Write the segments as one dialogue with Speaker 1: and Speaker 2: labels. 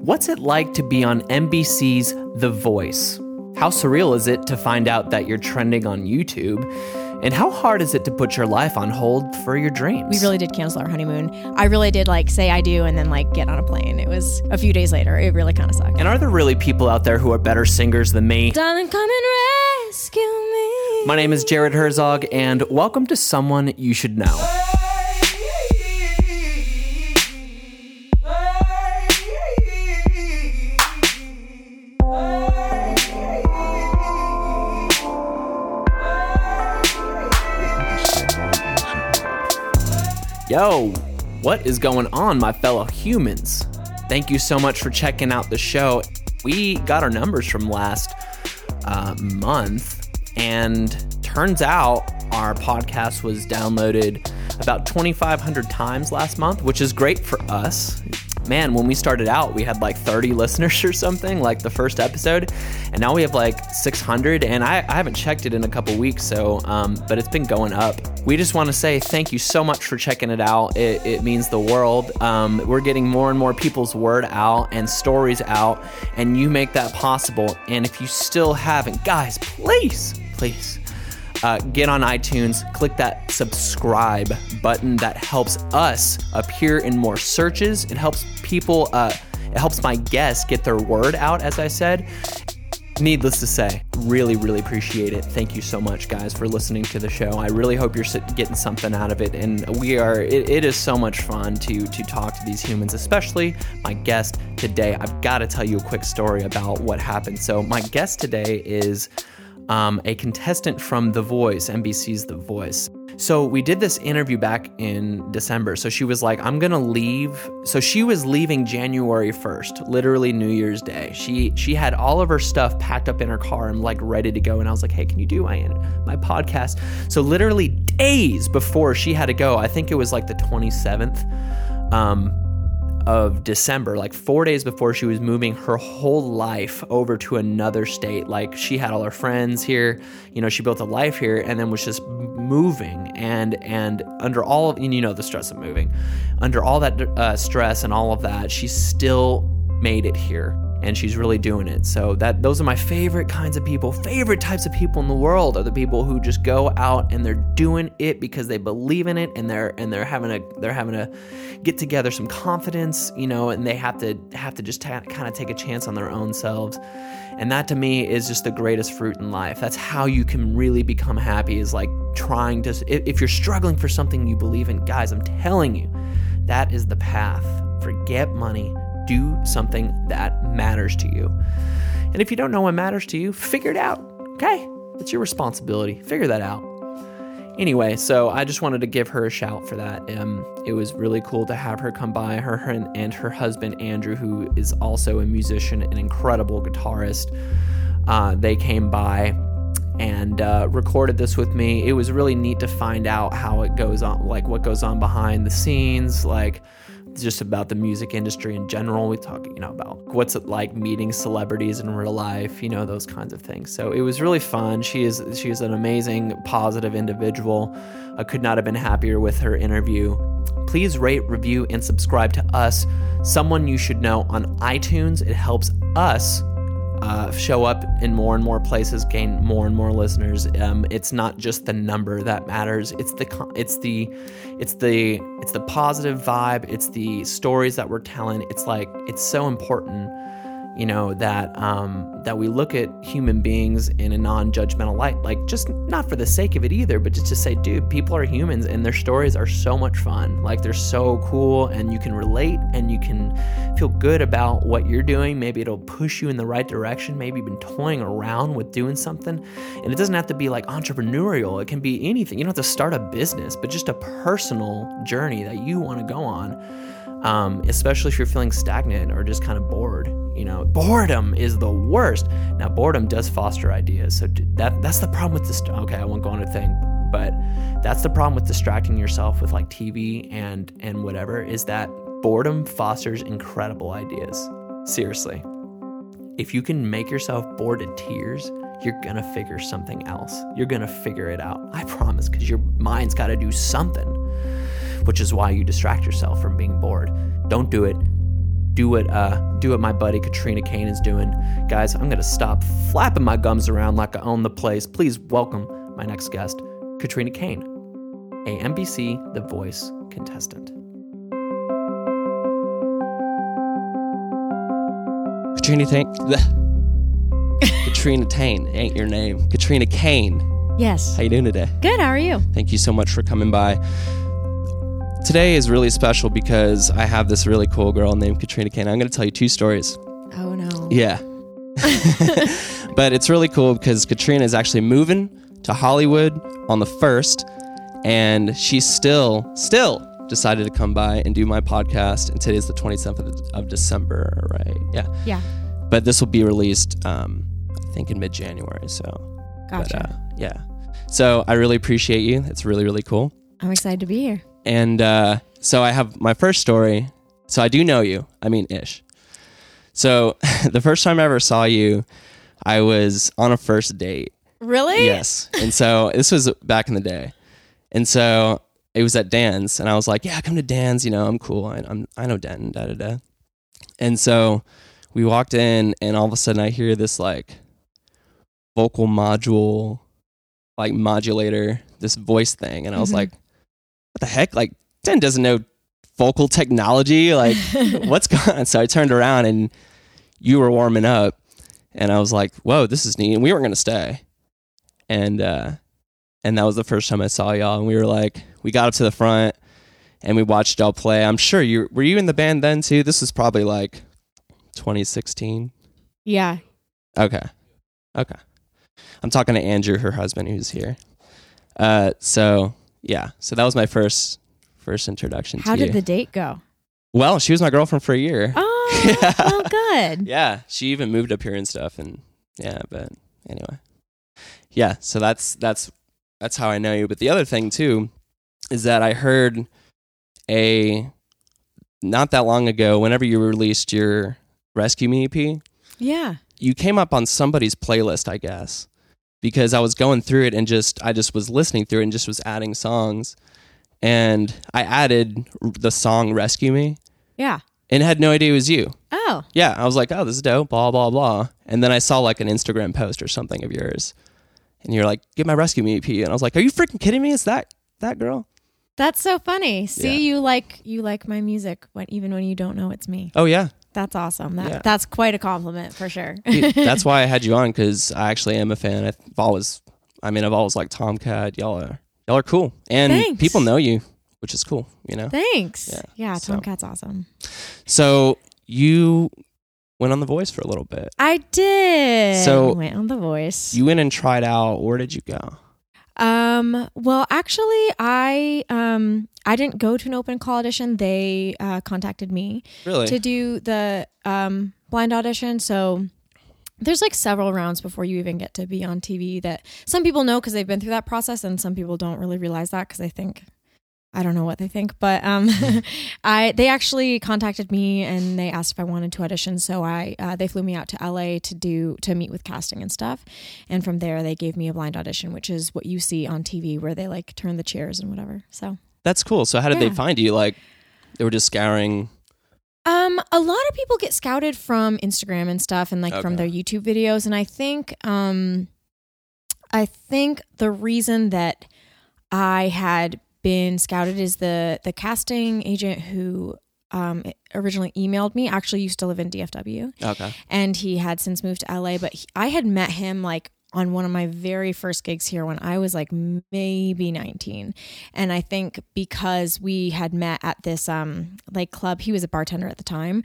Speaker 1: What's it like to be on NBC's The Voice? How surreal is it to find out that you're trending on YouTube? And how hard is it to put your life on hold for your dreams?
Speaker 2: We really did cancel our honeymoon. I really did like say I do and then like get on a plane. It was a few days later. It really kind of sucked.
Speaker 1: and are there really people out there who are better singers than me?
Speaker 2: Darling, come and rescue me.
Speaker 1: My name is Jared Herzog, and welcome to Someone You Should Know. Yo, what is going on, my fellow humans? Thank you so much for checking out the show. We got our numbers from last uh, month, and turns out our podcast was downloaded about 2,500 times last month, which is great for us. Man, when we started out, we had like 30 listeners or something, like the first episode, and now we have like 600. And I, I haven't checked it in a couple weeks, so um, but it's been going up. We just want to say thank you so much for checking it out. It, it means the world. Um, we're getting more and more people's word out and stories out, and you make that possible. And if you still haven't, guys, please, please uh, get on iTunes, click that subscribe button. That helps us appear in more searches. It helps people, uh, it helps my guests get their word out, as I said. Needless to say, really, really appreciate it. Thank you so much, guys, for listening to the show. I really hope you're sit- getting something out of it. And we are, it, it is so much fun to, to talk to these humans, especially my guest today. I've got to tell you a quick story about what happened. So, my guest today is um, a contestant from The Voice, NBC's The Voice. So we did this interview back in December. So she was like, I'm gonna leave. So she was leaving January 1st, literally New Year's Day. She she had all of her stuff packed up in her car and like ready to go. And I was like, hey, can you do my my podcast? So literally days before she had to go, I think it was like the 27th. Um, of December, like four days before she was moving her whole life over to another state. Like she had all her friends here, you know, she built a life here, and then was just moving and and under all of and you know the stress of moving, under all that uh, stress and all of that, she still made it here and she's really doing it. So that those are my favorite kinds of people, favorite types of people in the world are the people who just go out and they're doing it because they believe in it and they're and they're having a they're having to get together some confidence, you know, and they have to have to just ta- kind of take a chance on their own selves. And that to me is just the greatest fruit in life. That's how you can really become happy is like trying to if if you're struggling for something you believe in, guys, I'm telling you, that is the path. Forget money, do something that matters to you. And if you don't know what matters to you, figure it out. Okay? It's your responsibility. Figure that out. Anyway, so I just wanted to give her a shout for that. Um, it was really cool to have her come by, her, her and, and her husband Andrew, who is also a musician, an incredible guitarist. Uh, they came by and uh, recorded this with me. It was really neat to find out how it goes on, like what goes on behind the scenes, like just about the music industry in general. We talk, you know, about what's it like meeting celebrities in real life, you know, those kinds of things. So it was really fun. She is she is an amazing, positive individual. I could not have been happier with her interview please rate, review, and subscribe to us, someone you should know on iTunes. It helps us uh, show up in more and more places, gain more and more listeners. Um, it's not just the number that matters; it's the con- it's the it's the it's the positive vibe. It's the stories that we're telling. It's like it's so important you know that um, that we look at human beings in a non-judgmental light like just not for the sake of it either but just to say dude people are humans and their stories are so much fun like they're so cool and you can relate and you can feel good about what you're doing maybe it'll push you in the right direction maybe you've been toying around with doing something and it doesn't have to be like entrepreneurial it can be anything you don't have to start a business but just a personal journey that you want to go on um, especially if you're feeling stagnant or just kind of bored. You know, boredom is the worst. Now, boredom does foster ideas, so d- that that's the problem with this. Okay, I won't go on a thing, but that's the problem with distracting yourself with like TV and and whatever is that boredom fosters incredible ideas. Seriously, if you can make yourself bored to tears, you're gonna figure something else. You're gonna figure it out. I promise, because your mind's got to do something which is why you distract yourself from being bored. Don't do it. do what uh, do what my buddy Katrina Kane is doing. Guys, I'm gonna stop flapping my gums around like I own the place. Please welcome my next guest, Katrina Kane, a NBC The Voice contestant.
Speaker 3: Katrina Tank. Katrina Tane ain't your name. Katrina Kane.
Speaker 2: Yes.
Speaker 3: How you doing today?
Speaker 2: Good. How are you?
Speaker 3: Thank you so much for coming by. Today is really special because I have this really cool girl named Katrina Kane. I'm going to tell you two stories.
Speaker 2: Oh no.
Speaker 3: Yeah. but it's really cool because Katrina is actually moving to Hollywood on the 1st and she still still decided to come by and do my podcast and today's the 27th of December, right? Yeah.
Speaker 2: Yeah.
Speaker 3: But this will be released um I think in mid-January, so
Speaker 2: Gotcha.
Speaker 3: but uh, yeah. So I really appreciate you. It's really, really cool.
Speaker 2: I'm excited to be here.
Speaker 3: And uh, so I have my first story. So I do know you. I mean, ish. So the first time I ever saw you, I was on a first date.
Speaker 2: Really?
Speaker 3: Yes. And so this was back in the day. And so it was at Dan's, and I was like, "Yeah, come to Dan's. You know, I'm cool. I, I'm I know Dan. Da da da." And so we walked in, and all of a sudden I hear this like vocal module, like modulator, this voice thing, and I was
Speaker 2: Mhm.
Speaker 3: like, "What the heck? Like Dan doesn't know vocal technology. Like what's going on?" So I turned around, and you were warming up, and I was like, "Whoa, this is neat." And we weren't gonna stay, and uh, and that was the first time I saw y'all. And we were like, we got up to the front and we watched y'all play. I'm sure you were you in the band then too. This was probably like 2016.
Speaker 2: yeah.
Speaker 3: Okay, okay. I'm talking to Andrew, her husband, who's here. Uh, so yeah, so that was my first first introduction.
Speaker 2: How
Speaker 3: to
Speaker 2: did
Speaker 3: you.
Speaker 2: the date go?
Speaker 3: Well, she was my girlfriend for a year.
Speaker 2: Oh,
Speaker 3: Yeah.
Speaker 2: well, good.
Speaker 3: Yeah, she even moved up here and stuff, and yeah, but anyway, yeah. So that's that's that's how I know you. But the other thing too is that I heard a not that long ago, whenever you released your Rescue Me EP,
Speaker 2: Yeah.
Speaker 3: you came up on somebody's playlist, I guess, because I was going through it and just I just was listening through it and just was adding songs, and I added the song Rescue Me
Speaker 2: Yeah.
Speaker 3: and had no idea it was you.
Speaker 2: Oh.
Speaker 3: Yeah, I was like, oh, this is dope, blah, blah, blah. And then I saw like an Instagram post or something of yours. And you're like, get my rescue me EP. And I was like, are you freaking kidding me? It's that that girl?
Speaker 2: That's so funny. See,
Speaker 3: Yeah.
Speaker 2: you like you like my music, when, even when you don't know it's me.
Speaker 3: Oh, yeah.
Speaker 2: That's awesome. That
Speaker 3: Yeah.
Speaker 2: that's quite a compliment for sure.
Speaker 3: Dude, that's why I had you on because I actually am a fan. I've always, I mean, I've always liked Tomcat. Y'all are, y'all are cool. And
Speaker 2: Thanks.
Speaker 3: people know you, which is cool, you know?
Speaker 2: Thanks.
Speaker 3: Yeah,
Speaker 2: Yeah,
Speaker 3: so-
Speaker 2: Tomcat's awesome.
Speaker 3: So you went on The Voice for a little bit.
Speaker 2: I did.
Speaker 3: So-
Speaker 2: went on The Voice.
Speaker 3: You went and tried out. Where did you go?
Speaker 2: um. Well, actually, I um I didn't go to an open call audition. They uh, contacted me
Speaker 3: Really?
Speaker 2: to do the um blind audition. So. There's like several rounds before you even get to be on TV that some people know because they've been through that process, and some people don't really realize that because they think I don't know what they think, but um, I they actually contacted me and they asked if I wanted to audition. So I uh, they flew me out to LA to do to meet with casting and stuff, and from there they gave me a blind audition, which is what you see on TV where they like turn the chairs and whatever. So
Speaker 3: That's cool. So how did they
Speaker 2: Yeah.
Speaker 3: find you? Like, they were just scouring.
Speaker 2: Um, a lot of people get scouted from Instagram and stuff, and like
Speaker 3: Okay.
Speaker 2: from their YouTube videos. And I think, um, I think the reason that I had been scouted is the the casting agent who um, originally emailed me actually used to live in DFW,
Speaker 3: Okay.
Speaker 2: and he had since moved to LA. But he, I had met him like on one of my very first gigs here when I was like maybe 19. And I think because we had met at this um like club, he was a bartender at the time.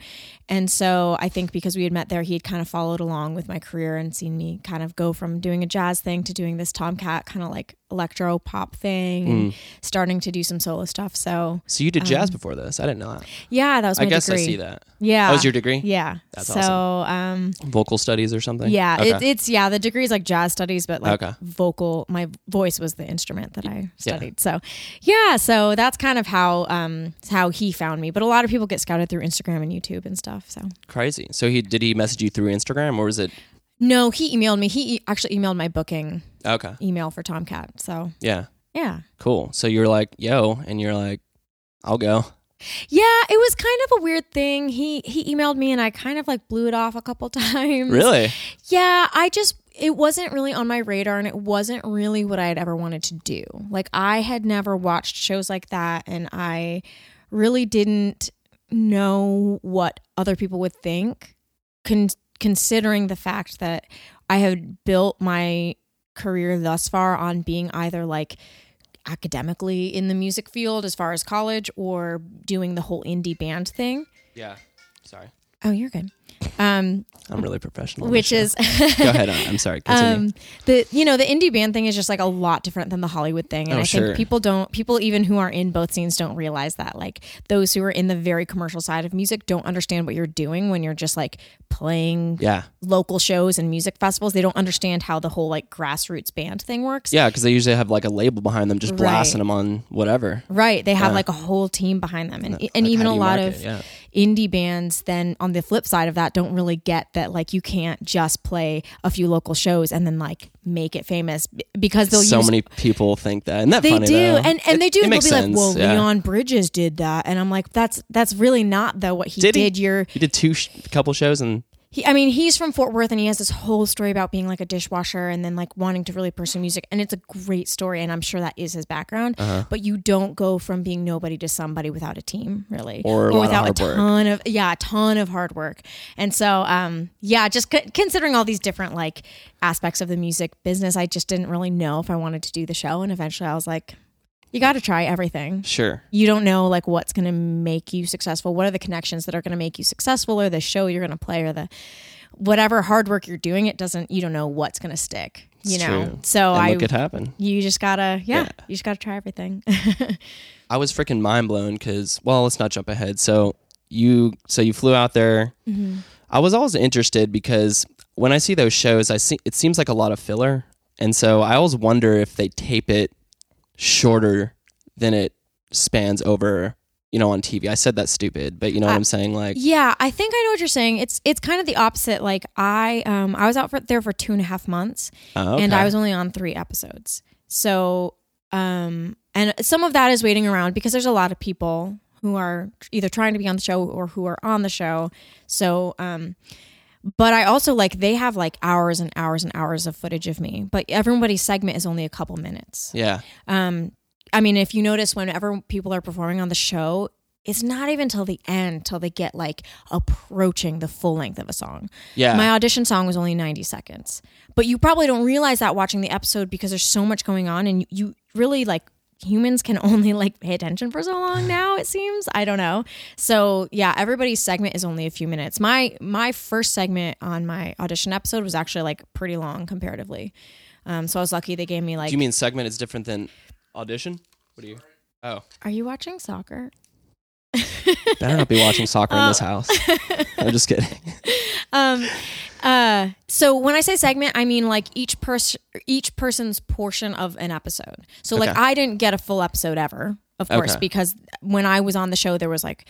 Speaker 2: And so I think because we had met there, he had kind of followed along with my career and seen me kind of go from doing a jazz thing to doing this Tomcat kind of like electro pop thing
Speaker 3: Mm.
Speaker 2: and starting to do some solo stuff. So
Speaker 3: So you did jazz before this. I didn't know that.
Speaker 2: yeah, that was Um, my
Speaker 3: I guess
Speaker 2: degree.
Speaker 3: I see that.
Speaker 2: Yeah.
Speaker 3: That was your degree?
Speaker 2: yeah.
Speaker 3: That's
Speaker 2: so um
Speaker 3: Vocal studies or something?
Speaker 2: Yeah,
Speaker 3: Okay.
Speaker 2: it, it's yeah. The degree is like jazz studies, but like
Speaker 3: Okay.
Speaker 2: vocal. My voice was the instrument that I studied. So yeah, so that's kind of how um how he found me. But a lot of people get scouted through Instagram and YouTube and stuff. So
Speaker 3: Crazy. So he did he message you through Instagram or was it
Speaker 2: no, he emailed me. He e- actually emailed my booking
Speaker 3: Okay.
Speaker 2: email for Tomcat. So
Speaker 3: Yeah.
Speaker 2: yeah,
Speaker 3: Cool. So you're like, yo, and you're like, I'll go.
Speaker 2: Yeah, it was kind of a weird thing. He he emailed me and I kind of like blew it off a couple times.
Speaker 3: Really?
Speaker 2: Yeah, I just it wasn't really on my radar and it wasn't really what I had ever wanted to do. Like I had never watched shows like that and I really didn't know what other people would think con- considering the fact that I had built my career thus far on being either like academically in the music field as far as college or doing the whole indie band thing.
Speaker 3: Yeah. Sorry.
Speaker 2: Oh, you're good. Um,
Speaker 3: I'm really professional. on
Speaker 2: which
Speaker 3: this
Speaker 2: is
Speaker 3: show. Go ahead. I'm I'm sorry. Continue.
Speaker 2: um the you know the indie band thing is just like a lot different than the Hollywood thing and
Speaker 3: Oh,
Speaker 2: I
Speaker 3: sure.
Speaker 2: think people don't people even who are in both scenes don't realize that like those who are in the very commercial side of music don't understand what you're doing when you're just like playing
Speaker 3: yeah.
Speaker 2: local shows and music festivals they don't understand how the whole like grassroots band thing works
Speaker 3: Yeah, because they usually have like a label behind them, just
Speaker 2: Right.
Speaker 3: blasting them on whatever.
Speaker 2: Right. They have like a whole team behind them. And, and
Speaker 3: Uh, like,
Speaker 2: even
Speaker 3: how
Speaker 2: a
Speaker 3: do you
Speaker 2: lot
Speaker 3: market?
Speaker 2: of
Speaker 3: Yeah.
Speaker 2: indie bands, then on the flip side of that, don't really get that like you can't just play a few local shows and then like make it famous b- because they'll
Speaker 3: So
Speaker 2: use.
Speaker 3: many people think that, and that
Speaker 2: they
Speaker 3: funny
Speaker 2: do,
Speaker 3: though.
Speaker 2: and and
Speaker 3: It-
Speaker 2: they do.
Speaker 3: It
Speaker 2: and they'll
Speaker 3: makes
Speaker 2: be
Speaker 3: sense.
Speaker 2: like, "Well,
Speaker 3: yeah.
Speaker 2: Leon Bridges did that," and I'm like, "That's that's really not though what he did.
Speaker 3: Did he?
Speaker 2: You're
Speaker 3: He did two sh- couple shows, and
Speaker 2: he, I mean, he's from Fort Worth and he has this whole story about being like a dishwasher and then like wanting to really pursue music. And it's a great story. And I'm sure that is his background.
Speaker 3: Uh-huh.
Speaker 2: But you don't go from being nobody to somebody without a team, really.
Speaker 3: Or a lot of
Speaker 2: without
Speaker 3: hard
Speaker 2: a
Speaker 3: work.
Speaker 2: ton of, yeah, a ton of hard work. And so, um, yeah, just c- considering all these different like aspects of the music business, I just didn't really know if I wanted to do the show. And eventually I was like, you got to try everything
Speaker 3: sure,
Speaker 2: you don't know like what's going to make you successful what are the connections that are going to make you successful or the show you're going to play or the whatever hard work you're doing it doesn't you don't know what's going to stick you
Speaker 3: It's
Speaker 2: know
Speaker 3: true.
Speaker 2: so
Speaker 3: and
Speaker 2: Oh, i
Speaker 3: look, it happened.
Speaker 2: you just gotta yeah,
Speaker 3: Yeah.
Speaker 2: you just gotta try everything
Speaker 3: I was freaking mind blown because, well, let's not jump ahead. So you, so you flew out there.
Speaker 2: Mm-hmm.
Speaker 3: I was always interested because when I see those shows, I see it seems like a lot of filler, and so I always wonder if they tape it shorter than it spans over. You know, on TV. I said that's stupid, but you know what
Speaker 2: I-
Speaker 3: I'm saying. Like,
Speaker 2: yeah i think i know what you're saying it's it's kind of the opposite like i um i was out for, there for two and a half months
Speaker 3: oh, okay.
Speaker 2: and I was only on three episodes. So, um, and some of that is waiting around because there's a lot of people who are either trying to be on the show or who are on the show. So, um, but I also like they have like hours and hours and hours of footage of me, but everybody's segment is only a couple minutes.
Speaker 3: yeah.
Speaker 2: Um, I mean, if you notice, whenever people are performing on the show, it's not even till the end till they get like approaching the full length of a song.
Speaker 3: Yeah.
Speaker 2: My audition song was only 90 seconds. But you probably don't realize that watching the episode because there's so much going on and you, you really like humans can only like pay attention for so long now it seems. I don't know. So, yeah, everybody's segment is only a few minutes. My my first segment on my audition episode was actually like pretty long comparatively. Um, so I was lucky they gave me like
Speaker 3: Do you mean segment is different than audition? What do you? Oh,
Speaker 2: Are you watching soccer?
Speaker 3: better not be watching soccer
Speaker 2: Uh,
Speaker 3: in this house. I'm just kidding.
Speaker 2: um uh so when i say segment i mean like each person each person's portion of an episode so like
Speaker 3: Okay.
Speaker 2: i didn't get a full episode ever of course
Speaker 3: Okay.
Speaker 2: because when i was on the show there was like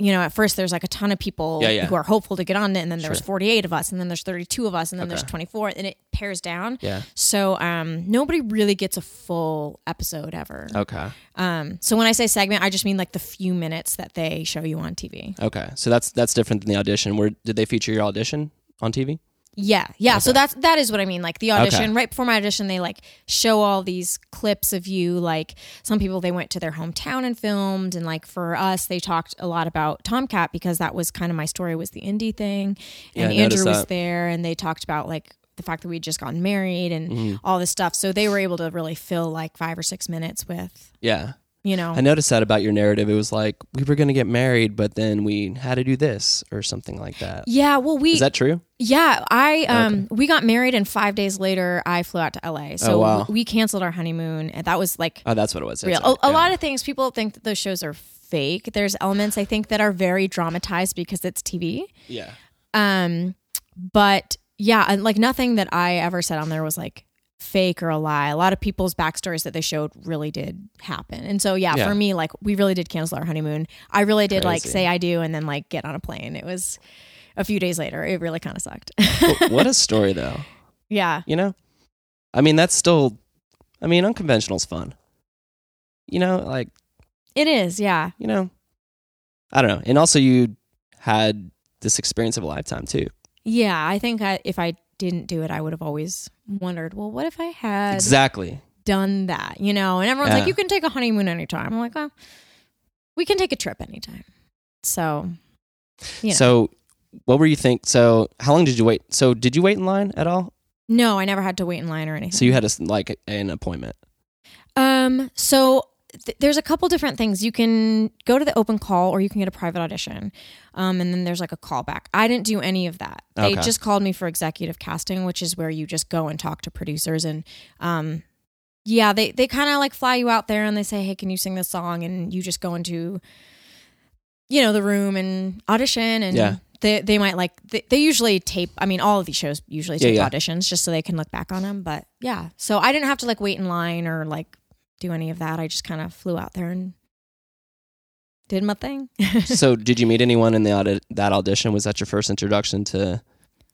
Speaker 2: you know at first there's like a ton of people
Speaker 3: Yeah, yeah.
Speaker 2: who are hopeful to get on it and then there's 48 of us and then there's 32 of us and then there's 24 and it pairs down
Speaker 3: Yeah.
Speaker 2: so um nobody really gets a full episode ever
Speaker 3: Okay.
Speaker 2: um so when i say segment i just mean like the few minutes that they show you on tv
Speaker 3: Okay. So that's that's different than the audition. Where did they feature your audition on TV?
Speaker 2: Yeah, yeah. So that's that is what I mean. Like the audition,
Speaker 3: Okay.
Speaker 2: right before my audition, they like show all these clips of you. Like some people they went to their hometown and filmed, and like for us, they talked a lot about Tomcat because that was kind of my story was the indie thing, and
Speaker 3: I noticed
Speaker 2: Andrew was
Speaker 3: that.
Speaker 2: there, and they talked about like the fact that we had just gotten married and
Speaker 3: Mm-hmm.
Speaker 2: all this stuff. So they were able to really fill like five or six minutes with
Speaker 3: Yeah.
Speaker 2: you know
Speaker 3: I noticed that about your narrative. It was like we were going to get married, but then we had to do this or something like that. Is
Speaker 2: yeah. Well, we
Speaker 3: that true?
Speaker 2: Yeah, I um we got married and 5 days later I flew out to LA. So
Speaker 3: Oh, wow.
Speaker 2: we, we canceled our honeymoon and that was like
Speaker 3: Oh, that's what it was.
Speaker 2: real. A, a lot of things people think that those shows are fake. There's elements I think that are very dramatized because it's TV.
Speaker 3: Yeah.
Speaker 2: Um but yeah, and like nothing that I ever said on there was like fake or a lie. A lot of people's backstories that they showed really did happen. And so yeah,
Speaker 3: Yeah.
Speaker 2: for me like we really did cancel our honeymoon. I really did like
Speaker 3: Crazy.
Speaker 2: say I do and then like get on a plane. It was a few days later. It really kind of sucked.
Speaker 3: But what a story, though.
Speaker 2: yeah.
Speaker 3: You know, I mean, that's still. I mean, unconventional's fun. You know, like
Speaker 2: It is, yeah.
Speaker 3: you know, I don't know. And also, you had this experience of a lifetime too.
Speaker 2: Yeah, I think I, if I didn't do it, I would have always wondered, well, what if I had
Speaker 3: Exactly.
Speaker 2: done that? You know, and everyone's
Speaker 3: Yeah.
Speaker 2: like, you can take a honeymoon anytime. I'm like, well, we can take a trip anytime. So, you know.
Speaker 3: So, what were you think? So, how long did you wait? So, did you wait in line at all?
Speaker 2: no, I never had to wait in line or anything.
Speaker 3: So, you had a, s- like an appointment.
Speaker 2: Um, so th- there's a couple different things. You can go to the open call or you can get a private audition. Um, and then there's like a callback. I didn't do any of that. They
Speaker 3: Okay.
Speaker 2: just called me for executive casting, which is where you just go and talk to producers and, um, yeah, they, they kind of like fly you out there and they say, Hey, can you sing this song? And you just go into, you know, the room and audition and
Speaker 3: Yeah.
Speaker 2: they, they might like, they, they usually tape. I mean, all of these shows usually
Speaker 3: Yeah,
Speaker 2: tape
Speaker 3: yeah.
Speaker 2: auditions just so they can look back on them. But yeah, so I didn't have to like wait in line or like do any of that. I just kind of flew out there and did my thing.
Speaker 3: so, did you meet anyone in the audit, that audition? Was that your first introduction to,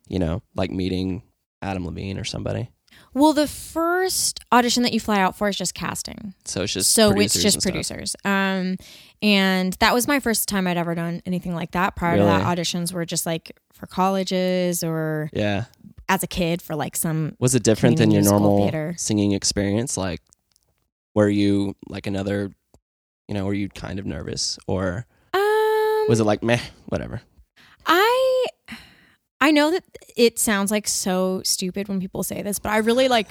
Speaker 3: you know, like meeting Adam Levine or somebody?
Speaker 2: well, the first audition that you fly out for is just casting.
Speaker 3: So it's just
Speaker 2: so it's
Speaker 3: producers
Speaker 2: just
Speaker 3: and stuff.
Speaker 2: producers. Um and that was my first time I'd ever done anything like that. Prior to that,
Speaker 3: Really?
Speaker 2: auditions were just like for colleges or
Speaker 3: Yeah.
Speaker 2: as a kid for like some
Speaker 3: Was it different than your
Speaker 2: Community musical
Speaker 3: normal
Speaker 2: theater.
Speaker 3: singing experience? Like, were you like another, you know, were you kind of nervous or
Speaker 2: um
Speaker 3: was it like meh, whatever?
Speaker 2: I I know that it sounds like so stupid when people say this, but I really like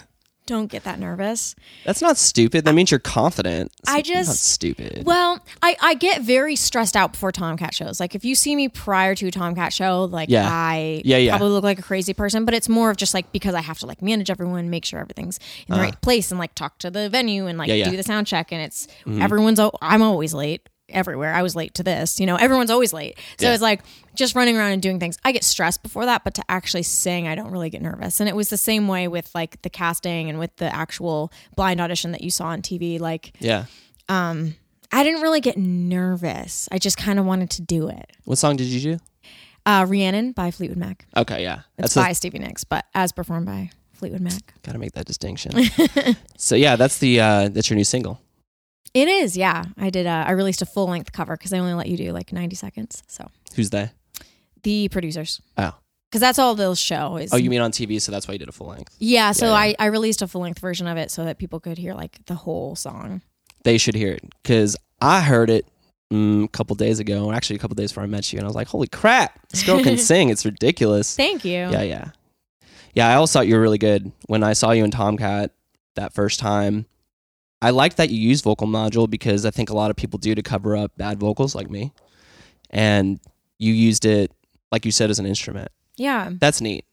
Speaker 2: don't get that nervous.
Speaker 3: That's not stupid. That means you're confident. It's
Speaker 2: I
Speaker 3: not
Speaker 2: just-
Speaker 3: stupid.
Speaker 2: Well, I, I get very stressed out before Tomcat shows. Like if you see me prior to a Tomcat show, like
Speaker 3: Yeah.
Speaker 2: I
Speaker 3: Yeah, yeah.
Speaker 2: probably look like a crazy person, but it's more of just like because I have to like manage everyone, make sure everything's in the right place and like talk to the venue and like
Speaker 3: Uh-huh. Yeah, Mm-hmm. yeah.
Speaker 2: do the sound check and it's everyone's al- I'm always late everywhere. I was late to this, you know, everyone's always late. So
Speaker 3: Yeah.
Speaker 2: it's like just running around and doing things. I get stressed before that, but to actually sing, I don't really get nervous. And it was the same way with like the casting and with the actual blind audition that you saw on TV like
Speaker 3: yeah.
Speaker 2: um I didn't really get nervous. I just kind of wanted to do it.
Speaker 3: What song did you do?
Speaker 2: Uh, Rhiannon by Fleetwood Mac.
Speaker 3: Okay, yeah.
Speaker 2: It's
Speaker 3: That's a-
Speaker 2: by Stevie Nicks, but as performed by Fleetwood Mac.
Speaker 3: gotta make that distinction. so yeah, that's the uh that's your new single.
Speaker 2: It is, yeah. I did. Uh, I released a full length cover because I only let you do like ninety seconds. So
Speaker 3: Who's they?
Speaker 2: the producers,
Speaker 3: Oh.
Speaker 2: because that's all they'll show is.
Speaker 3: Oh, you mean on TV, so that's why you did a full length.
Speaker 2: yeah, so
Speaker 3: Yeah, yeah.
Speaker 2: I, I released a full length version of it so that people could hear like the whole song.
Speaker 3: They should hear it because I heard it mm, a couple days ago, or actually a couple days before I met you, and I was like, "Holy crap, this girl can sing! It's ridiculous."
Speaker 2: Thank you.
Speaker 3: Yeah, yeah, yeah. I always thought you were really good when I saw you in Tomcat that first time. I like that you use vocal module because I think a lot of people do to cover up bad vocals like me, and you used it like you said as an instrument.
Speaker 2: yeah.
Speaker 3: That's neat.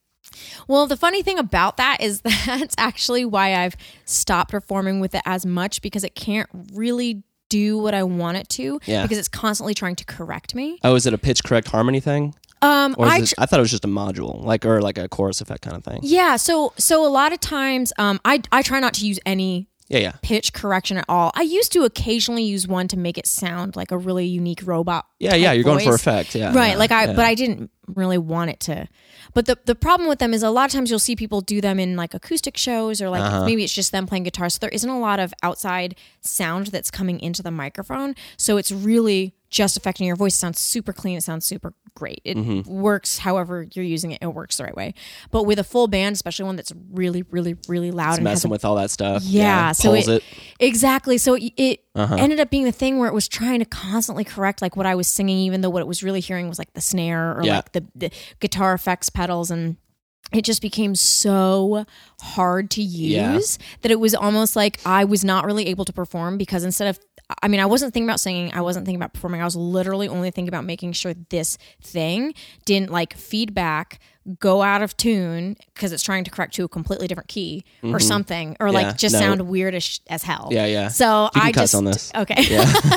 Speaker 2: Well, the funny thing about that is that's actually why I've stopped performing with it as much because it can't really do what I want it to
Speaker 3: Yeah.
Speaker 2: because it's constantly trying to correct me.
Speaker 3: Oh, is it a pitch correct harmony thing?
Speaker 2: Um,
Speaker 3: Or is
Speaker 2: I
Speaker 3: it, I thought it was just a module, like or like a chorus effect kind of thing.
Speaker 2: yeah, so so a lot of times um, I I try not to use any
Speaker 3: Yeah, yeah,
Speaker 2: pitch correction at all. I used to occasionally use one to make it sound like a really unique robot.
Speaker 3: yeah, yeah.
Speaker 2: type
Speaker 3: You're going for
Speaker 2: voice.
Speaker 3: effect, yeah.
Speaker 2: right
Speaker 3: yeah,
Speaker 2: like i
Speaker 3: yeah.
Speaker 2: but i didn't really want it to but the the problem with them is a lot of times you'll see people do them in like acoustic shows or like
Speaker 3: Uh-huh.
Speaker 2: maybe it's just them playing guitar so there isn't a lot of outside sound that's coming into the microphone so it's really just affecting your voice it sounds super clean it sounds super great it
Speaker 3: Mm-hmm.
Speaker 2: works however you're using it it works the right way but with a full band especially one that's really really really loud and has a
Speaker 3: messing with all that stuff.
Speaker 2: yeah, so
Speaker 3: pulls it. Uh-huh.
Speaker 2: exactly. So it, it ended up being the thing where it was trying to constantly correct like what I was singing, even though what it was really hearing was like the snare or
Speaker 3: Yeah.
Speaker 2: like the, the guitar effects pedals, and it just became so hard to
Speaker 3: Yeah.
Speaker 2: use that it was almost like I was not really able to perform because instead of I mean, I wasn't thinking about singing. I wasn't thinking about performing. I was literally only thinking about making sure this thing didn't like feedback, go out of tune because it's trying to correct to a completely different key or
Speaker 3: Mm-hmm.
Speaker 2: something, or
Speaker 3: Yeah,
Speaker 2: like just
Speaker 3: no.
Speaker 2: sound weird as, sh- as hell.
Speaker 3: Yeah, yeah.
Speaker 2: So
Speaker 3: You can
Speaker 2: I
Speaker 3: cuss
Speaker 2: just
Speaker 3: on this.
Speaker 2: okay. Yeah,
Speaker 3: Yeah.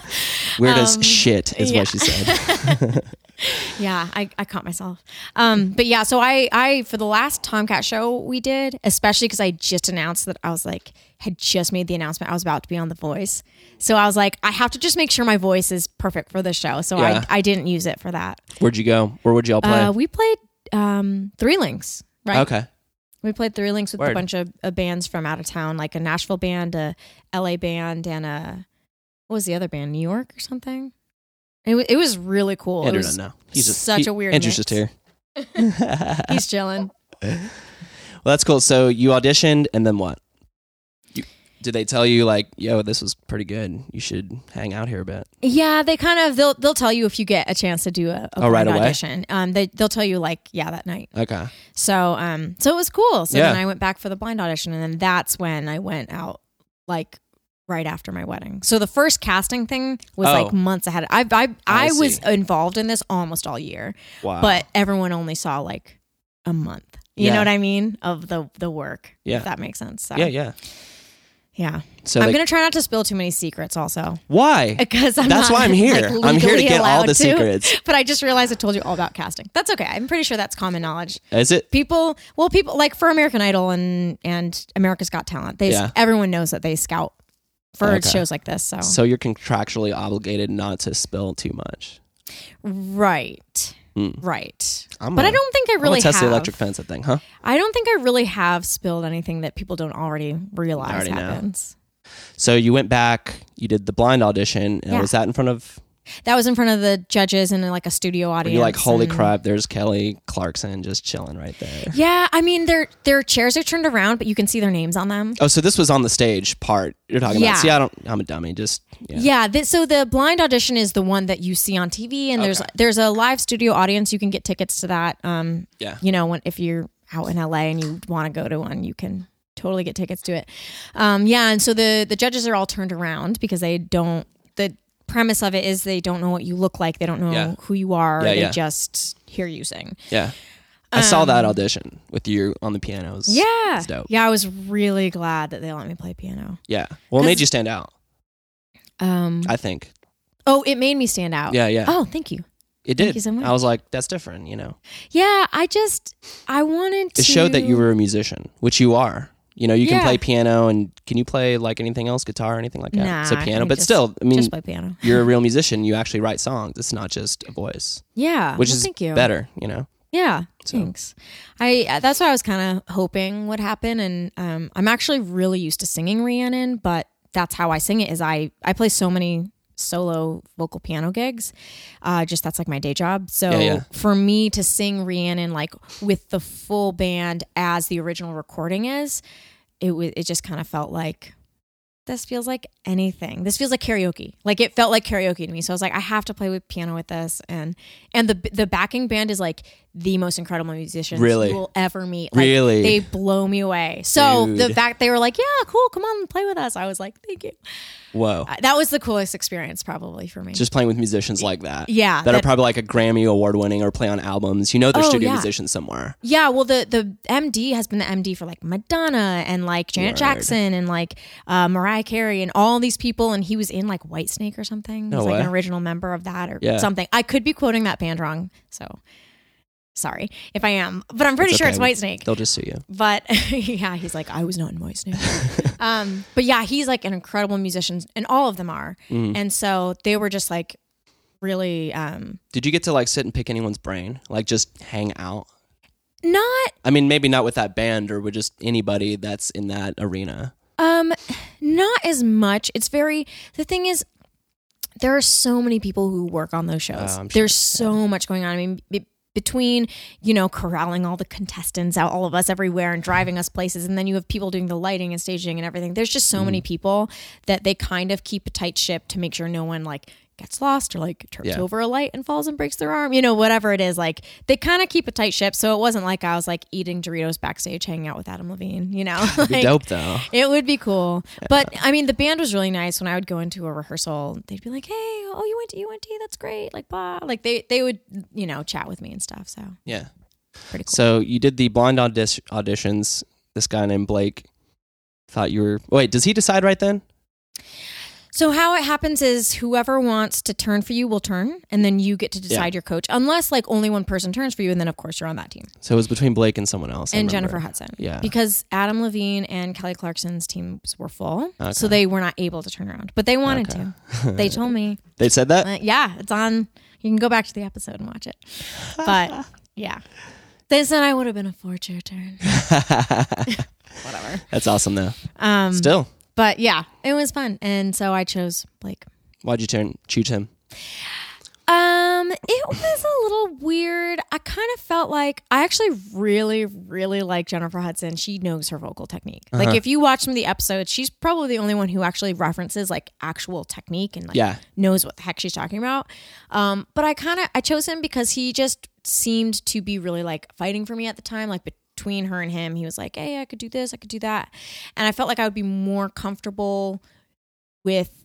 Speaker 3: Weird as shit is
Speaker 2: um, yeah.
Speaker 3: what she said.
Speaker 2: I, I caught myself. Um, but yeah, so I I for the last Tomcat show we did, especially because I just announced that I was like had just made the announcement I was about to be on The Voice, so I was like I have to just make sure my voice is perfect for the show. So
Speaker 3: Yeah.
Speaker 2: I I didn't use it for that.
Speaker 3: Where'd you go? Where would y'all play?
Speaker 2: Uh, we played um, Three Links, right?
Speaker 3: okay.
Speaker 2: We played Three Links with
Speaker 3: Word.
Speaker 2: a bunch of uh, bands from out of town, like a Nashville band, a LA band, and a what was the other band? New York or something? It, wa- it was really cool. It
Speaker 3: Andrew
Speaker 2: was-
Speaker 3: doesn't know. He's just
Speaker 2: such
Speaker 3: he-
Speaker 2: a weird
Speaker 3: Andrew's
Speaker 2: mix.
Speaker 3: just here.
Speaker 2: he's chilling.
Speaker 3: Well, that's cool. So you auditioned, and then what? You, did they tell you like, "Yo, this was pretty good. You should hang out here a bit"?
Speaker 2: Yeah, they kind of they'll they'll tell you if you get a chance to do a, a
Speaker 3: Oh, right
Speaker 2: blind
Speaker 3: away?
Speaker 2: audition. Um, they they'll tell you like yeah that night.
Speaker 3: Okay.
Speaker 2: So um, so it was cool. So
Speaker 3: Yeah.
Speaker 2: then I went back for the blind audition, and then that's when I went out like right after my wedding. So the first casting thing was
Speaker 3: Oh.
Speaker 2: like months ahead. I I I,
Speaker 3: I
Speaker 2: was
Speaker 3: see.
Speaker 2: involved in this almost all year,
Speaker 3: Wow.
Speaker 2: but everyone only saw like a month. You
Speaker 3: Yeah.
Speaker 2: know what I mean of the the work.
Speaker 3: Yeah.
Speaker 2: if that makes sense. So,
Speaker 3: yeah, yeah.
Speaker 2: yeah.
Speaker 3: So
Speaker 2: uh, I'm
Speaker 3: they,
Speaker 2: gonna try not to spill too many secrets, also,
Speaker 3: why?
Speaker 2: because I'm
Speaker 3: That's
Speaker 2: not,
Speaker 3: why I'm here.
Speaker 2: like,
Speaker 3: I'm here to
Speaker 2: legally
Speaker 3: get all
Speaker 2: allowed
Speaker 3: the
Speaker 2: to.
Speaker 3: secrets.
Speaker 2: But I just realized I told you all about casting. That's okay. I'm pretty sure that's common knowledge.
Speaker 3: Is it?
Speaker 2: People, well, people like for American Idol and and America's Got Talent. They
Speaker 3: Yeah.
Speaker 2: everyone knows that they scout for
Speaker 3: Okay.
Speaker 2: shows like this. So,
Speaker 3: So you're contractually obligated not to spill too much.
Speaker 2: right,
Speaker 3: Mm.
Speaker 2: right.
Speaker 3: I'm
Speaker 2: but
Speaker 3: gonna-
Speaker 2: I don't think I
Speaker 3: I'm gonna
Speaker 2: really
Speaker 3: test
Speaker 2: have.
Speaker 3: the electric fence. I think, huh?
Speaker 2: I don't think I really have spilled anything that people don't already realize
Speaker 3: already know.
Speaker 2: happens.
Speaker 3: So you went back. You did the blind audition. And
Speaker 2: Yeah.
Speaker 3: Was that in front of?
Speaker 2: That was in front of the judges and like a studio
Speaker 3: Were
Speaker 2: audience.
Speaker 3: you like, holy
Speaker 2: and-
Speaker 3: crap! There's Kelly Clarkson just chilling right there.
Speaker 2: Yeah, I mean their their chairs are turned around, but you can see their names on them.
Speaker 3: Oh, so this was on the stage part you're talking
Speaker 2: Yeah.
Speaker 3: about. See, I don't. I'm a dummy. Just yeah.
Speaker 2: Yeah, thi- so the blind audition is the one that you see on TV, and there's there's a live studio audience. You can get tickets to that. Um,
Speaker 3: Yeah.
Speaker 2: you know, when, if you're out in LA and you want to go to one, you can totally get tickets to it. Um, yeah, and so the the judges are all turned around because they don't. The premise of it is they don't know what you look like. They don't know
Speaker 3: Yeah.
Speaker 2: who you are.
Speaker 3: Yeah,
Speaker 2: they
Speaker 3: yeah.
Speaker 2: just hear you sing.
Speaker 3: Yeah. I saw that audition with you on the pianos.
Speaker 2: Um, Yeah,
Speaker 3: It's dope.
Speaker 2: yeah. I was really glad that they let me play piano.
Speaker 3: Yeah. Well, it made
Speaker 2: 'Cause-
Speaker 3: you stand out,
Speaker 2: Um,
Speaker 3: I think.
Speaker 2: oh, it made me stand out.
Speaker 3: Yeah, yeah.
Speaker 2: Oh, thank you.
Speaker 3: It
Speaker 2: Thank
Speaker 3: did.
Speaker 2: you so much.
Speaker 3: I was like, that's different, you know.
Speaker 2: Yeah, I just I wanted to
Speaker 3: It showed that you were a musician, which you are. You know, you
Speaker 2: Yeah.
Speaker 3: can play piano and can you play like anything else, guitar or anything like that?
Speaker 2: Nah,
Speaker 3: so
Speaker 2: I
Speaker 3: piano,
Speaker 2: can
Speaker 3: but
Speaker 2: just-
Speaker 3: still, I mean,
Speaker 2: just play piano.
Speaker 3: you're a real musician. You actually write songs. It's not just a voice,
Speaker 2: Yeah,
Speaker 3: which
Speaker 2: Uh, well,
Speaker 3: is
Speaker 2: thank you.
Speaker 3: better, you know.
Speaker 2: Yeah, thanks. I uh, that's what I was kind of hoping would happen, and um, I'm actually really used to singing Rhiannon, but that's how I sing it. Is I I play so many solo vocal piano gigs, uh, just that's like my day job. So
Speaker 3: Yeah, yeah.
Speaker 2: for me to sing Rhiannon like with the full band as the original recording is, it was it just kind of felt like. This feels like anything. This feels like karaoke. Like it felt like karaoke to me. So I was like, I have to play with piano with this, and and the the backing band is like the most incredible musicians
Speaker 3: Really?
Speaker 2: you will ever meet. Like,
Speaker 3: Really?
Speaker 2: they blow me away. So the
Speaker 3: Dude.
Speaker 2: fact they were like, yeah, cool, come on, play with us. I was like, thank you.
Speaker 3: Whoa.
Speaker 2: I- That was the coolest experience probably for me.
Speaker 3: just playing with musicians like that.
Speaker 2: Yeah,
Speaker 3: That, are
Speaker 2: that-
Speaker 3: probably like a Grammy award winning or play on albums. You know, they're
Speaker 2: Oh,
Speaker 3: studio
Speaker 2: yeah.
Speaker 3: musicians somewhere.
Speaker 2: yeah, well, the the MD has been the MD for like Madonna and like Janet
Speaker 3: Word.
Speaker 2: Jackson and like uh, Mariah Carey and all these people, and he was in like Whitesnake or something.
Speaker 3: No
Speaker 2: He's like an
Speaker 3: way.
Speaker 2: original member of that or
Speaker 3: Yeah.
Speaker 2: something. I could be quoting that band wrong, so sorry if I am, but I'm pretty
Speaker 3: It's
Speaker 2: sure
Speaker 3: okay.
Speaker 2: it's Whitesnake.
Speaker 3: They'll just sue you.
Speaker 2: but yeah, he's like, I was not in Moist Snake. um, but yeah, he's like an incredible musician, and all of them are.
Speaker 3: Mm.
Speaker 2: And so they were just like really um,
Speaker 3: Did you get to like sit and pick anyone's brain? Like just hang out?
Speaker 2: not
Speaker 3: I mean, maybe not with that band or with just anybody that's in that arena.
Speaker 2: um, not as much. It's very the thing is. There are so many people who work on those shows.
Speaker 3: Uh, I'm
Speaker 2: There's so much going on. I mean, be between you know corralling all the contestants out, all of us everywhere, and driving us places, and then you have people doing the lighting and staging and everything. There's just so
Speaker 3: Mm.
Speaker 2: many people that they kind of keep a tight ship to make sure no one like gets lost or like trips
Speaker 3: Yeah.
Speaker 2: over a light and falls and breaks their arm. You know, whatever it is, like they kind of keep a tight ship. So it wasn't like I was like eating Doritos backstage, hanging out with Adam Levine. You know,
Speaker 3: It'd be
Speaker 2: Like,
Speaker 3: dope though.
Speaker 2: it would be cool. But I mean, the band was really nice. When I would go into a rehearsal, they'd be like, "Hey, oh, you went to UNT? That's great!" Like, blah. Like they they would you know chat with me and stuff. So
Speaker 3: Yeah.
Speaker 2: pretty cool.
Speaker 3: So you did the blind audis- auditions. This guy named Blake thought you were. Wait, does he decide right then?
Speaker 2: So how it happens is whoever wants to turn for you will turn, and then you get to decide your coach, unless like only one person turns for you, and then of course you're on that team.
Speaker 3: So it was between Blake and someone else. I
Speaker 2: and
Speaker 3: remember.
Speaker 2: Jennifer Hudson,
Speaker 3: Yeah.
Speaker 2: because Adam Levine and Kelly Clarkson's teams were full,
Speaker 3: Okay.
Speaker 2: so they were not able to turn around, but they wanted to. They told me.
Speaker 3: They said that?
Speaker 2: Uh, yeah, it's on. You can go back to the episode and watch it. But yeah, they said I would have been a four-chair turn. Whatever.
Speaker 3: That's awesome though.
Speaker 2: Um,
Speaker 3: Still,
Speaker 2: but yeah, it was fun, and so I chose Blake.
Speaker 3: why'd you turn choose him?
Speaker 2: Um, it was a little weird. I kind of felt like I actually really, really like Jennifer Hudson. She knows her vocal technique. Like if you watch some of the episodes, she's probably the only one who actually references like actual technique and like
Speaker 3: Yeah.
Speaker 2: knows what the heck she's talking about. Um, but I kind of I chose him because he just seemed to be really like fighting for me at the time. Like between her and him, he was like, "Hey, I could do this, I could do that," and I felt like I would be more comfortable with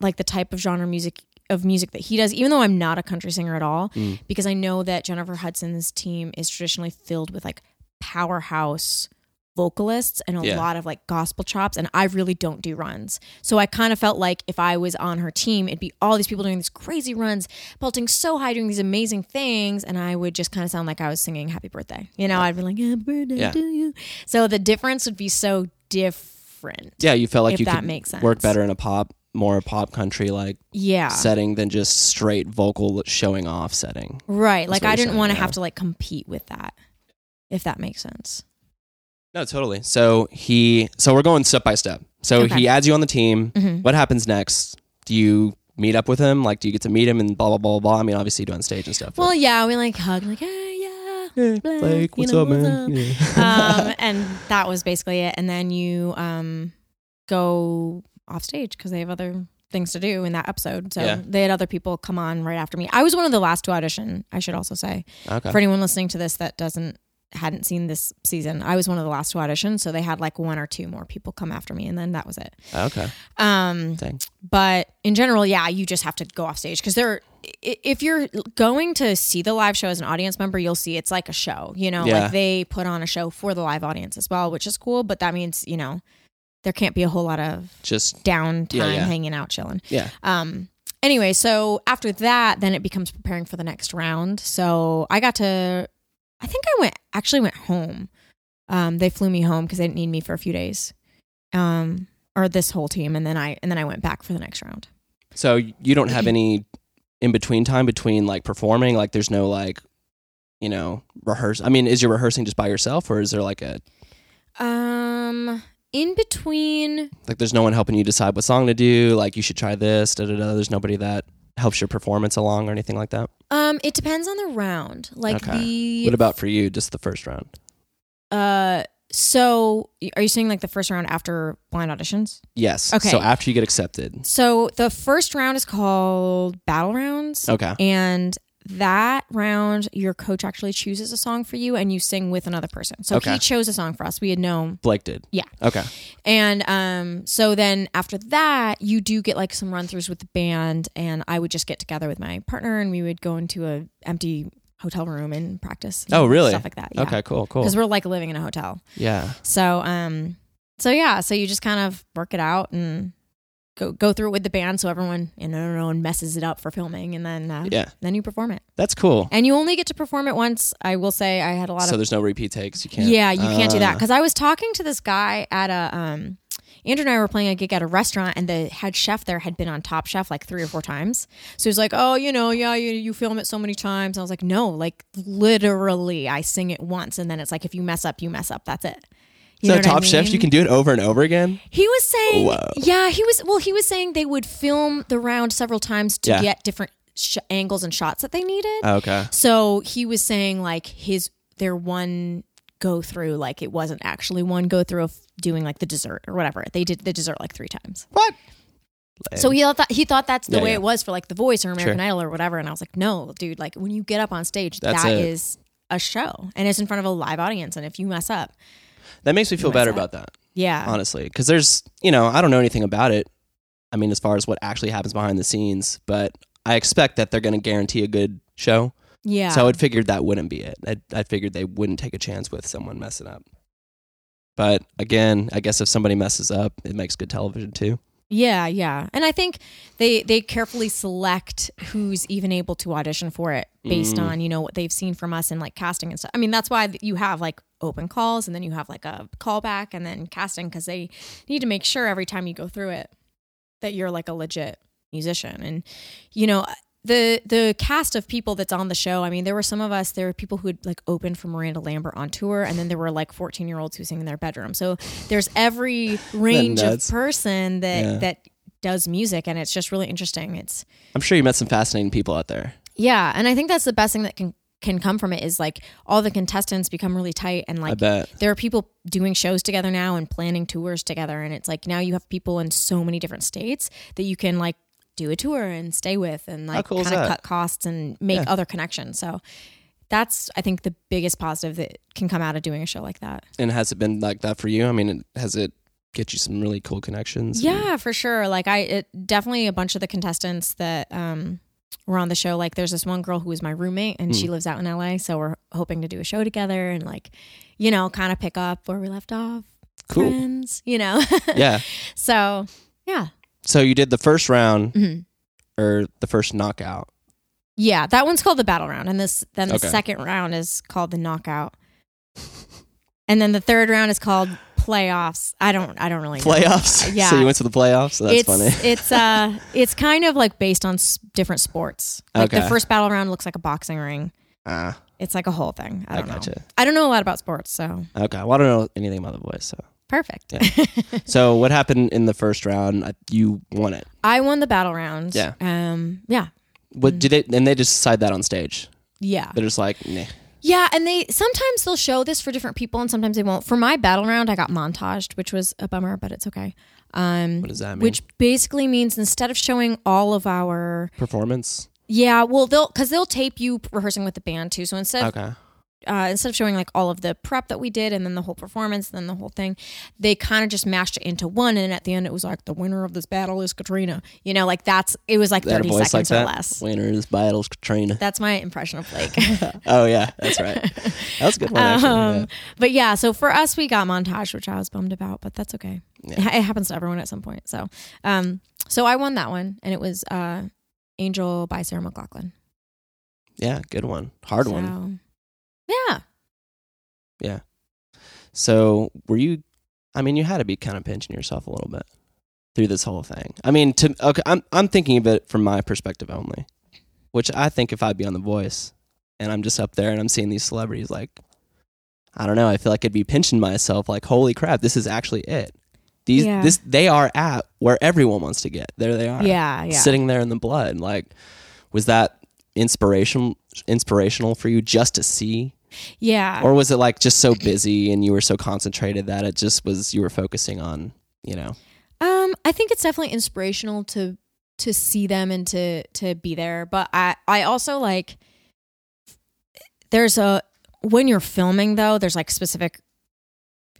Speaker 2: like the type of genre music of music that he does, even though I'm not a country singer at all,
Speaker 3: Mm.
Speaker 2: because I know that Jennifer Hudson's team is traditionally filled with like powerhouse vocalists and a
Speaker 3: Yeah.
Speaker 2: lot of like gospel chops and I really don't do runs. So I kind of felt like if I was on her team, it'd be all these people doing these crazy runs, belting so high, doing these amazing things, and I would just kind of sound like I was singing happy birthday. You know, I'd be like, happy birthday
Speaker 3: Yeah.
Speaker 2: to you. So the difference would be so different.
Speaker 3: Yeah, you felt like
Speaker 2: If
Speaker 3: you
Speaker 2: that
Speaker 3: could
Speaker 2: makes sense.
Speaker 3: work better in a pop, more pop country like
Speaker 2: Yeah.
Speaker 3: setting than just straight vocal showing off setting.
Speaker 2: Right. Like
Speaker 3: what
Speaker 2: I
Speaker 3: you're
Speaker 2: didn't
Speaker 3: saying,
Speaker 2: want to
Speaker 3: yeah.
Speaker 2: have to like compete with that, if that makes sense.
Speaker 3: No, totally. So he, so we're going step by step. So
Speaker 2: Okay.
Speaker 3: he adds you on the team.
Speaker 2: Mhm.
Speaker 3: What happens next? Do you meet up with him? Like, do you get to meet him and blah blah blah blah? I mean, obviously you do on stage and stuff. but-
Speaker 2: Well, yeah, we like hug, like hey, yeah.
Speaker 3: Hey,
Speaker 2: blah,
Speaker 3: Blake,
Speaker 2: you
Speaker 3: what's
Speaker 2: know,
Speaker 3: up, man? Yeah.
Speaker 2: um, and that was basically it. And then you um go off stage because they have other things to do in that episode. So
Speaker 3: Yeah.
Speaker 2: they had other people come on right after me. I was one of the last to audition. I should also say
Speaker 3: okay.
Speaker 2: Um, for anyone listening to this that doesn't hadn't seen this season, I was one of the last to audition. So they had like one or two more people come after me, and then that was it.
Speaker 3: okay.
Speaker 2: Um,
Speaker 3: Dang.
Speaker 2: but in general, yeah, you just have to go off stage because there. i- If you're going to see the live show as an audience member, you'll see it's like a show. You know,
Speaker 3: Yeah.
Speaker 2: like they put on a show for the live audience as well, which is cool. But that means you know there can't be a whole lot of
Speaker 3: Just
Speaker 2: downtime
Speaker 3: Yeah, yeah.
Speaker 2: hanging out chilling.
Speaker 3: yeah.
Speaker 2: Um. Anyway, so after that, then it becomes preparing for the next round. So I got to. I think I went actually went home. Um, they flew me home because they didn't need me for a few days. Um, or this whole team, and then I and then I went back for the next round.
Speaker 3: So you don't have any in between time between like performing. Like, there's no like, you know, rehearse. I mean, is your rehearsing just by yourself, or is there like a
Speaker 2: Um, in between,
Speaker 3: like there's no one helping you decide what song to do like you should try this da da da there's nobody that helps your performance along or anything like that
Speaker 2: um, it depends on the round. Like
Speaker 3: Okay.
Speaker 2: the
Speaker 3: what about for you just the first round
Speaker 2: uh, so are you saying like the first round after blind auditions?
Speaker 3: yes
Speaker 2: Okay.
Speaker 3: so after you get accepted
Speaker 2: So the first round is called battle rounds.
Speaker 3: okay
Speaker 2: And that round, your coach actually chooses a song for you and you sing with another person. So
Speaker 3: Okay.
Speaker 2: he chose a song for us. We had known.
Speaker 3: blake did
Speaker 2: Yeah.
Speaker 3: okay
Speaker 2: And um, so then after that, you do get like some run throughs with the band. And I would just get together with my partner and we would go into a empty hotel room and practice. and
Speaker 3: oh really
Speaker 2: Stuff like that. Yeah.
Speaker 3: okay cool cool
Speaker 2: Because we're like living in a hotel.
Speaker 3: yeah
Speaker 2: So um so yeah, so you just kind of work it out and go go through it with the band so everyone you know no one messes it up for filming and then uh,
Speaker 3: Yeah.
Speaker 2: then you perform it.
Speaker 3: that's cool
Speaker 2: And you only get to perform it once. I will say I had a lot
Speaker 3: so
Speaker 2: of
Speaker 3: there's no repeat takes you can't
Speaker 2: Yeah, you can't do that
Speaker 3: Ah.
Speaker 2: cuz I was talking to this guy at a um Andrew and I were playing a gig at a restaurant, and the head chef there had been on Top Chef like three or four times. So he was like, "Oh, you know, yeah, you, you film it so many times." And I was like, "No, like literally, I sing it once, and then it's like if you mess up, you mess up. That's it." You know
Speaker 3: so
Speaker 2: what I
Speaker 3: top chef
Speaker 2: mean?
Speaker 3: you can do it over and over again
Speaker 2: He was saying,
Speaker 3: Whoa.
Speaker 2: yeah, he was. Well, he was saying they would film the round several times to
Speaker 3: Yeah. Oh.
Speaker 2: get different sh- angles and shots that they needed.
Speaker 3: okay
Speaker 2: so he was saying like his their one go through, like it wasn't actually one go through of doing like the dessert or whatever. They did the dessert like three times.
Speaker 3: what
Speaker 2: So he thought he thought that's the
Speaker 3: Yeah,
Speaker 2: way
Speaker 3: yeah.
Speaker 2: it was for like The Voice or American
Speaker 3: Sure.
Speaker 2: Idol or whatever. And I was like, no, dude, like when you get up on stage,
Speaker 3: That's
Speaker 2: that
Speaker 3: it.
Speaker 2: is a show and it's in front of a live audience. And if you mess up,
Speaker 3: that makes me feel
Speaker 2: What's
Speaker 3: better
Speaker 2: that?
Speaker 3: about that
Speaker 2: yeah,
Speaker 3: honestly because there's you know i don't know anything about it i mean as far as what actually happens behind the scenes but i expect that they're going to guarantee a good show
Speaker 2: yeah.
Speaker 3: so i would figured that wouldn't be it I, I figured they wouldn't take a chance with someone messing up but again i guess if somebody messes up it makes good television too
Speaker 2: Yeah, yeah. And I think they they carefully select who's even able to audition for it based
Speaker 3: Mm.
Speaker 2: on, you know, what they've seen from us and like casting and stuff. I mean, that's why th- you have like open calls and then you have like a callback and then casting cuz they need to make sure every time you go through it that you're like a legit musician and you know the the cast of people that's on the show i mean there were some of us there were people who had like opened for miranda lambert on tour and then there were like 14 year olds who sing in their bedroom so there's every range of
Speaker 3: nuts?
Speaker 2: person that
Speaker 3: Yeah.
Speaker 2: that does music and it's just really interesting. It's
Speaker 3: I'm sure you met some fascinating people out there.
Speaker 2: yeah, and I think that's the best thing that can can come from it is like all the contestants become really tight and
Speaker 3: I
Speaker 2: like
Speaker 3: bet.
Speaker 2: there are people doing shows together now and planning tours together and it's like now you have people in so many different states that you can like do a tour and stay with and like
Speaker 3: cool is
Speaker 2: kind of
Speaker 3: that?
Speaker 2: cut costs and make other connections so that's i think the biggest positive that can come out of doing a show like that
Speaker 3: And has it been like that for you? I mean, it- has it get you some really cool connections?
Speaker 2: Yeah, for sure. Like I it, definitely a bunch of the contestants that um were on the show. Like there's this one girl who was my roommate and
Speaker 3: Hmm.
Speaker 2: she lives out in LA, so we're hoping to do a show together and like, you know, kind of pick up where we left off.
Speaker 3: Cool.
Speaker 2: Friends, you know.
Speaker 3: yeah.
Speaker 2: so yeah.
Speaker 3: So you did the first round
Speaker 2: Mhm.
Speaker 3: or the first knockout.
Speaker 2: Yeah, that one's called the battle round, and this then the
Speaker 3: Okay.
Speaker 2: second round is called the knockout, and then the third round is called playoffs. I don't, I don't really know.
Speaker 3: Playoffs.
Speaker 2: Yeah.
Speaker 3: so you went to the playoffs. So that's
Speaker 2: it's,
Speaker 3: funny.
Speaker 2: it's uh, it's kind of like based on s- different sports. Like the
Speaker 3: Okay.
Speaker 2: first battle round looks like a boxing ring.
Speaker 3: Ah,
Speaker 2: It's like a whole thing. I
Speaker 3: I
Speaker 2: don't know.
Speaker 3: gotcha.
Speaker 2: I don't know a lot about sports, so
Speaker 3: Okay. Well, I don't know anything about the boys. So,
Speaker 2: perfect.
Speaker 3: so what happened in the first round? I- You won it.
Speaker 2: I won the battle round.
Speaker 3: Yeah.
Speaker 2: Um. Yeah.
Speaker 3: What did it? And they just decide that on stage.
Speaker 2: Yeah.
Speaker 3: They're just like, nah.
Speaker 2: Yeah, and they sometimes they'll show this for different people, and sometimes they won't. For my battle round, I got montaged, which was a bummer, but it's okay. Um,
Speaker 3: What does that mean?
Speaker 2: which basically means instead of showing all of our
Speaker 3: performance?
Speaker 2: yeah, well they'll because they'll tape you rehearsing with the band too. So instead of
Speaker 3: Okay.
Speaker 2: uh, instead of showing like all of the prep that we did and then the whole performance and then the whole thing, they kind of just mashed it into one. And at the end, it was like the winner of this battle is Katrina. You know, like that's it was like
Speaker 3: They had
Speaker 2: thirty
Speaker 3: a voice like
Speaker 2: seconds or
Speaker 3: that.
Speaker 2: less.
Speaker 3: Winners, battles, Katrina.
Speaker 2: That's my impression of Blake.
Speaker 3: oh yeah, that's right. That was a good one. Actually.
Speaker 2: um,
Speaker 3: yeah.
Speaker 2: But yeah, so for us, we got montage, which I was bummed about, but that's okay.
Speaker 3: Yeah.
Speaker 2: It ha- It happens to everyone at some point. So, um, so I won that one, and it was uh, Angel by Sarah McLaughlin.
Speaker 3: Yeah, good one. Hard
Speaker 2: so,
Speaker 3: one.
Speaker 2: Yeah,
Speaker 3: So were you? I mean, you had to be kind of pinching yourself a little bit through this whole thing. I mean, to okay, I'm I'm thinking of it from my perspective only, which I think if I'd be on The Voice and I'm just up there and I'm seeing these celebrities, like, I don't know, I feel like I'd be pinching myself, like, holy crap, this is actually it. These
Speaker 2: Yeah.
Speaker 3: this they are at where everyone wants to get. There they are.
Speaker 2: yeah, yeah.
Speaker 3: sitting there in the blood. Like, was that inspiration inspirational for you just to see,
Speaker 2: yeah.
Speaker 3: or was it like just so busy and you were so concentrated that it just was you were focusing on you know?
Speaker 2: Um, I think it's definitely inspirational to to see them and to to be there. But I I also like there's a when you're filming though, there's like specific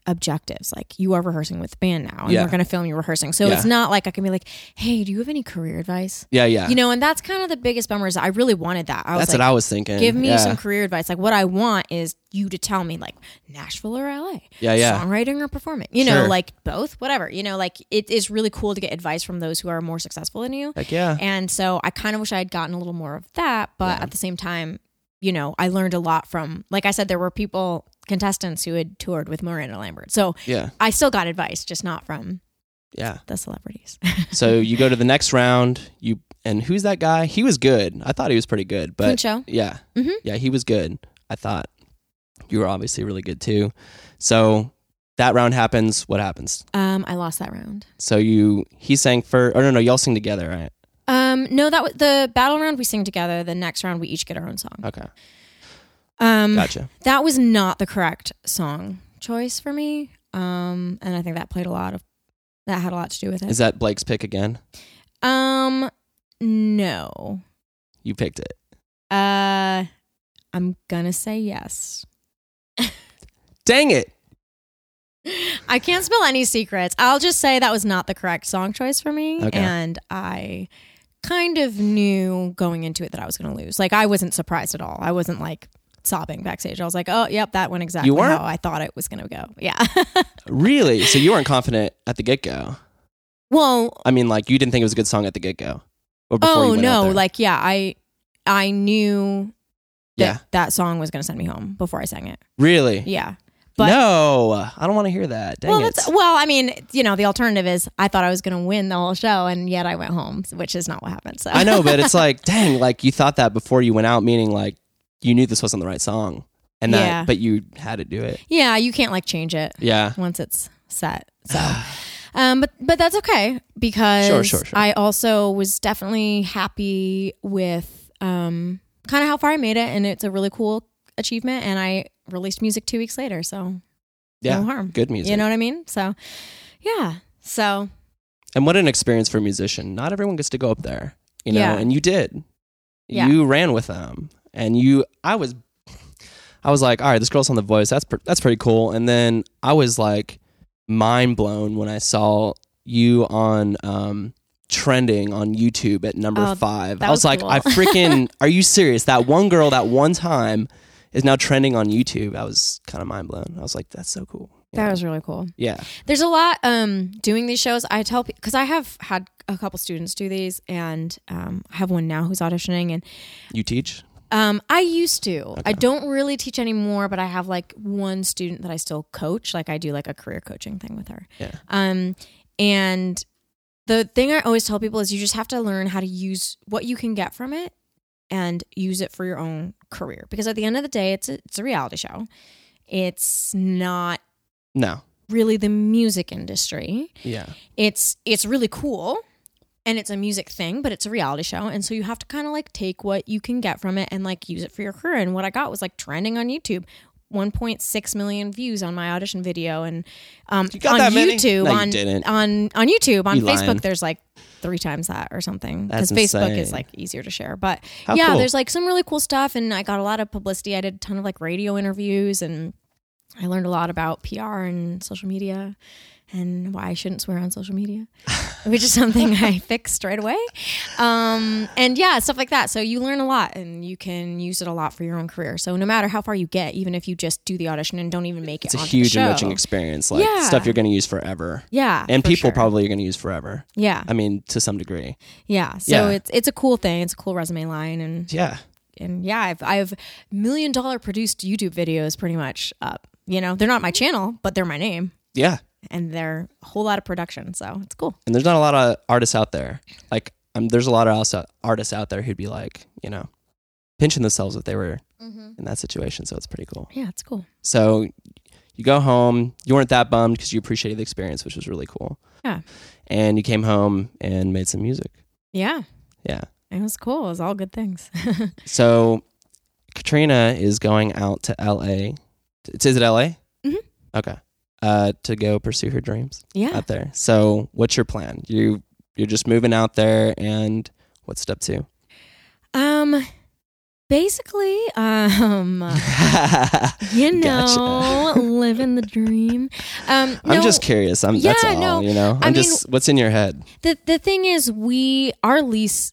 Speaker 2: objectives. Like you are rehearsing with the band now, and
Speaker 3: Yeah.
Speaker 2: we're gonna film you rehearsing. So
Speaker 3: Yeah.
Speaker 2: it's not like I can be like, hey, do you have any career advice?
Speaker 3: Yeah, yeah.
Speaker 2: You know, and that's kind of the biggest bummer is I really wanted that. I was
Speaker 3: That's
Speaker 2: like,
Speaker 3: what I was thinking.
Speaker 2: give me
Speaker 3: yeah.
Speaker 2: some career advice. Like what I want is you to tell me like Nashville or LA
Speaker 3: Yeah, yeah.
Speaker 2: songwriting or performing. You know,
Speaker 3: Sure.
Speaker 2: like both, whatever. You know, like it is really cool to get advice from those who are more successful than you.
Speaker 3: Like yeah,
Speaker 2: And so I kind of wish I had gotten a little more of that, but
Speaker 3: Yeah.
Speaker 2: at the same time, you know, I learned a lot from like I said there were people contestants who had toured with Miranda Lambert. So
Speaker 3: yeah,
Speaker 2: I still got advice just not from
Speaker 3: yeah.
Speaker 2: the celebrities.
Speaker 3: so you go to the next round. You and who's that guy? He was good. I thought he was pretty good, but
Speaker 2: Pinchot?
Speaker 3: yeah,
Speaker 2: Mhm.
Speaker 3: yeah, he was good. I thought you were obviously really good too. So that round happens. What happens?
Speaker 2: Um I lost that round.
Speaker 3: So you he sang first. Oh no, no, y'all sing together, right?
Speaker 2: Um no that was the battle round we sing together, the next round we each get our own song.
Speaker 3: Okay,
Speaker 2: Um
Speaker 3: Oh, gotcha.
Speaker 2: that was not the correct song choice for me. Um, and I think that played a lot of that had a lot to do with it.
Speaker 3: Is that Blake's pick again?
Speaker 2: um, no.
Speaker 3: You picked it.
Speaker 2: Uh, I'm gonna say yes.
Speaker 3: Dang it!
Speaker 2: I can't spill any secrets. I'll just say that was not the correct song choice for me,
Speaker 3: Okay.
Speaker 2: and I kind of knew going into it that I was gonna lose. Like I wasn't surprised at all. I wasn't like sobbing backstage. I was like, oh, yep, that went exactly
Speaker 3: weren't?
Speaker 2: how I thought it was gonna go. Yeah.
Speaker 3: Really? So you weren't confident at the get go.
Speaker 2: well,
Speaker 3: I mean, like you didn't think it was a good song at the get go.
Speaker 2: Oh no! Like yeah, I I knew that
Speaker 3: yeah,
Speaker 2: that song was gonna send me home before I sang it.
Speaker 3: really?
Speaker 2: Yeah. but-
Speaker 3: no, I don't want to hear that. Dang
Speaker 2: well,
Speaker 3: it!
Speaker 2: that's uh, well. I mean, you know, the alternative is I thought I was gonna win the whole show, and yet I went home, which is not what happened. So
Speaker 3: I know, but it's like, dang, like you thought that before you went out, meaning like you knew this wasn't the right song, and that,
Speaker 2: Yeah. Mm-hmm.
Speaker 3: but you had to do it.
Speaker 2: yeah, you can't like change it
Speaker 3: Yeah,
Speaker 2: once it's set. So Um, but but that's okay because
Speaker 3: Sure, sure, sure.
Speaker 2: I also was definitely happy with um, kind of how far I made it, and it's a really cool achievement. And I released music two weeks later, so
Speaker 3: Yeah.
Speaker 2: no harm.
Speaker 3: Good music.
Speaker 2: You know what I mean? So yeah, so
Speaker 3: And what an experience for a musician. Not everyone gets to go up there, you know,
Speaker 2: Yeah.
Speaker 3: and you did.
Speaker 2: Yeah.
Speaker 3: You ran with them and you I was I was like, "All right, this girl's on the voice. That's pre- that's pretty cool." And then I was like mind blown when I saw you on um trending on YouTube at number
Speaker 2: Oh,
Speaker 3: 5.
Speaker 2: that
Speaker 3: I was,
Speaker 2: was
Speaker 3: like,
Speaker 2: cool.
Speaker 3: "I freaking are you serious? That one girl that one time is now trending on YouTube." I was kind of mind blown. I was like, "That's so cool."
Speaker 2: that was really cool.
Speaker 3: yeah.
Speaker 2: There's a lot um, doing these shows. I tell because I have had a couple students do these, and um, I have one now who's auditioning, and
Speaker 3: You teach?
Speaker 2: um, I used to. I don't really teach anymore, but I have like one student that I still coach. Like I do like a career coaching thing with her.
Speaker 3: Yeah.
Speaker 2: Um, and the thing I always tell people is you just have to learn how to use what you can get from it and use it for your own career. Because at the end of the day, it's a, it's a reality show. It's not
Speaker 3: No.
Speaker 2: really the music industry
Speaker 3: Yeah.
Speaker 2: it's it's really cool and it's a music thing but it's a reality show and so you have to kind of like take what you can get from it and like use it for your career and what i got was like trending on youtube 1.6 million views on my audition video and um
Speaker 3: You got
Speaker 2: on
Speaker 3: that many?
Speaker 2: youtube
Speaker 3: No, you
Speaker 2: on
Speaker 3: didn't.
Speaker 2: on on youtube on
Speaker 3: You
Speaker 2: facebook
Speaker 3: lying.
Speaker 2: there's like three times that or something
Speaker 3: That's
Speaker 2: because facebook
Speaker 3: insane.
Speaker 2: is like easier to share but
Speaker 3: How
Speaker 2: yeah
Speaker 3: cool.
Speaker 2: there's like some really cool stuff and i got a lot of publicity i did a ton of like radio interviews and i learned a lot about pr and social media and why i shouldn't swear on social media which is something i fixed right away um, and yeah stuff like that so you learn a lot and you can use it a lot for your own career so no matter how far you get even if you just do the audition and don't even make
Speaker 3: it's
Speaker 2: it
Speaker 3: a
Speaker 2: onto the
Speaker 3: huge
Speaker 2: show,
Speaker 3: enriching experience like
Speaker 2: Yeah.
Speaker 3: stuff you're going to use forever
Speaker 2: yeah
Speaker 3: and
Speaker 2: for
Speaker 3: people
Speaker 2: sure.
Speaker 3: probably are going to use forever
Speaker 2: yeah
Speaker 3: i mean to some degree
Speaker 2: yeah so
Speaker 3: Yeah.
Speaker 2: it's it's a cool thing it's a cool resume line and
Speaker 3: yeah
Speaker 2: and yeah, I've I've million dollar produced YouTube videos pretty much up. You know, they're not my channel, but they're my name
Speaker 3: yeah
Speaker 2: and they're a whole lot of production, so it's cool.
Speaker 3: and there's not a lot of artists out there like um, there's a lot of also- artists out there who'd be like you know pinching themselves if they were in that situation so it's pretty cool
Speaker 2: Yeah, it's cool.
Speaker 3: so you go home you weren't that bummed because you appreciated the experience which was really cool
Speaker 2: Yeah.
Speaker 3: and you came home and made some music
Speaker 2: Yeah,
Speaker 3: yeah
Speaker 2: it was cool. It was all good things. Mm-hmm.
Speaker 3: So Katrina is going out to LA. It's, is it LA?
Speaker 2: Mhm.
Speaker 3: Okay. Uh, to go pursue her dreams
Speaker 2: yeah.
Speaker 3: out there. So what's your plan? You you're just moving out there, and what's step two?
Speaker 2: Um basically, um you
Speaker 3: Gotcha.
Speaker 2: know, living the dream. Um
Speaker 3: I'm
Speaker 2: no,
Speaker 3: just curious. I'm that's
Speaker 2: Yeah,
Speaker 3: all.
Speaker 2: no.
Speaker 3: You know, I'm
Speaker 2: I mean-
Speaker 3: just what's in your head.
Speaker 2: the the thing is we our lease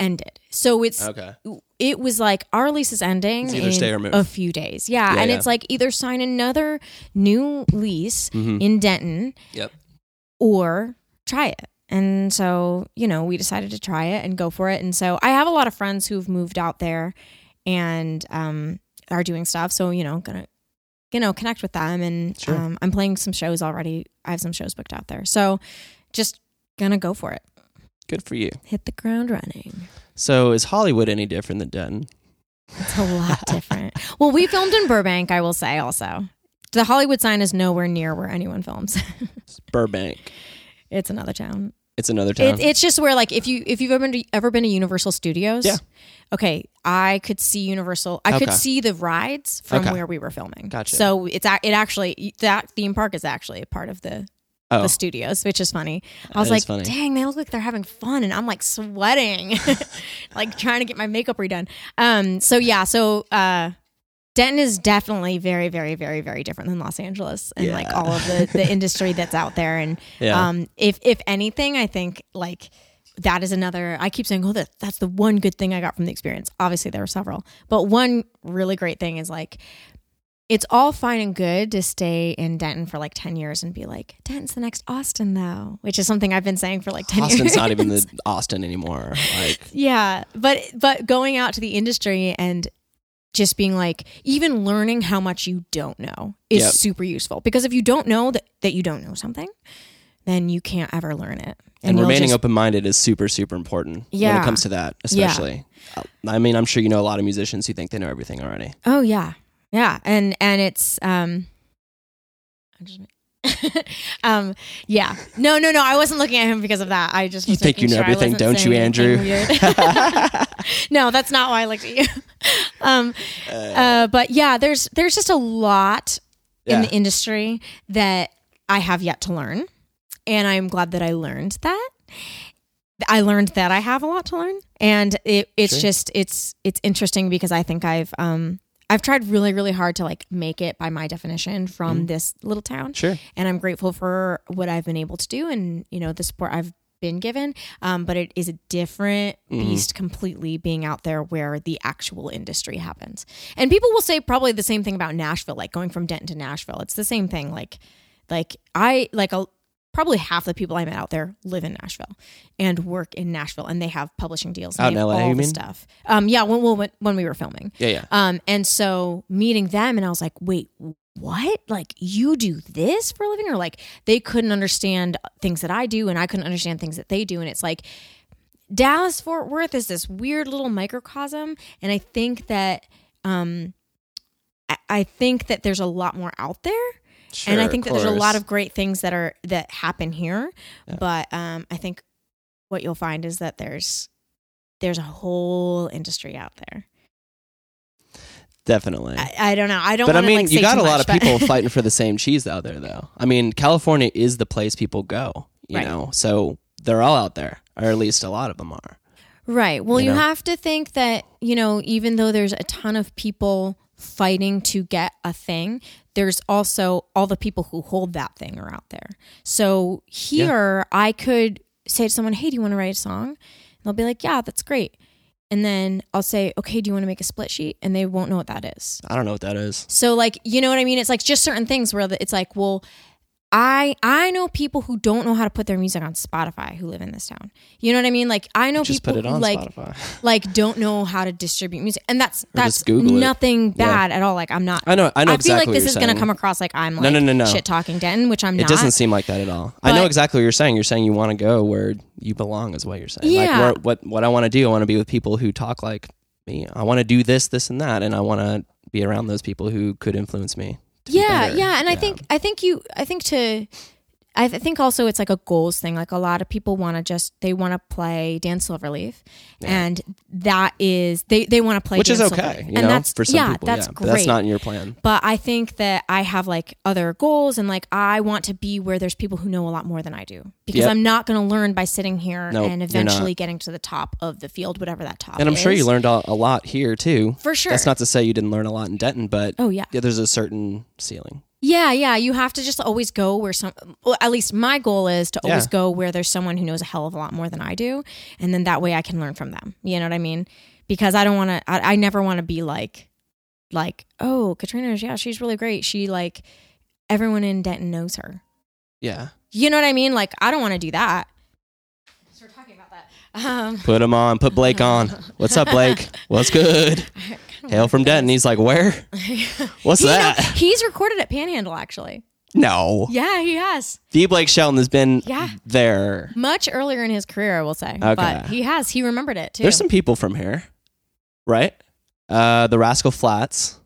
Speaker 2: ended. So it's
Speaker 3: Okay.
Speaker 2: it was like our lease is ending
Speaker 3: It's either
Speaker 2: in
Speaker 3: stay or move.
Speaker 2: a few days. Yeah.
Speaker 3: Yeah,
Speaker 2: and
Speaker 3: yeah.
Speaker 2: it's like either sign another new lease
Speaker 3: Mm-hmm.
Speaker 2: in Denton
Speaker 3: Yep.
Speaker 2: or try it. And so, you know, we decided to try it and go for it. And so I have a lot of friends who've moved out there and um, are doing stuff. So, you know, gonna, you know, connect with them. And
Speaker 3: Sure.
Speaker 2: um, I'm playing some shows already. I have some shows booked out there. So just gonna go for it.
Speaker 3: Good for you.
Speaker 2: Hit the ground running.
Speaker 3: So is Hollywood any different than Denton?
Speaker 2: It's a lot different. Well, we filmed in Burbank, I will say also. The Hollywood sign is nowhere near where anyone films.
Speaker 3: It's Burbank.
Speaker 2: it's another town.
Speaker 3: It's another town.
Speaker 2: It, it's just where like if you if you've ever been to, ever been to Universal Studios,
Speaker 3: Yeah.
Speaker 2: Okay, I could see Universal. I could
Speaker 3: Okay.
Speaker 2: see the rides from
Speaker 3: Okay.
Speaker 2: where we were filming.
Speaker 3: Gotcha.
Speaker 2: So it's ac- it actually that theme park is actually a part of the
Speaker 3: oh,
Speaker 2: the studios, which is funny. I was
Speaker 3: That is
Speaker 2: like,
Speaker 3: funny.
Speaker 2: dang, they look like they're having fun, and I'm like sweating, like trying to get my makeup redone. Um, so yeah, so uh, Denton is definitely very, very, very, very different than Los Angeles and like
Speaker 3: Yeah.
Speaker 2: all of the the industry that's out there. And
Speaker 3: yeah.
Speaker 2: um, if if anything, I think like that is another. I keep saying, oh, that that's the one good thing I got from the experience. Obviously, there were several, but one really great thing is like. It's all fine and good to stay in Denton for like 10 years and be like, Denton's the next Austin, though, which is something I've been saying for like 10
Speaker 3: Austin's
Speaker 2: years.
Speaker 3: not even the Austin anymore. Like
Speaker 2: Yeah, but but going out to the industry and just being like even learning how much you don't know is
Speaker 3: Yep.
Speaker 2: super useful because if you don't know that that you don't know something, then you can't ever learn it.
Speaker 3: and,
Speaker 2: you'll
Speaker 3: remaining
Speaker 2: just-
Speaker 3: open minded is super super important when it
Speaker 2: Yeah.
Speaker 3: comes to that especially Uh, i mean i'm sure you know a lot of musicians who think they know everything already
Speaker 2: Oh yeah, yeah, and and it's um, I just um, yeah. No, no, no. I wasn't looking at him because of that. I just
Speaker 3: You
Speaker 2: was
Speaker 3: think you
Speaker 2: making
Speaker 3: know
Speaker 2: sure I
Speaker 3: everything,
Speaker 2: wasn't
Speaker 3: don't you,
Speaker 2: saying
Speaker 3: Andrew?
Speaker 2: anything weird. no, that's not why I looked at you. um, uh, but yeah, there's there's just a lot in
Speaker 3: Yeah.
Speaker 2: the industry that I have yet to learn, and I'm glad that I learned that. I learned that I have a lot to learn, and it, it's
Speaker 3: Sure.
Speaker 2: just it's it's interesting because I think I've um I've tried really really hard to like make it by my definition from
Speaker 3: Mm-hmm.
Speaker 2: this little town,
Speaker 3: Sure.
Speaker 2: and I'm grateful for what I've been able to do and you know the support I've been given. Um, but it is a different
Speaker 3: Mm-hmm.
Speaker 2: beast completely being out there where the actual industry happens. And people will say probably the same thing about Nashville, like going from Denton to Nashville. It's the same thing. Like, like I like a probably half the people I met out there live in Nashville and work in Nashville, and they have publishing deals. And
Speaker 3: Out
Speaker 2: they
Speaker 3: in
Speaker 2: have
Speaker 3: LA,
Speaker 2: all
Speaker 3: you
Speaker 2: the
Speaker 3: mean?
Speaker 2: stuff. Um, yeah, when, when when we were filming.
Speaker 3: Yeah, yeah.
Speaker 2: Um, and so meeting them, and I was like, wait, what? Like, you do this for a living? Or like, they couldn't understand things that I do, and I couldn't understand things that they do. And it's like, Dallas Fort Worth is this weird little microcosm. And I think that, um, I- I think that there's a lot more out there and I
Speaker 3: Sure,
Speaker 2: think that there's a lot
Speaker 3: course.
Speaker 2: of great things that are that happen here. But um, I think what you'll find is that there's there's a whole industry out there.
Speaker 3: definitely.
Speaker 2: I, I don't know. I don't.
Speaker 3: but I
Speaker 2: wanna,
Speaker 3: mean,
Speaker 2: like,
Speaker 3: you
Speaker 2: say
Speaker 3: got
Speaker 2: too
Speaker 3: a lot
Speaker 2: much,
Speaker 3: of
Speaker 2: but-
Speaker 3: people fighting for the same cheese out there, though. I mean, California is the place people go, you
Speaker 2: Right.
Speaker 3: know, so they're all out there, or at least a lot of them are.
Speaker 2: Right. Well,
Speaker 3: you
Speaker 2: you,
Speaker 3: know?
Speaker 2: have to think that, you know, even though there's a ton of people fighting to get a thing, there's also all the people who hold that thing are out there. So here, I could say to someone, hey, do you want to write a song? And they'll be like, yeah, that's great. And then I'll say, okay, do you want to make a split sheet? And they won't know what that is.
Speaker 3: I don't know what that is.
Speaker 2: So like, you know what I mean? It's like just certain things where the- it's like, well, I I know people who don't know how to put their music on Spotify who live in this town. You know what I mean? Like I know
Speaker 3: Just
Speaker 2: people
Speaker 3: put it
Speaker 2: who,
Speaker 3: on
Speaker 2: like
Speaker 3: Spotify.
Speaker 2: like don't know how to distribute music, and that's that's
Speaker 3: just Google it.
Speaker 2: nothing bad at all. Like I'm not.
Speaker 3: I know. I know
Speaker 2: I feel
Speaker 3: exactly
Speaker 2: like
Speaker 3: what
Speaker 2: this
Speaker 3: you're
Speaker 2: is going
Speaker 3: saying.
Speaker 2: to come across like I'm like
Speaker 3: no, no, no.
Speaker 2: shit talking Denton, which I'm
Speaker 3: It
Speaker 2: not.
Speaker 3: doesn't seem like that at all. I know
Speaker 2: But-
Speaker 3: exactly what you're saying. You're saying you want to go where you belong, is what you're saying. Like
Speaker 2: Yeah.
Speaker 3: where, what what I want to do, I want to be with people who talk like me. I want to do this, this, and that, and I want to be around those people who could influence me. to be
Speaker 2: yeah,
Speaker 3: better.
Speaker 2: yeah, and I think I think you I think to I th- think also it's like a goals thing. Like a lot of people want to just they want to play Dan Silverleaf, and that is they they want to play
Speaker 3: which
Speaker 2: Dan
Speaker 3: is
Speaker 2: Silverleaf.
Speaker 3: okay, you
Speaker 2: and
Speaker 3: know,
Speaker 2: that's
Speaker 3: for some
Speaker 2: yeah,
Speaker 3: people.
Speaker 2: that's
Speaker 3: yeah,
Speaker 2: great.
Speaker 3: But that's not in your plan.
Speaker 2: but I think that I have like other goals and like I want to be where there's people who know a lot more than I do because
Speaker 3: Yep.
Speaker 2: I'm not going to learn by sitting here
Speaker 3: Nope,
Speaker 2: and
Speaker 3: you're
Speaker 2: eventually
Speaker 3: not.
Speaker 2: getting to the top of the field, whatever that top.
Speaker 3: And I'm sure
Speaker 2: is.
Speaker 3: you learned a, a lot here too.
Speaker 2: for sure.
Speaker 3: That's not to say you didn't learn a lot in Denton, but
Speaker 2: Oh yeah.
Speaker 3: yeah, there's a certain ceiling.
Speaker 2: Yeah, yeah. You have to just always go where some. Well, at least my goal is to always
Speaker 3: Yeah.
Speaker 2: go where there's someone who knows a hell of a lot more than I do, and then that way I can learn from them. You know what I mean? Because I don't want to. I, I never want to be like, like, oh, Katrina. Yeah, she's really great. She like everyone in Denton knows her.
Speaker 3: Yeah,
Speaker 2: You know what I mean? Like, I don't want to do that. So we're talking about that. Um,
Speaker 3: put him on, put Blake on. What's up, Blake? What's good? Hail from Denton. He's like, where? What's
Speaker 2: You know,
Speaker 3: that?
Speaker 2: he's recorded at Panhandle, actually.
Speaker 3: No,
Speaker 2: Yeah, he has.
Speaker 3: the Blake Shelton has been
Speaker 2: Yeah.
Speaker 3: there.
Speaker 2: Much earlier in his career, I will say. But
Speaker 3: Okay.
Speaker 2: he has. He remembered it, too.
Speaker 3: There's some people from here, right? Uh, the Rascal Flats.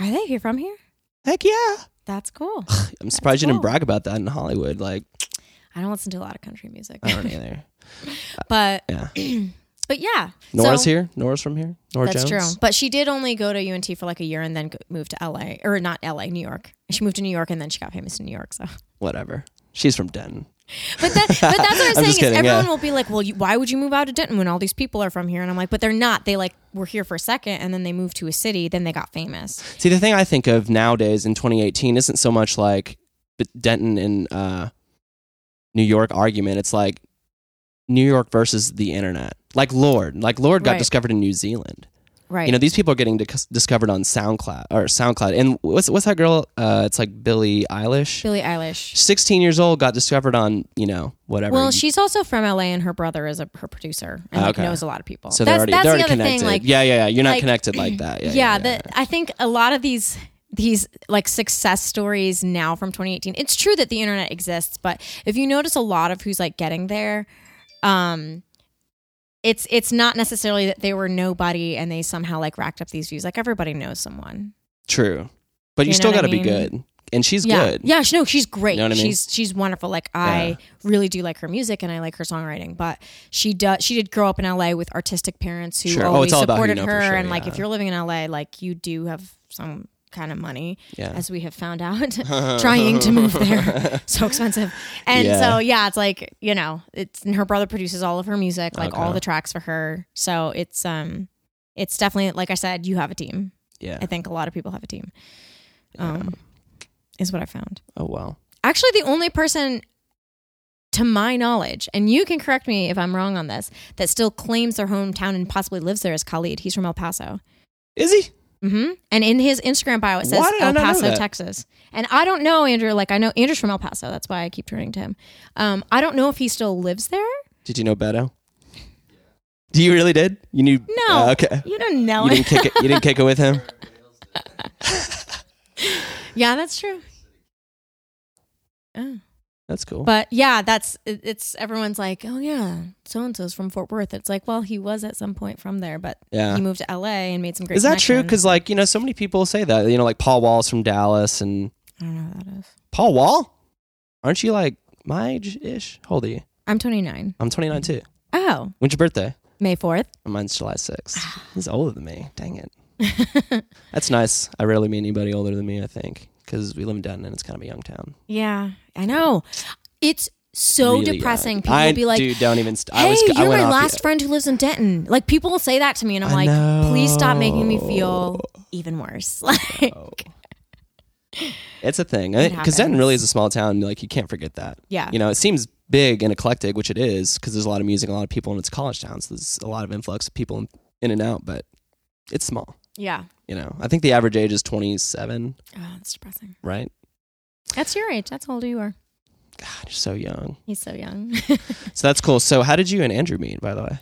Speaker 2: Are they here from here?
Speaker 3: Heck yeah!
Speaker 2: That's cool.
Speaker 3: I'm surprised you didn't
Speaker 2: cool.
Speaker 3: brag about that in Hollywood. Like,
Speaker 2: I don't listen to a lot of country music.
Speaker 3: I don't either.
Speaker 2: but,
Speaker 3: Yeah,
Speaker 2: but yeah.
Speaker 3: Nora's
Speaker 2: So-
Speaker 3: here. Nora's from here. Nora
Speaker 2: That's
Speaker 3: Jones.
Speaker 2: true. But she did only go to UNT for like a year and then go- moved to LA, or not LA, New York. She moved to New York and then she got famous in New York. So,
Speaker 3: Whatever. She's from Denton.
Speaker 2: But, that, but that's what I'm,
Speaker 3: I'm
Speaker 2: saying. is
Speaker 3: just kidding,
Speaker 2: everyone
Speaker 3: yeah.
Speaker 2: will be like, "Well, you, why would you move out of Denton when all these people are from here?" And I'm like, "But they're not. They like were here for a second, and then they moved to a city. Then they got famous."
Speaker 3: See, the thing I think of nowadays in 2018 isn't so much like the Denton and uh, New York argument. It's like New York versus the internet. Like Lord, like Lord got
Speaker 2: Right.
Speaker 3: discovered in New Zealand.
Speaker 2: Right.
Speaker 3: You know, these people are getting dis- discovered on SoundCloud or SoundCloud. And what's what's that girl? Uh, it's like Billie Eilish.
Speaker 2: Billie Eilish.
Speaker 3: 16 years old got discovered on you know whatever.
Speaker 2: Well, she's also from LA, and her brother is a her producer and like,
Speaker 3: Okay.
Speaker 2: knows a lot of people.
Speaker 3: so they're
Speaker 2: that's
Speaker 3: already
Speaker 2: that's
Speaker 3: they're
Speaker 2: the other
Speaker 3: already connected.
Speaker 2: thing. Like,
Speaker 3: yeah, yeah, yeah. You're not
Speaker 2: like-
Speaker 3: connected like that. Yeah,
Speaker 2: yeah, the, I think a lot of these these like success stories now from 2018. It's true that the internet exists, but if you notice a lot of who's like getting there, um, it's it's not necessarily that they were nobody and they somehow like racked up these views. Like everybody knows someone.
Speaker 3: True, but you,
Speaker 2: You know
Speaker 3: still
Speaker 2: what
Speaker 3: got
Speaker 2: I
Speaker 3: to be
Speaker 2: mean?
Speaker 3: good and she's
Speaker 2: yeah.
Speaker 3: good.
Speaker 2: Yeah, she, no, she's great.
Speaker 3: know what I mean?
Speaker 2: She's she's wonderful. Like I really do like her music and I like her songwriting, but she does she did grow up in LA with artistic parents who
Speaker 3: Sure. Oh,
Speaker 2: always
Speaker 3: it's all about who you
Speaker 2: supported
Speaker 3: know for
Speaker 2: her
Speaker 3: sure,
Speaker 2: and like if
Speaker 3: yeah.
Speaker 2: you're living in LA, like you do have some kind of money
Speaker 3: Yeah.
Speaker 2: as we have found out trying to move there so expensive and
Speaker 3: Yeah.
Speaker 2: so yeah it's like you know it's and her brother produces all of her music like all
Speaker 3: Okay.
Speaker 2: the tracks for her so it's um it's definitely like i said you have a team
Speaker 3: Yeah.
Speaker 2: i think a lot of people have a team um is what i found
Speaker 3: Oh wow.
Speaker 2: actually the only person to my knowledge and you can correct me if i'm wrong on this that still claims their hometown and possibly lives there is khalid he's from el paso
Speaker 3: Is he?
Speaker 2: hmm and in his instagram bio it says
Speaker 3: Why did I
Speaker 2: el
Speaker 3: not know
Speaker 2: paso
Speaker 3: that?
Speaker 2: texas and i don't know andrew like i know andrew's from el paso that's why i keep turning to him um, i don't know if he still lives there
Speaker 3: Did you know Beto? Do you really did? You knew?
Speaker 2: no
Speaker 3: Uh, okay.
Speaker 2: you don't know him.
Speaker 3: You didn't kick it. You didn't kick it with him.
Speaker 2: yeah that's true oh.
Speaker 3: That's cool.
Speaker 2: But yeah, that's it- it's everyone's like, oh yeah, so and so's from Fort Worth. It's like, well, he was at some point from there, but
Speaker 3: Yeah.
Speaker 2: he moved to LA and made some great.
Speaker 3: Is that true?
Speaker 2: connections.
Speaker 3: Because like you know, so many people say that. You know, like Paul Wall's from Dallas, and
Speaker 2: I don't know who that is.
Speaker 3: Paul Wall, aren't you like my age ish? How old are you?
Speaker 2: I'm 29.
Speaker 3: I'm 29 too.
Speaker 2: Oh,
Speaker 3: When's your birthday? Oh,
Speaker 2: May 4th.
Speaker 3: Mine's July 6th. He's older than me. Dang it. That's nice. I rarely meet anybody older than me. I think because we live in Denton and it's kind of a young town.
Speaker 2: Yeah, I know. It's so
Speaker 3: Really
Speaker 2: depressing.
Speaker 3: young.
Speaker 2: People
Speaker 3: I,
Speaker 2: be like,
Speaker 3: dude, don't even. St-
Speaker 2: "Hey,
Speaker 3: I was, I
Speaker 2: you're
Speaker 3: went
Speaker 2: my
Speaker 3: off
Speaker 2: last
Speaker 3: you.
Speaker 2: friend who lives in Denton." Like people will say that to me, and I'm
Speaker 3: I
Speaker 2: like, "Please stop making me feel
Speaker 3: know. Oh.
Speaker 2: even worse." Like,
Speaker 3: It's a thing because Denton
Speaker 2: happens.
Speaker 3: really is a small town. Like you can't forget that.
Speaker 2: Yeah.
Speaker 3: you know it seems big and eclectic, which it is, because there's a lot of music, a lot of people, and it's a college town, so there's a lot of influx of people in, in and out. But it's small.
Speaker 2: yeah,
Speaker 3: You know, I think the average age is 27,
Speaker 2: oh, that's depressing.
Speaker 3: right?
Speaker 2: That's your age. That's how old you are.
Speaker 3: God, you're so young.
Speaker 2: He's so young.
Speaker 3: So that's cool. So how did you and Andrew meet, by the way?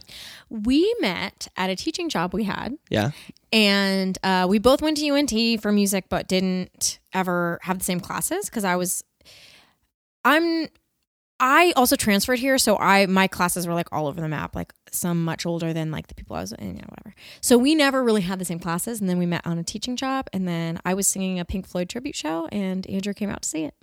Speaker 2: we met at a teaching job we had
Speaker 3: Yeah.
Speaker 2: and uh, we both went to unt for music but didn't ever have the same classes because i was i'm i also transferred here so i my classes were like all over the map like some much older than like the people i was in yeah whatever so we never really had the same classes and then we met on a teaching job and then i was singing a pink floyd tribute show and andrew came out to see it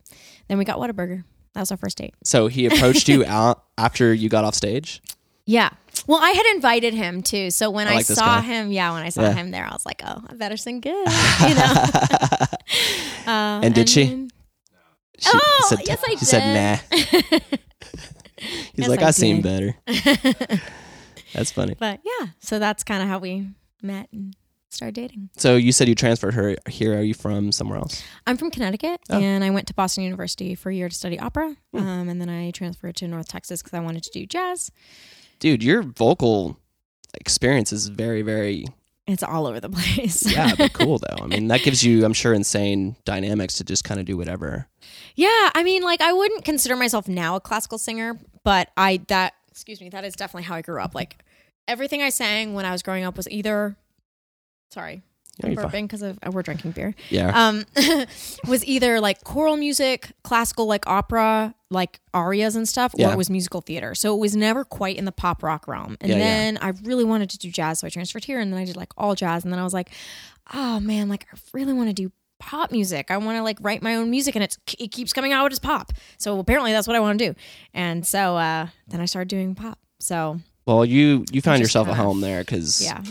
Speaker 2: then we got whataburger that was our first date
Speaker 3: So he approached you out after you got off stage.
Speaker 2: yeah. Well, I had invited him too. So when
Speaker 3: I
Speaker 2: I,
Speaker 3: like this
Speaker 2: saw
Speaker 3: guy.
Speaker 2: him, yeah, when I saw
Speaker 3: Yeah.
Speaker 2: him there, I was like, oh, I better sing good. You know? Uh,
Speaker 3: And did she?
Speaker 2: then-
Speaker 3: She
Speaker 2: Oh, yes, I
Speaker 3: she
Speaker 2: did.
Speaker 3: said nah. He's
Speaker 2: Yes,
Speaker 3: like,
Speaker 2: I
Speaker 3: I, seen
Speaker 2: did."
Speaker 3: better. That's funny.
Speaker 2: but yeah, so that's kind of how we met and started dating.
Speaker 3: So you said you transferred her here. Are you from somewhere else?
Speaker 2: I'm from Connecticut
Speaker 3: Oh.
Speaker 2: and I went to Boston University for a year to study opera.
Speaker 3: Hmm.
Speaker 2: Um, and then I transferred to North Texas because I wanted to do jazz.
Speaker 3: Dude, your vocal experience is very, very
Speaker 2: It's all over the place.
Speaker 3: yeah, but cool though. I mean, that gives you, I'm sure, insane dynamics to just kind of do whatever.
Speaker 2: Yeah, I mean, like I wouldn't consider myself now a classical singer, but I that excuse me, that is definitely how I grew up. Like everything I sang when I was growing up was either sorry,
Speaker 3: Yeah,
Speaker 2: I'm
Speaker 3: you're fine.
Speaker 2: burping because we're drinking beer.
Speaker 3: Yeah.
Speaker 2: Um, was either like choral music, classical like opera, like arias and stuff, or
Speaker 3: Yeah.
Speaker 2: it was musical theater. So it was never quite in the pop rock realm. And
Speaker 3: Yeah, yeah.
Speaker 2: then I really wanted to do jazz, so I transferred here, and then I did like all jazz, and then I was like, oh man, like I really want to do pop music. I want to like write my own music, and it's it keeps coming out as pop. So apparently that's what I want to do. And so uh, then I started doing pop. So
Speaker 3: well, you you found
Speaker 2: just
Speaker 3: yourself a
Speaker 2: kinda-
Speaker 3: home there because yeah.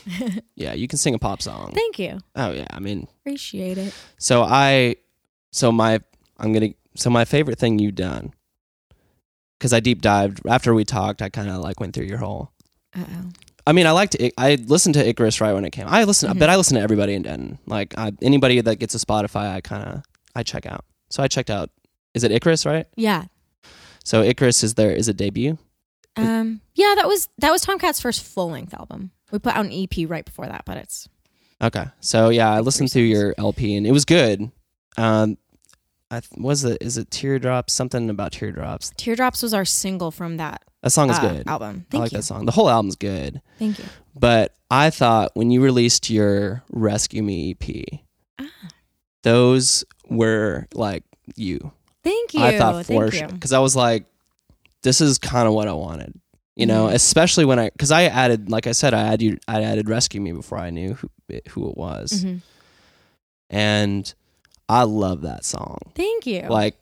Speaker 2: yeah,
Speaker 3: you can sing a pop song.
Speaker 2: thank you,
Speaker 3: oh yeah, I mean,
Speaker 2: appreciate it.
Speaker 3: so I, so my, I'm gonna, so my favorite thing you've done, because I deep dived after we talked. I kind of like went through your whole.
Speaker 2: Uh oh.
Speaker 3: I mean, I liked. I- I listened to Icarus right when it came. I listen,
Speaker 2: Mhm.
Speaker 3: but I listen to everybody in Denton. Like I, anybody that gets a Spotify, I kind of I check out. So I checked out. Is it Icarus, right?
Speaker 2: Yeah.
Speaker 3: So Icarus is their is it debut?
Speaker 2: Um, yeah, that was that was Tomcat's first full length album. We put out an EP right before that, but it's
Speaker 3: Okay. So yeah, I
Speaker 2: Like
Speaker 3: listened
Speaker 2: three
Speaker 3: through
Speaker 2: songs.
Speaker 3: your LP and it was good. Um, I th- was it is it teardrops something about teardrops?
Speaker 2: Teardrops was our single from that
Speaker 3: That song is
Speaker 2: uh,
Speaker 3: good.
Speaker 2: album.
Speaker 3: I
Speaker 2: Thank
Speaker 3: like
Speaker 2: you.
Speaker 3: that song. The whole album's good.
Speaker 2: Thank you.
Speaker 3: But I thought when you released your Rescue Me EP,
Speaker 2: Ah.
Speaker 3: those were like you.
Speaker 2: Thank you.
Speaker 3: I thought for
Speaker 2: Thank you.
Speaker 3: because I was like, this is kind of what I wanted, you know.
Speaker 2: Mm-hmm.
Speaker 3: Especially when I because I added, like I said, I added
Speaker 2: Mm-hmm.
Speaker 3: I added rescue me before I knew who it, who it was,
Speaker 2: Mhm.
Speaker 3: and I love that song.
Speaker 2: Thank you.
Speaker 3: Like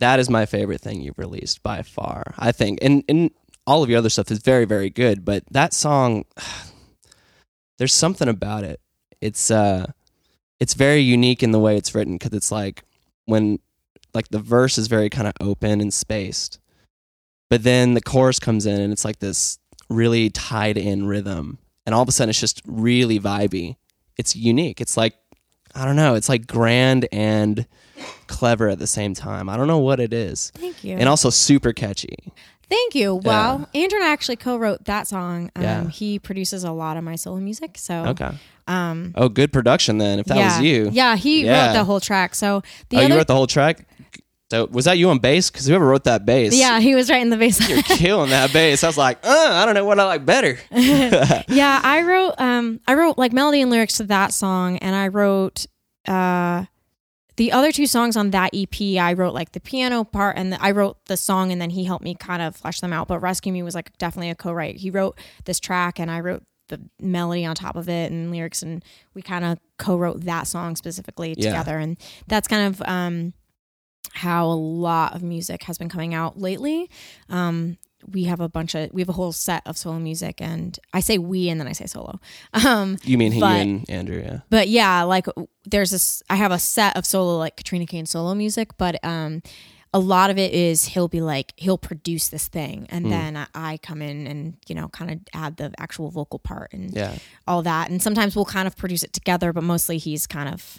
Speaker 3: that is my favorite thing you've released by far. I think, and and all of your other stuff is very very good, but that song, there's something about it. It's uh, it's very unique in the way it's written because it's like when like the verse is very kind of open and spaced, but then the chorus comes in and it's like this really tied in rhythm, and all of a sudden it's just really vibey. It's unique. It's like I don't know. It's like grand and clever at the same time. I don't know what it is.
Speaker 2: Thank you.
Speaker 3: And also super catchy.
Speaker 2: Thank you. Well, Andrew and I actually co-wrote that song. Um,
Speaker 3: Yeah.
Speaker 2: He produces a lot of my solo music, so
Speaker 3: Okay.
Speaker 2: um,
Speaker 3: Oh, good production then. If that
Speaker 2: yeah,
Speaker 3: was you.
Speaker 2: yeah, he
Speaker 3: Yeah.
Speaker 2: wrote the whole track. So the
Speaker 3: oh,
Speaker 2: other,
Speaker 3: you wrote the whole track? So was that you on bass? Because whoever wrote that bass.
Speaker 2: yeah, he was right in the bass.
Speaker 3: You're killing that bass. I was like, uh, I don't know what I like better.
Speaker 2: yeah, I wrote um I wrote like melody and lyrics to that song and I wrote uh the other two songs on that EP, I wrote like the piano part and the, I wrote the song and then he helped me kind of flesh them out, but Rescue Me was like definitely a co-write. He wrote this track and I wrote the melody on top of it and lyrics and we kind of co-wrote that song specifically
Speaker 3: Yeah.
Speaker 2: together and that's kind of um how a lot of music has been coming out lately. Um, we have a bunch of we have a whole set of solo music, and I say we, and then I say solo. Um,
Speaker 3: You mean he
Speaker 2: But-
Speaker 3: and Andrew, yeah.
Speaker 2: but yeah, like there's this. I have a set of solo like Katrina Kane solo music, but um, a lot of it is he'll be like he'll produce this thing,
Speaker 3: Mm.
Speaker 2: and then I, I come in and you know kind of add the actual vocal part and
Speaker 3: Yeah.
Speaker 2: all that, and sometimes we'll kind of produce it together, but mostly he's kind of.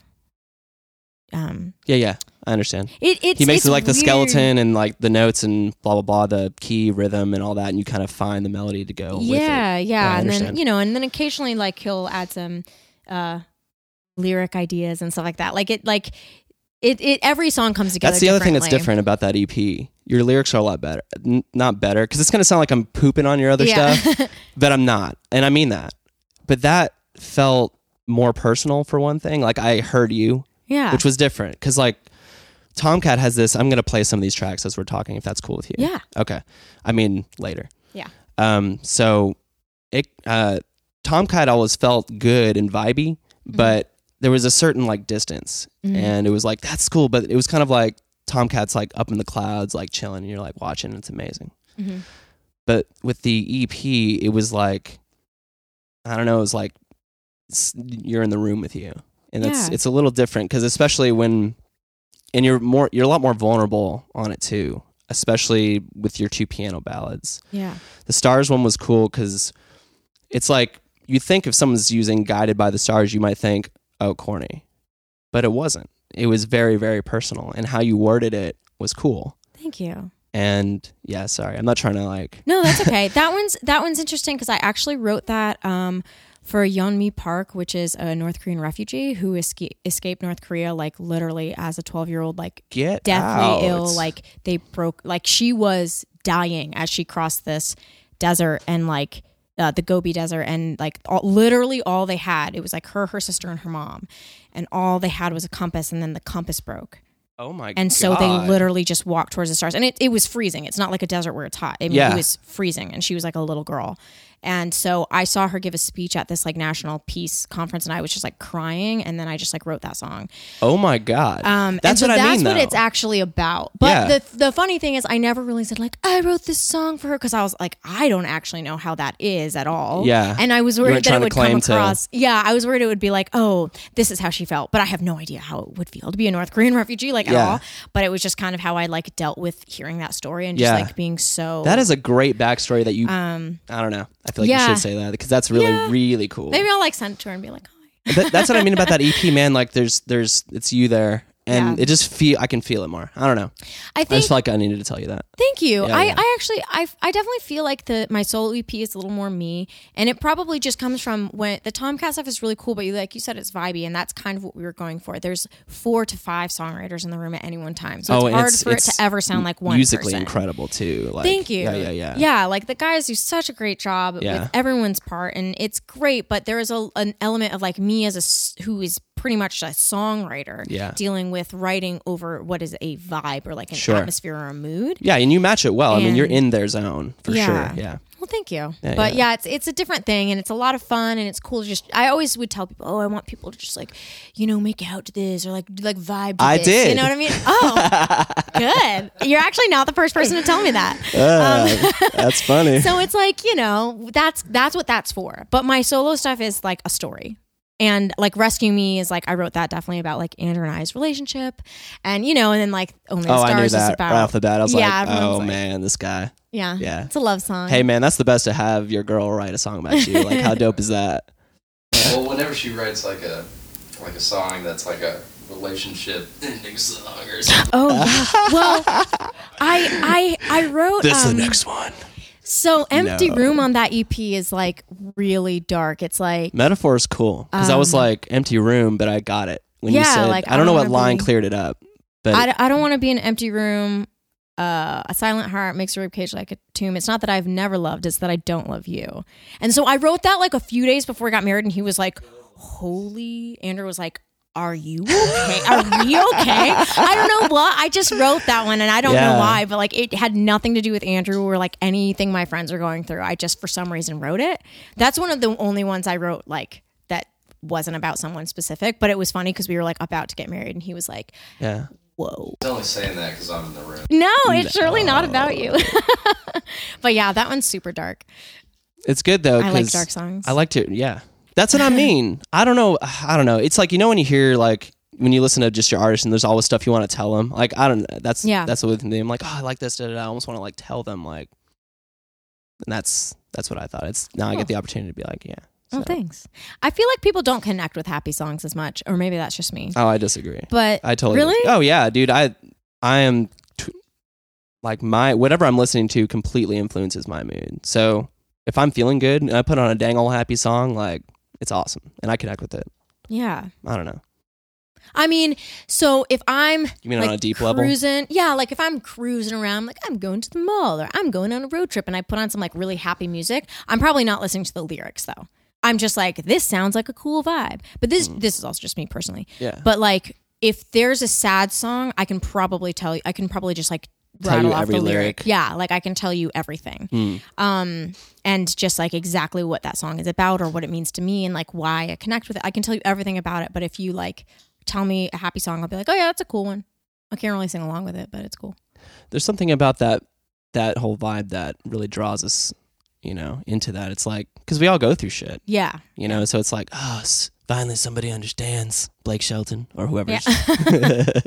Speaker 2: Um,
Speaker 3: Yeah, yeah. I understand.
Speaker 2: it, it's,
Speaker 3: He makes
Speaker 2: it's
Speaker 3: it like the
Speaker 2: weird.
Speaker 3: skeleton and like the notes and blah blah blah, the key rhythm and all that, and you kind of find the melody to go with it.
Speaker 2: yeah,
Speaker 3: Yeah,
Speaker 2: Yeah,
Speaker 3: I
Speaker 2: and then
Speaker 3: understand.
Speaker 2: you know, and then occasionally like he'll add some uh lyric ideas and stuff like that. Like it like it, it every song comes together.
Speaker 3: That's the other thing that's
Speaker 2: differently.
Speaker 3: different about that EP. Your lyrics are a lot better. N- not better, because it's going to sound like I'm pooping on your other stuff,
Speaker 2: yeah.
Speaker 3: but I'm not. And I mean that. But that felt more personal for one thing. Like I heard you,
Speaker 2: yeah.
Speaker 3: which was different. Because like Tomcat has this, I'm going to play some of these tracks as we're talking, if that's cool with you.
Speaker 2: yeah.
Speaker 3: Okay. I mean, later.
Speaker 2: Yeah.
Speaker 3: Um, so it, uh, Tomcat always felt good and vibey,
Speaker 2: Mm-hmm.
Speaker 3: but there was a certain like distance
Speaker 2: Mhm.
Speaker 3: and it was like, that's cool. But it was kind of like Tomcat's like up in the clouds, like chilling and you're like watching. It's amazing.
Speaker 2: Mhm.
Speaker 3: But with the EP, it was like, I don't know. It was like s- you're in the room with you and it's,
Speaker 2: Yeah.
Speaker 3: it's a little different. Cause especially when, and you're more, you're a lot more vulnerable on it too, especially with your two piano ballads
Speaker 2: Yeah.
Speaker 3: the stars one was cool because it's like you think if someone's using guided by the stars you might think oh corny but it wasn't it was very very personal and how you worded it was cool
Speaker 2: Thank you.
Speaker 3: and yeah sorry i'm not trying to like
Speaker 2: No, that's okay. that one's that one's interesting because I actually wrote that um for Yeonmi Park, which is a North Korean refugee who esca- escaped North Korea like literally as a 12-year-old like
Speaker 3: get out.
Speaker 2: deathly ill. Like they broke, like she was dying as she crossed this desert and like uh, the Gobi Desert, and like all, literally all they had, it was like her, her sister, and her mom, and all they had was a compass, and then the compass broke,
Speaker 3: oh my god
Speaker 2: and so they literally just walked towards the stars, and it, it was freezing. It's not like a desert where it's hot. I mean,
Speaker 3: Yeah.
Speaker 2: it was freezing, and she was like a little girl. And so I saw her give a speech at this like national peace conference, and I was just like crying. And then I just like wrote that song.
Speaker 3: oh my god
Speaker 2: Um,
Speaker 3: that's
Speaker 2: and so
Speaker 3: what i
Speaker 2: that's
Speaker 3: mean
Speaker 2: what
Speaker 3: though.
Speaker 2: it's actually about. But
Speaker 3: Yeah.
Speaker 2: the the funny thing is, I never really said like I wrote this song for her because I was like I don't actually know how that is at all.
Speaker 3: Yeah.
Speaker 2: and I was
Speaker 3: weren't
Speaker 2: worried that
Speaker 3: trying
Speaker 2: it
Speaker 3: to
Speaker 2: would come
Speaker 3: claim to-
Speaker 2: across. Yeah, I was worried it would be like oh this is how she felt, but I have no idea how it would feel to be a North Korean refugee like
Speaker 3: Yeah.
Speaker 2: at all. But it was just kind of how I like dealt with hearing that story and just
Speaker 3: Yeah.
Speaker 2: like being so
Speaker 3: that is a great backstory that you
Speaker 2: um
Speaker 3: i don't know i feel like
Speaker 2: yeah.
Speaker 3: you should say that because that's really really cool
Speaker 2: maybe I'll like send it to her and be like. "Hi."
Speaker 3: That- that's what I mean about that EP, man. Like, there's, there's, it's you there, and
Speaker 2: Yeah.
Speaker 3: it just feel. I can feel it more. I don't know.
Speaker 2: I
Speaker 3: I
Speaker 2: think
Speaker 3: just felt like I needed to tell you that.
Speaker 2: Thank you.
Speaker 3: Yeah,
Speaker 2: I,
Speaker 3: yeah.
Speaker 2: I actually I, I definitely feel like the my solo EP is a little more me, and it probably just comes from when the Tomcat stuff is really cool, but you like you said it's vibey, and that's kind of what we were going for. There's four to five songwriters in the room at any one time, so it's
Speaker 3: Oh, and
Speaker 2: hard for it to ever sound like one
Speaker 3: musically
Speaker 2: person.
Speaker 3: incredible too. Like,
Speaker 2: Thank you.
Speaker 3: Yeah, yeah, yeah.
Speaker 2: Yeah, like the guys do such a great job
Speaker 3: Yeah.
Speaker 2: with everyone's part, and it's great. But there is a, an element of like me as a s- who is pretty much a songwriter
Speaker 3: Yeah.
Speaker 2: dealing with writing over what is a vibe or like an
Speaker 3: Sure.
Speaker 2: atmosphere or a mood.
Speaker 3: Yeah, and you match it well. I mean, you're
Speaker 2: And-
Speaker 3: in their zone for
Speaker 2: Yeah.
Speaker 3: sure. Yeah.
Speaker 2: Well, thank you.
Speaker 3: Yeah,
Speaker 2: but
Speaker 3: yeah.
Speaker 2: yeah. it's it's a different thing, and it's a lot of fun, and it's cool. To just I always would tell people, oh, I want people to just like, you know, make out to this or like do, like vibe. To
Speaker 3: I
Speaker 2: this.
Speaker 3: did.
Speaker 2: You know what I mean? Oh, good. You're actually not the first person to tell me that.
Speaker 3: That's funny.
Speaker 2: so it's like you know that's that's what that's for but my solo stuff is like a story and like rescue me is like i wrote that definitely about like andrew and i's relationship and you know and then like only
Speaker 3: oh,
Speaker 2: the stars
Speaker 3: I knew
Speaker 2: is
Speaker 3: that
Speaker 2: about
Speaker 3: right off the bat. I was
Speaker 2: Yeah,
Speaker 3: like,
Speaker 2: everyone
Speaker 3: oh
Speaker 2: was like-
Speaker 3: man, this guy.
Speaker 2: yeah
Speaker 3: Yeah.
Speaker 2: it's a love song
Speaker 3: Hey man, that's the best to have your girl write a song about you. Like, how dope is that?
Speaker 4: Well, whenever she writes like a like a song that's like a relationship ending song or something.
Speaker 2: oh yeah well i i i wrote um,
Speaker 3: one.
Speaker 2: so empty
Speaker 3: No.
Speaker 2: room on that ep is like really dark it's like
Speaker 3: Metaphor is cool because I was
Speaker 2: Um,
Speaker 3: like empty room, but I got it when you
Speaker 2: Yeah,
Speaker 3: said.
Speaker 2: like,
Speaker 3: I don't know what
Speaker 2: wanna
Speaker 3: line
Speaker 2: be-
Speaker 3: cleared it up, but
Speaker 2: I, I don't want to be an empty room. Uh, a silent heart makes a ribcage like a tomb. It's not that I've never loved, it's that I don't love you. And so I wrote that like a few days before we got married, and he was like, Holy. Andrew was like, Are you okay? Are we okay? I don't know what. I just wrote that one, and I don't
Speaker 3: Yeah.
Speaker 2: know why, but like it had nothing to do with Andrew or like anything my friends are going through. I just, for some reason, wrote it. That's one of the only ones I wrote like that wasn't about someone specific, but it was funny because we were like about to get married, and he was like,
Speaker 3: yeah,
Speaker 2: Whoa.
Speaker 4: She's only saying that because I'm in the room.
Speaker 2: No, it's surely not about you. but yeah, that one's super dark.
Speaker 3: it's good though.
Speaker 2: I like
Speaker 3: 'cause
Speaker 2: dark songs.
Speaker 3: I like to. Yeah, that's what I mean. I don't know. I don't know. It's like you know when you hear like when you listen to just your artist and there's always stuff you want to tell them. Like I don't. That's yeah.
Speaker 2: Yeah.
Speaker 3: That's with me. I'm like, oh, I like this. Da, da, da. I almost want to like tell them like. And that's that's what I thought. It's now I
Speaker 2: Cool.
Speaker 3: get the opportunity to be like, yeah.
Speaker 2: oh,
Speaker 3: so.
Speaker 2: thanks. I feel like people don't connect with happy songs as much, or maybe that's just me.
Speaker 3: Oh, I disagree.
Speaker 2: But
Speaker 3: I totally
Speaker 2: Really?
Speaker 3: Oh yeah, dude. I I am t- like my whatever I'm listening to completely influences my mood. So if I'm feeling good and I put on a dang old happy song, like it's awesome and I connect with it.
Speaker 2: yeah,
Speaker 3: I don't know.
Speaker 2: I mean, so if I'm
Speaker 3: You mean on
Speaker 2: like,
Speaker 3: a deep level?
Speaker 2: cruising, yeah, like if I'm cruising around, like I'm going to the mall or I'm going on a road trip, and I put on some like really happy music, I'm probably not listening to the lyrics though. I'm just like, this sounds like a cool vibe. But this
Speaker 3: Mm.
Speaker 2: this is also just me personally.
Speaker 3: Yeah.
Speaker 2: But like, if there's a sad song, I can probably tell you. I can probably just like
Speaker 3: Tell
Speaker 2: rattle
Speaker 3: you
Speaker 2: off
Speaker 3: every
Speaker 2: the
Speaker 3: lyric. Hmm.
Speaker 2: lyric. Yeah, like I can tell you everything. Um, and just like exactly what that song is about or what it means to me and like why I connect with it. I can tell you everything about it. But if you like tell me a happy song, I'll be like, oh yeah, that's a cool one. I can't really sing along with it, but it's cool.
Speaker 3: There's something about that that whole vibe that really draws us, you know, into that. It's like cuz we all go through shit,
Speaker 2: Yeah.
Speaker 3: you know. So it's like, oh, s- finally somebody understands Blake Shelton or whoever.
Speaker 2: Yeah.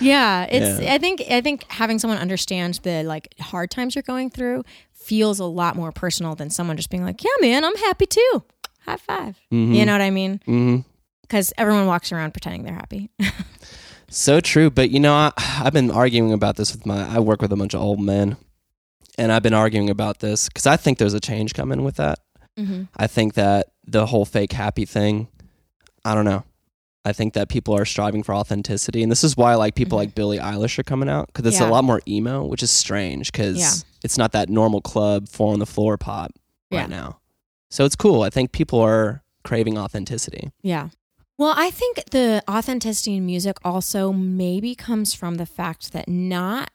Speaker 2: Yeah, it's.
Speaker 3: Yeah.
Speaker 2: I think. I think having someone understand the like hard times you're going through feels a lot more personal than someone just being like, "Yeah, man, I'm happy too." High 5 You know what I mean?
Speaker 3: mhm.
Speaker 2: Because everyone walks around pretending they're happy.
Speaker 3: So true, but you know, I, I've been arguing about this with my. I work with a bunch of old men, and I've been arguing about this because I think there's a change coming with that.
Speaker 2: Mhm.
Speaker 3: I think that the whole fake happy thing, I don't know. I think that people are striving for authenticity, and this is why like people
Speaker 2: Mhm.
Speaker 3: like Billie Eilish are coming out because it's
Speaker 2: Yeah.
Speaker 3: a lot more emo, which is strange because
Speaker 2: Yeah.
Speaker 3: it's not that normal club four on the floor pop
Speaker 2: Yeah.
Speaker 3: right now. So it's cool. I think people are craving authenticity.
Speaker 2: Yeah. Well, I think the authenticity in music also maybe comes from the fact that not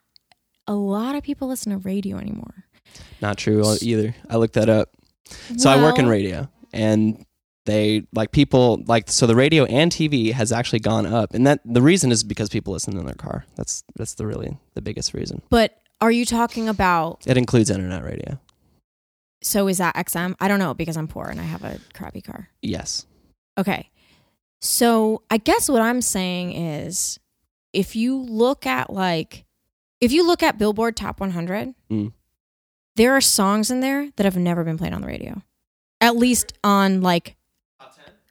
Speaker 2: a lot of people listen to radio anymore.
Speaker 3: Not true uh, either. I looked that up. So I work in
Speaker 2: Well,
Speaker 3: radio, and they like people like so the radio and TV has actually gone up, and that the reason is because people listen in their car. That's that's the really the biggest reason.
Speaker 2: But are you talking about?
Speaker 3: It includes internet radio.
Speaker 2: So is that XM? I don't know because I'm poor and I have a crappy car.
Speaker 3: Yes,
Speaker 2: Okay. So I guess what I'm saying is if you look at like, if you look at Billboard Top 100,
Speaker 3: Mm.
Speaker 2: there are songs in there that have never been played on the radio, at least on like,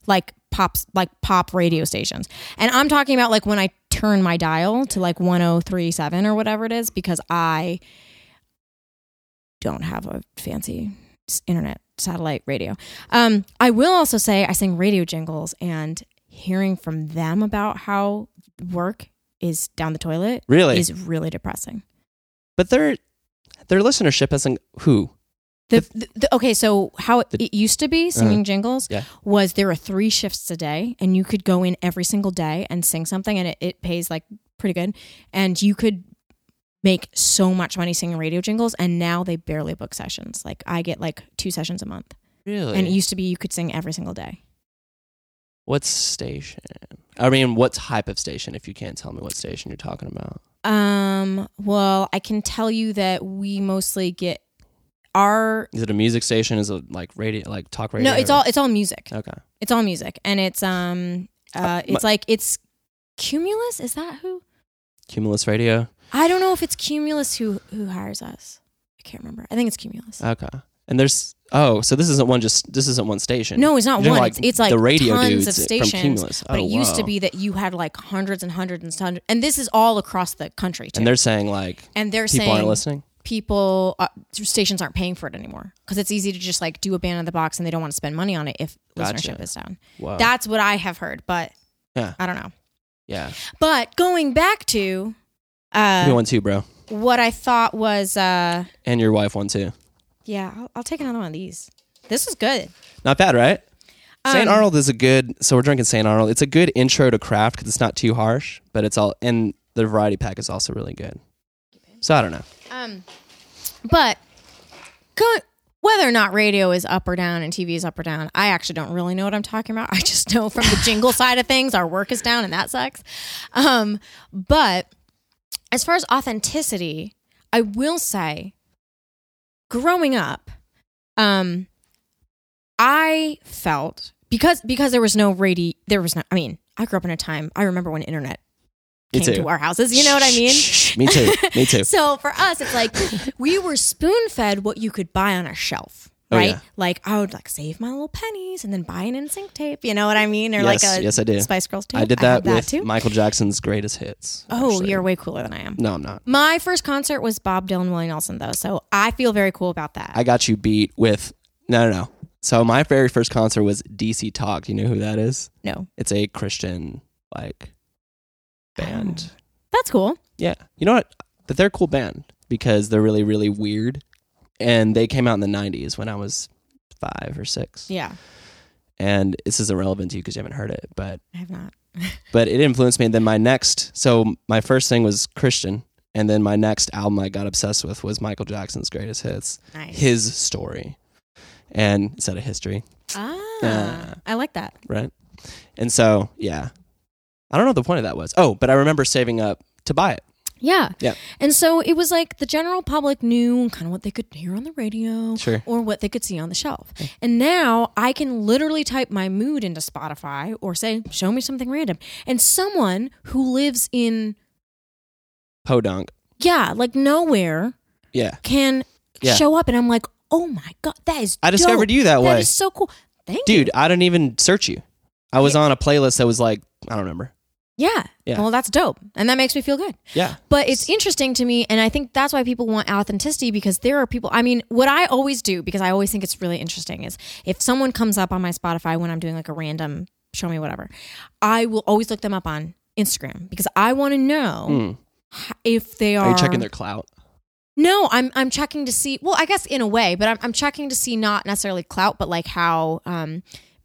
Speaker 2: like pops, like pop radio stations. And I'm talking about like when I turn my dial to like 1037 or whatever it is, because I don't have a fancy s- internet satellite radio. Um, I will also say I sing radio jingles and hearing from them about how work is down the toilet
Speaker 3: really.
Speaker 2: is really depressing.
Speaker 3: but their their listenership isn't who
Speaker 2: The, the, the- okay, so how it, it used to be singing jingles
Speaker 3: Uh-huh. Yeah.
Speaker 2: was there were three shifts a day, and you could go in every single day and sing something, and it, it pays like pretty good, and you could make so much money singing radio jingles. And now they barely book sessions. Like I get like two sessions a month,
Speaker 3: Really?
Speaker 2: and it used to be you could sing every single day.
Speaker 3: what station? I mean, what type of station? If you can't tell me what station you're talking about.
Speaker 2: Um, well, I can tell you that we mostly get our
Speaker 3: Is it a music station? Is it like radio, like talk radio?
Speaker 2: no, it's all it's all music.
Speaker 3: Okay.
Speaker 2: It's all music, and it's um, uh, it's like it's Cumulus. Is that who?
Speaker 3: Cumulus Radio.
Speaker 2: I don't know if it's Cumulus who who hires us. I can't remember. I think it's Cumulus.
Speaker 3: Okay. And there's oh, so this isn't one just this isn't one station.
Speaker 2: no, it's not
Speaker 3: You're
Speaker 2: one.
Speaker 3: like
Speaker 2: it's, it's like
Speaker 3: the radio
Speaker 2: tons
Speaker 3: dudes
Speaker 2: of
Speaker 3: from
Speaker 2: stations.
Speaker 3: Cumulus.
Speaker 2: But
Speaker 3: Oh,
Speaker 2: it used to
Speaker 3: wow.
Speaker 2: be that you had like hundreds and hundreds and hundreds, and this is all across the country too.
Speaker 3: And they're saying like
Speaker 2: and they're
Speaker 3: people
Speaker 2: saying
Speaker 3: aren't listening.
Speaker 2: people uh, stations aren't paying for it anymore because it's easy to just like do a ban in the box and they don't want to spend money on it if
Speaker 3: Gotcha.
Speaker 2: listenership is down.
Speaker 3: Wow.
Speaker 2: That's what I have heard, but
Speaker 3: Yeah.
Speaker 2: I don't know.
Speaker 3: yeah.
Speaker 2: But going back to
Speaker 3: Give me
Speaker 2: uh,
Speaker 3: one too, bro.
Speaker 2: what I thought was, uh,
Speaker 3: And your wife one too.
Speaker 2: yeah, I'll, I'll take another one of these. This is good.
Speaker 3: Not bad, right? St.
Speaker 2: Um,
Speaker 3: Arnold is a good. So we're drinking St. Arnold. It's a good intro to craft because it's not too harsh, but it's all and the variety pack is also really good. So I don't know.
Speaker 2: Um, but go, whether or not radio is up or down and TV is up or down, I actually don't really know what I'm talking about. I just know from the jingle side of things, our work is down and that sucks. Um, but as far as authenticity, I will say, growing up, um, I felt because because there was no radio, there was no. I mean, I grew up in a time. I remember when internet
Speaker 3: Me
Speaker 2: came
Speaker 3: too.
Speaker 2: to our houses. You know what I mean?
Speaker 3: me too. Me too.
Speaker 2: So for us, it's like we were spoon fed what you could buy on a shelf.
Speaker 3: Oh,
Speaker 2: Right,
Speaker 3: yeah.
Speaker 2: like I would like save my little pennies and then buy an NSYNC tape. You know what I mean? Or like
Speaker 3: Yes,
Speaker 2: a
Speaker 3: yes, I do.
Speaker 2: Spice Girls tape.
Speaker 3: I did
Speaker 2: had
Speaker 3: that with
Speaker 2: too.
Speaker 3: Michael Jackson's greatest hits.
Speaker 2: oh,
Speaker 3: actually.
Speaker 2: you're way cooler than I am.
Speaker 3: No, I'm not.
Speaker 2: My first concert was Bob Dylan, Willie Nelson, though, so I feel very cool about that.
Speaker 3: I got you beat with no, no, no. So my very first concert was DC Talk. Do you know who that is?
Speaker 2: no,
Speaker 3: It's a Christian like band.
Speaker 2: Ah. that's cool.
Speaker 3: Yeah. You know what? But they're a cool band because they're really, really weird. And they came out in the 90s when I was five or six.
Speaker 2: Yeah,
Speaker 3: And this isn't relevant to you because you haven't heard it, but
Speaker 2: I have not.
Speaker 3: but it influenced me. And then my next, so my first thing was Christian. And then my next album I got obsessed with was Michael Jackson's greatest hits,
Speaker 2: Nice.
Speaker 3: his story. And instead of history,
Speaker 2: ah,
Speaker 3: Uh,
Speaker 2: I like that.
Speaker 3: right? And so, yeah. I don't know what the point of that was. Oh, but I remember saving up to buy it.
Speaker 2: Yeah.
Speaker 3: Yeah.
Speaker 2: And so it was like the general public knew kind of what they could hear on the radio
Speaker 3: Sure.
Speaker 2: or what they could see on the shelf. And now I can literally type my mood into Spotify or say, show me something random. And someone who lives in,
Speaker 3: Podunk.
Speaker 2: yeah, like nowhere
Speaker 3: Yeah.
Speaker 2: can
Speaker 3: Yeah.
Speaker 2: show up. And I'm like, oh my God, that is
Speaker 3: I discovered
Speaker 2: dope.
Speaker 3: you that
Speaker 2: That
Speaker 3: way.
Speaker 2: is so cool. Thank you.
Speaker 3: dude i didn't even search you i was on a playlist that was like i don't remember
Speaker 2: Yeah.
Speaker 3: Yeah.
Speaker 2: Well, that's dope. And that makes me feel good.
Speaker 3: yeah
Speaker 2: But it's interesting to me, and I think that's why people want authenticity because there are people. I mean, what I always do because I always think it's really interesting is if someone comes up on my Spotify when I'm doing like a random show me whatever, I will always look them up on Instagram because I want to know
Speaker 3: Hmm.
Speaker 2: h if they are.
Speaker 3: are you checking their clout
Speaker 2: No, I'm I'm checking to see. Well, I guess in a way, but I'm I'm checking to see not necessarily clout, but like how. Um,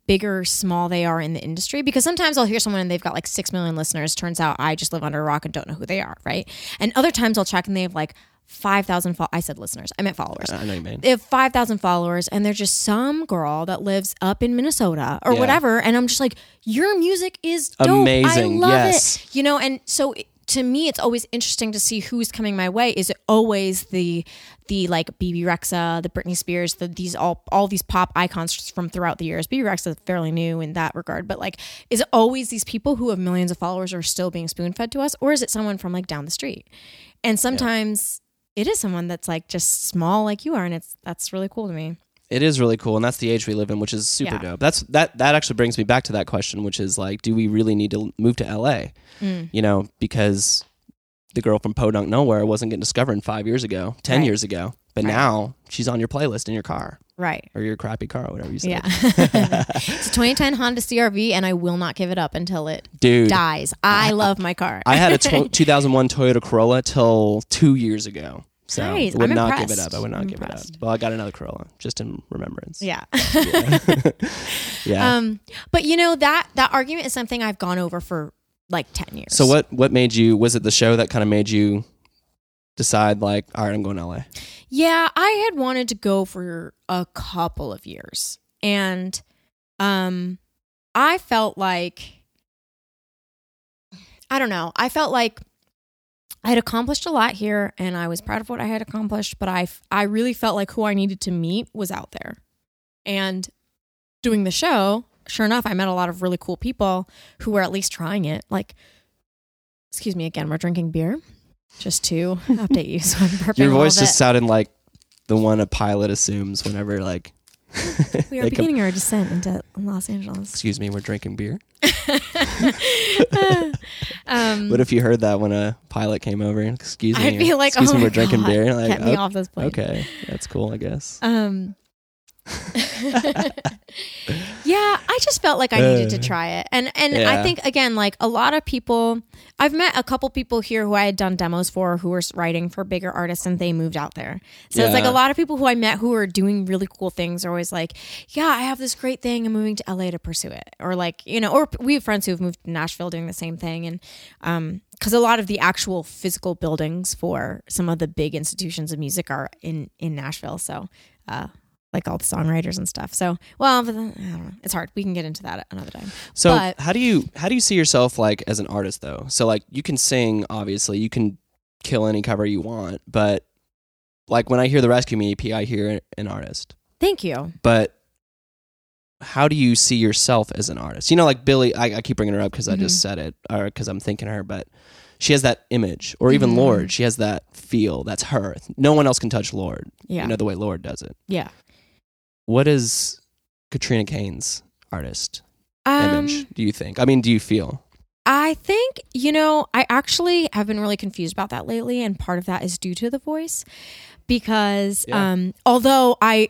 Speaker 2: big or small they are in the industry because sometimes I'll hear someone and they've got like 6 million listeners turns out I just live under a rock and don't know who they are right and other times I'll check and they have like 5000 fol- I said listeners I meant followers
Speaker 3: i know you mean
Speaker 2: they have 5,000 followers and they're just some girl that lives up in Minnesota or
Speaker 3: Yeah.
Speaker 2: whatever. And I'm just like, your music is dope.
Speaker 3: Amazing,
Speaker 2: I love
Speaker 3: yes.
Speaker 2: it. You know, and so it- to me, it's always interesting to see who's coming my way. Is it always the, the like BB Rexa, the Britney Spears, the, these all, all these pop icons from throughout the years. BB Rexa is fairly new in that regard, but like, is it always these people who have millions of followers are still being spoon fed to us? Or is it someone from like down the street? And sometimes it is someone that's like just small like you are and it's that's really cool to me
Speaker 3: it is really cool and that's the age we live in which is super
Speaker 2: Yeah.
Speaker 3: dope that's that that actually brings me back to that question which is like do we really need to move to la
Speaker 2: Mm,
Speaker 3: you know because the girl from podunk nowhere wasn't getting discovered in five years ago ten
Speaker 2: Right.
Speaker 3: years ago but
Speaker 2: Right.
Speaker 3: now she's on your playlist in your car
Speaker 2: right
Speaker 3: or your crappy car or whatever you say
Speaker 2: yeah it's a 2010 honda crv and i will not give it up until it
Speaker 3: dude
Speaker 2: dies i love my car
Speaker 3: I had a tw 2001 Toyota Corolla till two years ago. So
Speaker 2: Nice.
Speaker 3: would
Speaker 2: I'm
Speaker 3: not give it
Speaker 2: impressed.
Speaker 3: up. I would not
Speaker 2: I'm
Speaker 3: give it
Speaker 2: impressed.
Speaker 3: up. Well, I got another Corolla just in remembrance.
Speaker 2: Yeah.
Speaker 3: Yeah.
Speaker 2: um, but you know that that argument is something I've gone over for like ten years.
Speaker 3: so what what made you was it the show that kind of made you decide like, all right, I'm going to LA.
Speaker 2: Yeah, I had wanted to go for a couple of years. And um I felt like I don't know. I felt like I had accomplished a lot here and I was proud of what I had accomplished, but I f- I really felt like who I needed to meet was out there. And doing the show, sure enough, I met a lot of really cool people who were at least trying it. Like excuse me again, we're drinking beer. Just to update you, so I'm burping
Speaker 3: Your
Speaker 2: a little
Speaker 3: voice
Speaker 2: bit.
Speaker 3: just sounded like the one a pilot assumes whenever like
Speaker 2: We are
Speaker 3: they come-
Speaker 2: beginning our descent into Los Angeles.
Speaker 3: excuse me, we're drinking beer.
Speaker 2: um,
Speaker 3: What if you heard that when a pilot came over? Excuse me.
Speaker 2: I'd be like,
Speaker 3: excuse
Speaker 2: oh
Speaker 3: me,
Speaker 2: my
Speaker 3: we're drinking
Speaker 2: God,
Speaker 3: beer. You're Like,
Speaker 2: get me
Speaker 3: "Oh,
Speaker 2: off this plane.
Speaker 3: okay, that's cool, I guess.
Speaker 2: Um, yeah, I just felt like I needed to try it, and and
Speaker 3: Uh, Yeah.
Speaker 2: I think again, like a lot of people, I've met a couple people here who I had done demos for who were writing for bigger artists, and they moved out there. So it's like
Speaker 3: Yeah.
Speaker 2: a lot of people who I met who are doing really cool things are always like, "Yeah, I have this great thing. I'm moving to LA to pursue it," or like you know, or we have friends who have moved to Nashville doing the same thing, and um, because a lot of the actual physical buildings for some of the big institutions of music are in in Nashville. So. Uh, like all the songwriters and stuff. So, well, but then, I don't know. It's hard. We can get into that another time.
Speaker 3: So
Speaker 2: But-
Speaker 3: how do you how do you see yourself like as an artist though? So like you can sing, obviously, you can kill any cover you want, but like when I hear the Rescue Me EP, I hear an artist.
Speaker 2: Thank you.
Speaker 3: But how do you see yourself as an artist? You know, like Billy, I, I keep bringing her up because I
Speaker 2: Mm-hmm.
Speaker 3: just said it or because I'm thinking her, but she has that image, or even
Speaker 2: Mhm.
Speaker 3: Lord, she has that feel. That's her. No one else can touch Lord.
Speaker 2: Yeah.
Speaker 3: You know the way Lord does it.
Speaker 2: Yeah.
Speaker 3: What is Katrina Kane's artist
Speaker 2: Um,
Speaker 3: image? Do you think? I mean, do you feel?
Speaker 2: I think, you know, I actually have been really confused about that lately. And part of that is due to the voice because,
Speaker 3: Yeah.
Speaker 2: um, although I,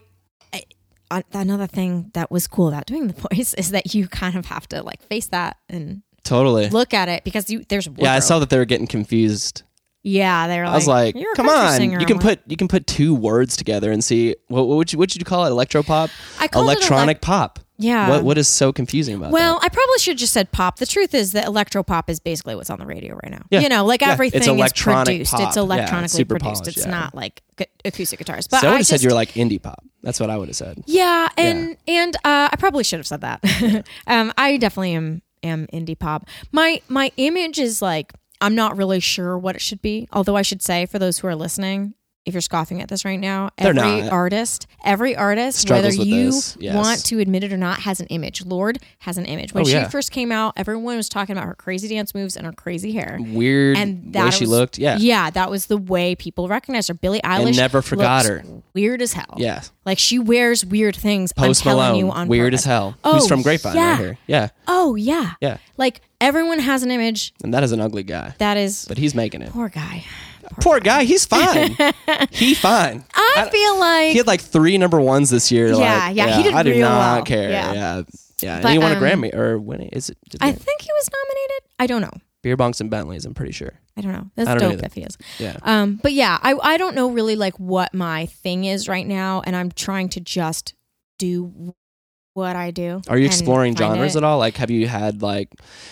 Speaker 2: I- I- another thing that was cool about doing the voice is that you kind of have to like face that and
Speaker 3: Totally.
Speaker 2: look at it because you there's wardrobe.
Speaker 3: yeah, I saw that they were getting confused.
Speaker 2: yeah they were like
Speaker 3: I was like,
Speaker 2: You're a
Speaker 3: "Come
Speaker 2: country
Speaker 3: on,
Speaker 2: singer."
Speaker 3: you can
Speaker 2: I'm like-
Speaker 3: put you can put two words together and see what what would you, what did you call it? Electropop,
Speaker 2: I called it
Speaker 3: electronic pop.
Speaker 2: yeah
Speaker 3: what what is so confusing about
Speaker 2: Well,
Speaker 3: that?
Speaker 2: I probably should have just said pop. The truth is that electropop is basically what's on the radio right now.
Speaker 3: Yeah.
Speaker 2: You know, like
Speaker 3: Yeah.
Speaker 2: everything
Speaker 3: It's electronic
Speaker 2: is produced.
Speaker 3: pop.
Speaker 2: It's
Speaker 3: Yeah,
Speaker 2: electronically
Speaker 3: it's super
Speaker 2: produced.
Speaker 3: polished,
Speaker 2: It's
Speaker 3: yeah.
Speaker 2: not like gu- acoustic guitars. But
Speaker 3: so I
Speaker 2: I
Speaker 3: would have
Speaker 2: just,
Speaker 3: said you're like indie pop. That's what I would have said.
Speaker 2: yeah, and and uh, I probably should have said that. um, I definitely am am indie pop. My my image is like I'm not really sure what it should be. Although I should say for those who are listening, if you're scoffing at this right now,
Speaker 3: They're
Speaker 2: every
Speaker 3: not.
Speaker 2: artist, every artist,
Speaker 3: Struggles
Speaker 2: whether
Speaker 3: with
Speaker 2: you
Speaker 3: this, yes.
Speaker 2: want to admit it or not, has an image. Lord has an image. When
Speaker 3: Oh,
Speaker 2: she
Speaker 3: yeah.
Speaker 2: first came out, everyone was talking about her crazy dance moves and her crazy hair.
Speaker 3: Weird
Speaker 2: And that
Speaker 3: way she
Speaker 2: was-
Speaker 3: looked. Yeah.
Speaker 2: Yeah, that was the way people recognized her. Billie Eilish
Speaker 3: never forgot
Speaker 2: looks
Speaker 3: her.
Speaker 2: Weird as hell.
Speaker 3: Yeah.
Speaker 2: Like she wears weird things.
Speaker 3: Post
Speaker 2: I'm telling
Speaker 3: Malone,
Speaker 2: you on
Speaker 3: weird
Speaker 2: purpose.
Speaker 3: as hell.
Speaker 2: Oh,
Speaker 3: Who's from Grapevine
Speaker 2: yeah.
Speaker 3: right here? Yeah,
Speaker 2: Oh yeah.
Speaker 3: yeah.
Speaker 2: Like everyone has an image
Speaker 3: And that is an ugly guy,
Speaker 2: that is
Speaker 3: but he's making it.
Speaker 2: poor guy.
Speaker 3: Poor guy, he's fine. he fine.
Speaker 2: I, feel like
Speaker 3: He had like three number ones this year.
Speaker 2: Yeah,
Speaker 3: like,
Speaker 2: yeah, he did
Speaker 3: I do
Speaker 2: real
Speaker 3: not
Speaker 2: well.
Speaker 3: care. Yeah,
Speaker 2: Yeah.
Speaker 3: yeah. and
Speaker 2: But,
Speaker 3: he won a
Speaker 2: um,
Speaker 3: Grammy or when is it? Did
Speaker 2: I
Speaker 3: they-
Speaker 2: think he was nominated. I don't know.
Speaker 3: Beer bonks and Bentleys. I'm pretty sure.
Speaker 2: I don't know. That's
Speaker 3: I don't
Speaker 2: dope
Speaker 3: either.
Speaker 2: if he is.
Speaker 3: Yeah.
Speaker 2: Um, but yeah, I I don't know really like what my thing is right now, and I'm trying to just do what I do.
Speaker 3: Are you exploring genres at all? Like, have you had like,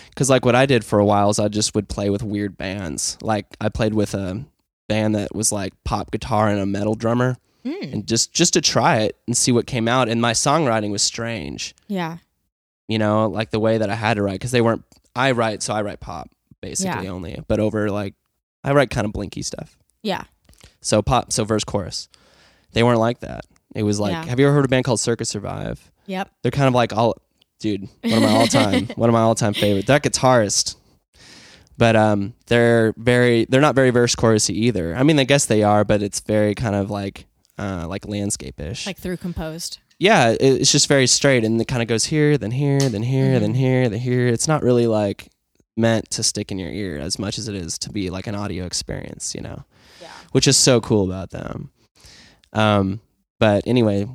Speaker 3: because like what I did for a while is I just would play with weird bands. Like I played with a band that was like pop guitar and a metal drummer,
Speaker 2: Hmm. Mm,
Speaker 3: and just just to try it and see what came out. And my songwriting was strange.
Speaker 2: yeah.
Speaker 3: you know, like the way that I had to write because they weren't. I write, so I write pop basically
Speaker 2: Yeah.
Speaker 3: only, but over like I write kind of blinky stuff.
Speaker 2: Yeah.
Speaker 3: So pop, so verse chorus. They weren't like that. It was like,
Speaker 2: Yeah.
Speaker 3: have you ever heard of a band called Circus Survive?
Speaker 2: Yep.
Speaker 3: They're kind of like all, dude, one of my all time, one of my all time favorite. That guitarist, but um, they're very, they're not very verse chorusy either. I mean, I guess they are, but it's very kind of like, uh, like landscape ish
Speaker 2: Like through composed.
Speaker 3: yeah, it- it's just very straight, and it kind of goes here, then here, then here, then
Speaker 2: Mm-hmm.
Speaker 3: here, then here. It's not really like meant to stick in your ear as much as it is to be like an audio experience, you know.
Speaker 2: Yeah.
Speaker 3: Which is so cool about them. Um, but anyway,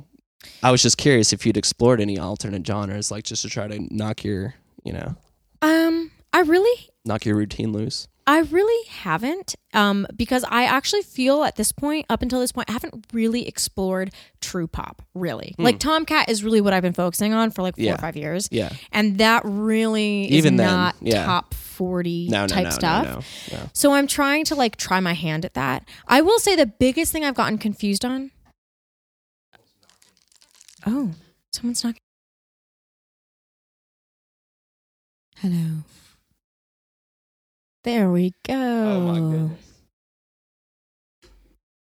Speaker 3: I was just curious if you'd explored any alternate genres, like just to try to knock your, you know,
Speaker 2: Um, I really
Speaker 3: knock your routine loose.
Speaker 2: I really haven't, um, because I actually feel at this point, up until this point, I haven't really explored true pop, really. Like Tomcat is really what I've been focusing on for like four
Speaker 3: Hmm. Yeah.
Speaker 2: or five years.
Speaker 3: Yeah.
Speaker 2: And that really
Speaker 3: Even
Speaker 2: is
Speaker 3: then,
Speaker 2: not
Speaker 3: yeah.
Speaker 2: top 40
Speaker 3: No, no,
Speaker 2: type
Speaker 3: no, no,
Speaker 2: stuff.
Speaker 3: no, no.
Speaker 2: So I'm trying to like try my hand at that. I will say the biggest thing I've gotten confused on. Oh, someone's knocking. Hello. There we go.
Speaker 4: Oh my goodness.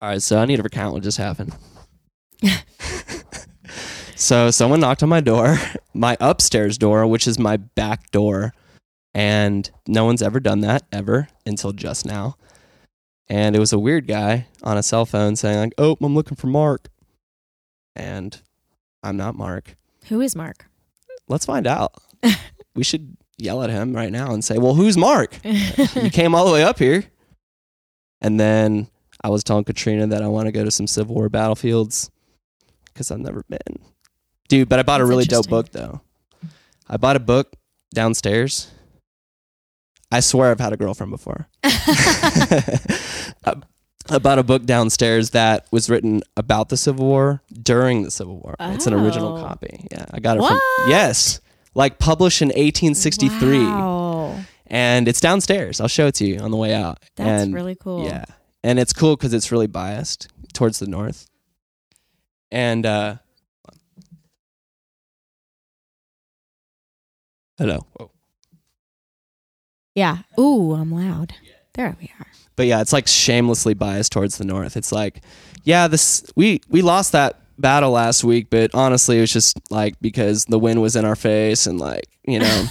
Speaker 3: All right, so I need to recount what just happened. so someone knocked on my door, my upstairs door, which is my back door, and no one's ever done that ever until just now. And it was a weird guy on a cell phone saying like, "Oh, I'm looking for Mark," and I'm not Mark.
Speaker 2: Who is Mark?
Speaker 3: Let's find out. we should yell at him right now and say, "Well, who's Mark?" you came all the way up here. And then I was telling Katrina that I want to go to some Civil War battlefields because I've never been. Dude, but I bought a
Speaker 2: That's
Speaker 3: really dope
Speaker 2: interesting.
Speaker 3: book, though. I bought a book downstairs. I swear I've had a girlfriend before. I, I bought a book downstairs that was written about the Civil War during the Civil War. It's an original
Speaker 2: Oh.
Speaker 3: copy. Yeah, I got it
Speaker 2: What?
Speaker 3: from. Yes. Like published in 1863
Speaker 2: Wow.
Speaker 3: and it's downstairs. I'll show it to you on the way out.
Speaker 2: That's
Speaker 3: And-
Speaker 2: really cool.
Speaker 3: Yeah, and it's cool because it's really biased towards the north. And uh, hello,
Speaker 2: Yeah. Ooh, I'm loud. There we are.
Speaker 3: but yeah, it's like shamelessly biased towards the north. It's like, yeah, this we we lost that battle last week, but honestly, it was just like because the wind was in our face and like you know.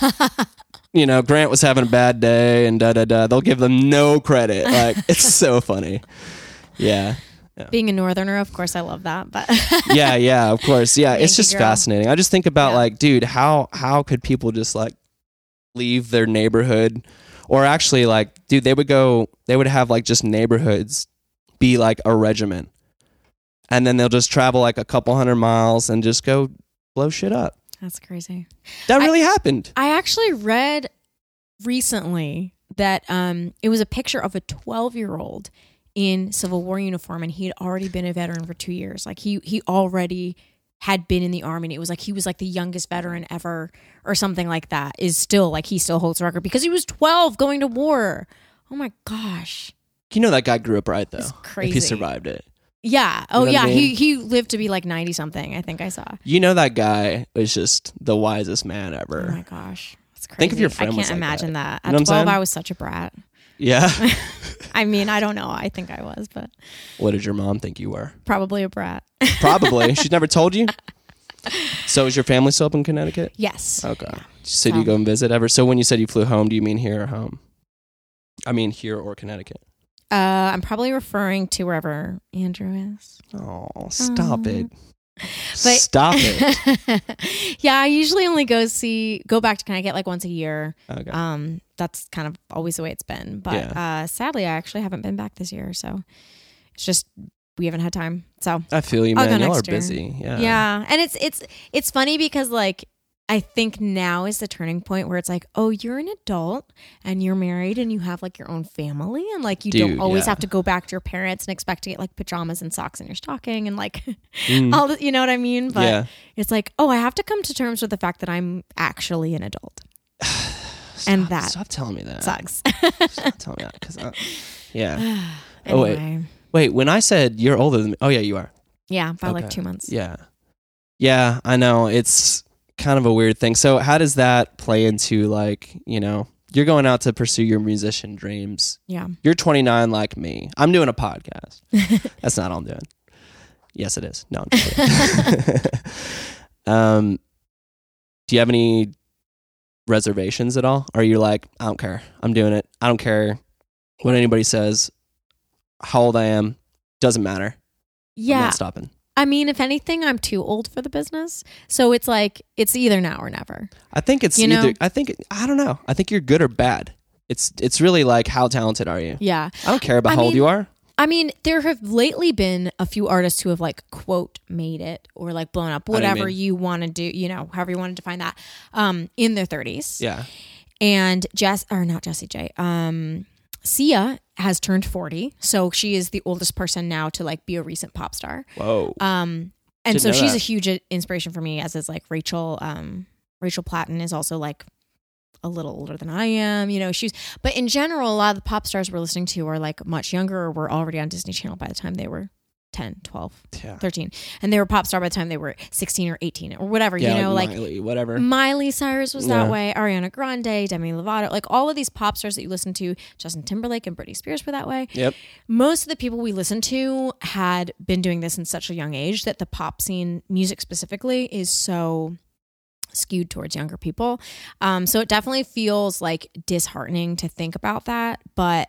Speaker 3: You know, Grant was having a bad day and da da da. They'll give them no credit. Like, it's so funny. Yeah.
Speaker 2: Being a northerner, of course, I love that. But
Speaker 3: yeah, yeah, of course. Yeah, it's
Speaker 2: Yankee
Speaker 3: just
Speaker 2: girl.
Speaker 3: fascinating. I just think about
Speaker 2: Yeah.
Speaker 3: like, dude, how how could people just like leave their neighborhood or actually like, dude, they would go they would have like just neighborhoods be like a regiment. And then they'll just travel like a couple hundred miles and just go blow shit up.
Speaker 2: that's crazy.
Speaker 3: That
Speaker 2: I-
Speaker 3: really happened.
Speaker 2: I actually read recently that um, it was a picture of a 12 year old in Civil War uniform, and he had already been a veteran for two years. Like he he already had been in the army. And it was like he was like the youngest veteran ever, or something like that. Is still like he still holds the record because he was 12 going to war. Oh my gosh.
Speaker 3: You know that guy grew up right though.
Speaker 2: It's
Speaker 3: If he
Speaker 2: crazy.
Speaker 3: survived it.
Speaker 2: Yeah. Oh
Speaker 3: know what
Speaker 2: yeah.
Speaker 3: I
Speaker 2: He
Speaker 3: mean?
Speaker 2: he lived to be like 90 something. I think I saw.
Speaker 3: You know that guy is just the wisest man
Speaker 2: Oh
Speaker 3: ever.
Speaker 2: my gosh. That's crazy.
Speaker 3: Think if your friend
Speaker 2: I
Speaker 3: was
Speaker 2: can't
Speaker 3: like
Speaker 2: imagine that.
Speaker 3: You know what I'm
Speaker 2: At 12
Speaker 3: saying?
Speaker 2: I was such a brat.
Speaker 3: yeah.
Speaker 2: I mean, I don't know. I think I was, but
Speaker 3: what did your mom think you were?
Speaker 2: probably a brat.
Speaker 3: Probably. She's never told you. So is your family still up in Connecticut?
Speaker 2: yes.
Speaker 3: Okay. So do you go and visit ever? So when you said you flew home, do you mean here or home? I mean here or Connecticut.
Speaker 2: Uh, I'm probably referring to wherever Andrew is.
Speaker 3: Oh, stop
Speaker 2: Aw.
Speaker 3: it.
Speaker 2: Um, But-
Speaker 3: stop Ah, it.
Speaker 2: yeah, I usually only go see go back to Connecticut like once a year.
Speaker 3: Okay.
Speaker 2: Um, that's kind of always the way it's been. But uh, sadly, I actually haven't been back this year, so it's just we haven't had time. So
Speaker 3: I feel you,
Speaker 2: I'll go
Speaker 3: man. Y'all are
Speaker 2: next year.
Speaker 3: busy. Yeah.
Speaker 2: yeah and it's it's it's funny because like i think now is the turning point where it's like oh you're an adult and you're married and you have like your own family and like you don't
Speaker 3: Dude,
Speaker 2: always
Speaker 3: yeah.
Speaker 2: have to go back to your parents and expect to get like pajamas and socks in your stocking and like
Speaker 3: Mm.
Speaker 2: all the, you know what i mean but
Speaker 3: Yeah.
Speaker 2: it's like oh i have to come to terms with the fact that i'm actually an adult and that
Speaker 3: Stop telling me that.
Speaker 2: sucks
Speaker 3: Stop telling me that. 'cause I- yeah. Oh, wait.
Speaker 2: anyway
Speaker 3: Wait, when I said you're older than me, oh yeah, you are.
Speaker 2: yeah by like
Speaker 3: Okay.
Speaker 2: two months
Speaker 3: Yeah. Yeah, I know. It's kind of a weird thing. So how does that play into like, you know, you're going out to pursue your musician dreams.
Speaker 2: yeah
Speaker 3: You're 29 like me. I'm doing a podcast. That's not all I'm doing. Yes, it is. No. I'm just kidding. um, do you have any reservations at all? Or are you like, I don't care. I'm doing it. I don't care what anybody says, how old I am. Doesn't matter. I'm
Speaker 2: yeah
Speaker 3: not stopping.
Speaker 2: I mean, if anything, I'm too old for the business. So it's like it's either now or never.
Speaker 3: I think it's
Speaker 2: You know?
Speaker 3: either. I think I don't know. I think you're good or bad. It's it's really like how talented are you?
Speaker 2: Yeah.
Speaker 3: I don't care about
Speaker 2: I
Speaker 3: how old
Speaker 2: mean-
Speaker 3: you are.
Speaker 2: I mean, there have lately been a few artists who have like quote made it or like blown up,
Speaker 3: know what you
Speaker 2: whatever
Speaker 3: mean.
Speaker 2: you want to do, you know, however you want to define that, um, in their 30s.
Speaker 3: Yeah,
Speaker 2: And Jess or not Jesse J. Um Sia has turned 40, so she is the oldest person now to like be a recent pop star.
Speaker 3: Whoa.
Speaker 2: Um, and
Speaker 3: Didn't
Speaker 2: so
Speaker 3: know
Speaker 2: she's
Speaker 3: that.
Speaker 2: a huge i- inspiration for me, as is like Rachel. Um, Rachel Platten is also like a little older than I am. You know, she's, but in general, a lot of the pop stars we're listening to are like much younger or were already on Disney Channel by the time they were 10, 12,
Speaker 3: yeah.
Speaker 2: 13. And they were pop star by the time they were 16 or 18 or whatever, you know, like
Speaker 3: Miley, whatever.
Speaker 2: Miley Cyrus was
Speaker 3: Yeah.
Speaker 2: that way, Ariana Grande, Demi Lovato, like all of these pop stars that you listen to, Justin Timberlake and Britney Spears were that way.
Speaker 3: Yep.
Speaker 2: Most of the people we listened to had been doing this in such a young age that the pop scene, music specifically, is so skewed towards younger people. Um, so it definitely feels like disheartening to think about that, but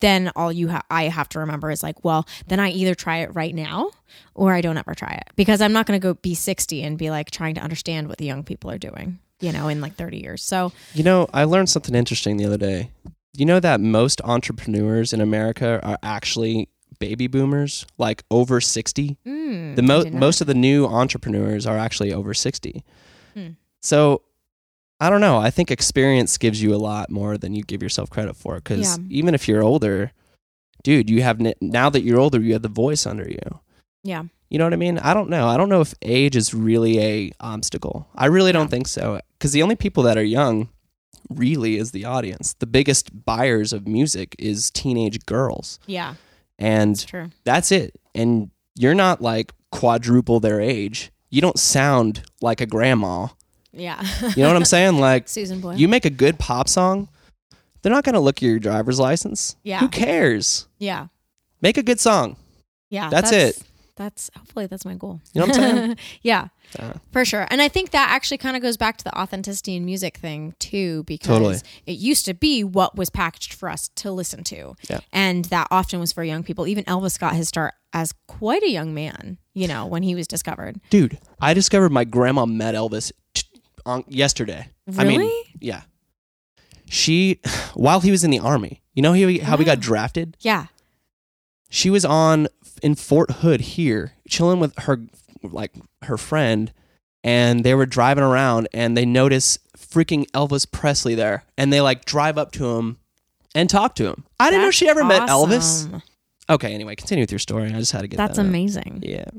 Speaker 2: then all you ha- I have to remember is like, well, then I either try it right now or I don't ever try it because I'm not going to go be 60 and be like trying to understand what the young people are doing, you know, in like 30 years. So
Speaker 3: You know, I learned something interesting the other day. You know that most entrepreneurs in America are actually baby boomers, like over 60.
Speaker 2: mm,
Speaker 3: The
Speaker 2: I
Speaker 3: mo-
Speaker 2: did not-
Speaker 3: most of the new entrepreneurs are actually over 60.
Speaker 2: Hmm.
Speaker 3: So I don't know. I think experience gives you a lot more than you give yourself credit for because
Speaker 2: Yeah.
Speaker 3: even if you're older, dude, you have n- now that you're older, you have the voice under you.
Speaker 2: yeah.
Speaker 3: You know what I mean? I don't know. I don't know if age is really a obstacle. I really don't think so cuz the only people that are young really is the audience. The biggest buyers of music is teenage girls.
Speaker 2: Yeah. It's
Speaker 3: And
Speaker 2: true.
Speaker 3: that's it. And you're not like quadruple their age. You don't sound like a grandma.
Speaker 2: Yeah.
Speaker 3: You know what I'm saying? Like
Speaker 2: Susan Boyle.
Speaker 3: you make a good pop song, they're not going to look at your driver's license.
Speaker 2: Yeah.
Speaker 3: Who cares?
Speaker 2: yeah.
Speaker 3: Make a good song.
Speaker 2: Yeah.
Speaker 3: That's it.
Speaker 2: That's hopefully that's my goal.
Speaker 3: You know what I'm saying?
Speaker 2: yeah.
Speaker 3: Uh.
Speaker 2: For sure. And I think that actually kind of goes back to the authenticity in music thing too, because
Speaker 3: Totally.
Speaker 2: it used to be what was packaged for us to listen to.
Speaker 3: Yeah.
Speaker 2: And that often was for young people. Even Elvis got his start as quite a young man, you know, when he was discovered.
Speaker 3: Dude, I discovered my grandma met Elvis t- on yesterday. I mean,
Speaker 2: Really?
Speaker 3: yeah. She, while he was in the army, you know he, how
Speaker 2: Uh-huh.
Speaker 3: he got drafted?
Speaker 2: Yeah.
Speaker 3: She was on in Fort Hood here, chilling with her, like her friend, and they were driving around and they notice freaking Elvis Presley there, and they like drive up to him and talk to him. I didn't know
Speaker 2: That's
Speaker 3: she ever met Elvis.
Speaker 2: awesome.
Speaker 3: Okay, anyway, continue with your story. I just had to get
Speaker 2: That's
Speaker 3: that out.
Speaker 2: amazing.
Speaker 3: Yeah.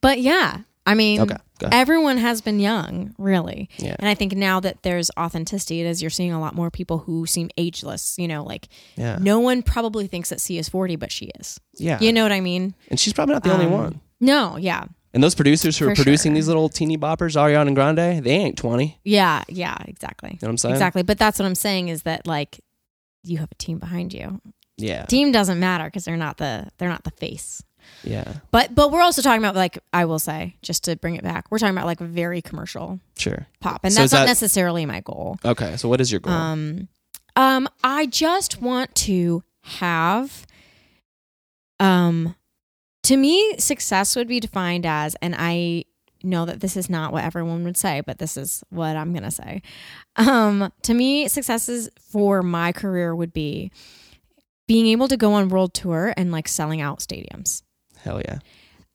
Speaker 2: But yeah, I mean,
Speaker 3: Okay. Go ahead.
Speaker 2: everyone has been young, really.
Speaker 3: Yeah.
Speaker 2: And I think now that there's authenticity, it is you're seeing a lot more people who seem ageless. You know, like
Speaker 3: Yeah.
Speaker 2: no one probably thinks that C is 40, but she is.
Speaker 3: Yeah.
Speaker 2: You know what I mean?
Speaker 3: and she's probably not the only
Speaker 2: Um,
Speaker 3: one.
Speaker 2: No, yeah.
Speaker 3: And those producers who are
Speaker 2: For
Speaker 3: producing
Speaker 2: sure.
Speaker 3: these little teeny boppers, Ariana Grande, they ain't 20.
Speaker 2: Yeah, yeah, exactly.
Speaker 3: You know what I'm saying?
Speaker 2: Exactly. But that's what I'm saying is that like you have a team behind you.
Speaker 3: Yeah.
Speaker 2: Team doesn't matter because they're not the they're not the face.
Speaker 3: Yeah.
Speaker 2: But but we're also talking about like I will say just to bring it back, we're talking about like very commercial
Speaker 3: Sure.
Speaker 2: pop, and
Speaker 3: So
Speaker 2: that's
Speaker 3: is
Speaker 2: not
Speaker 3: that-
Speaker 2: necessarily my goal.
Speaker 3: Okay. So what is your goal?
Speaker 2: Um, um, I just want to have, um, to me, success would be defined as, and I know that this is not what everyone would say, but this is what I'm gonna say. Um, to me, successes for my career would be being able to go on world tour and like selling out stadiums
Speaker 3: Hell yeah.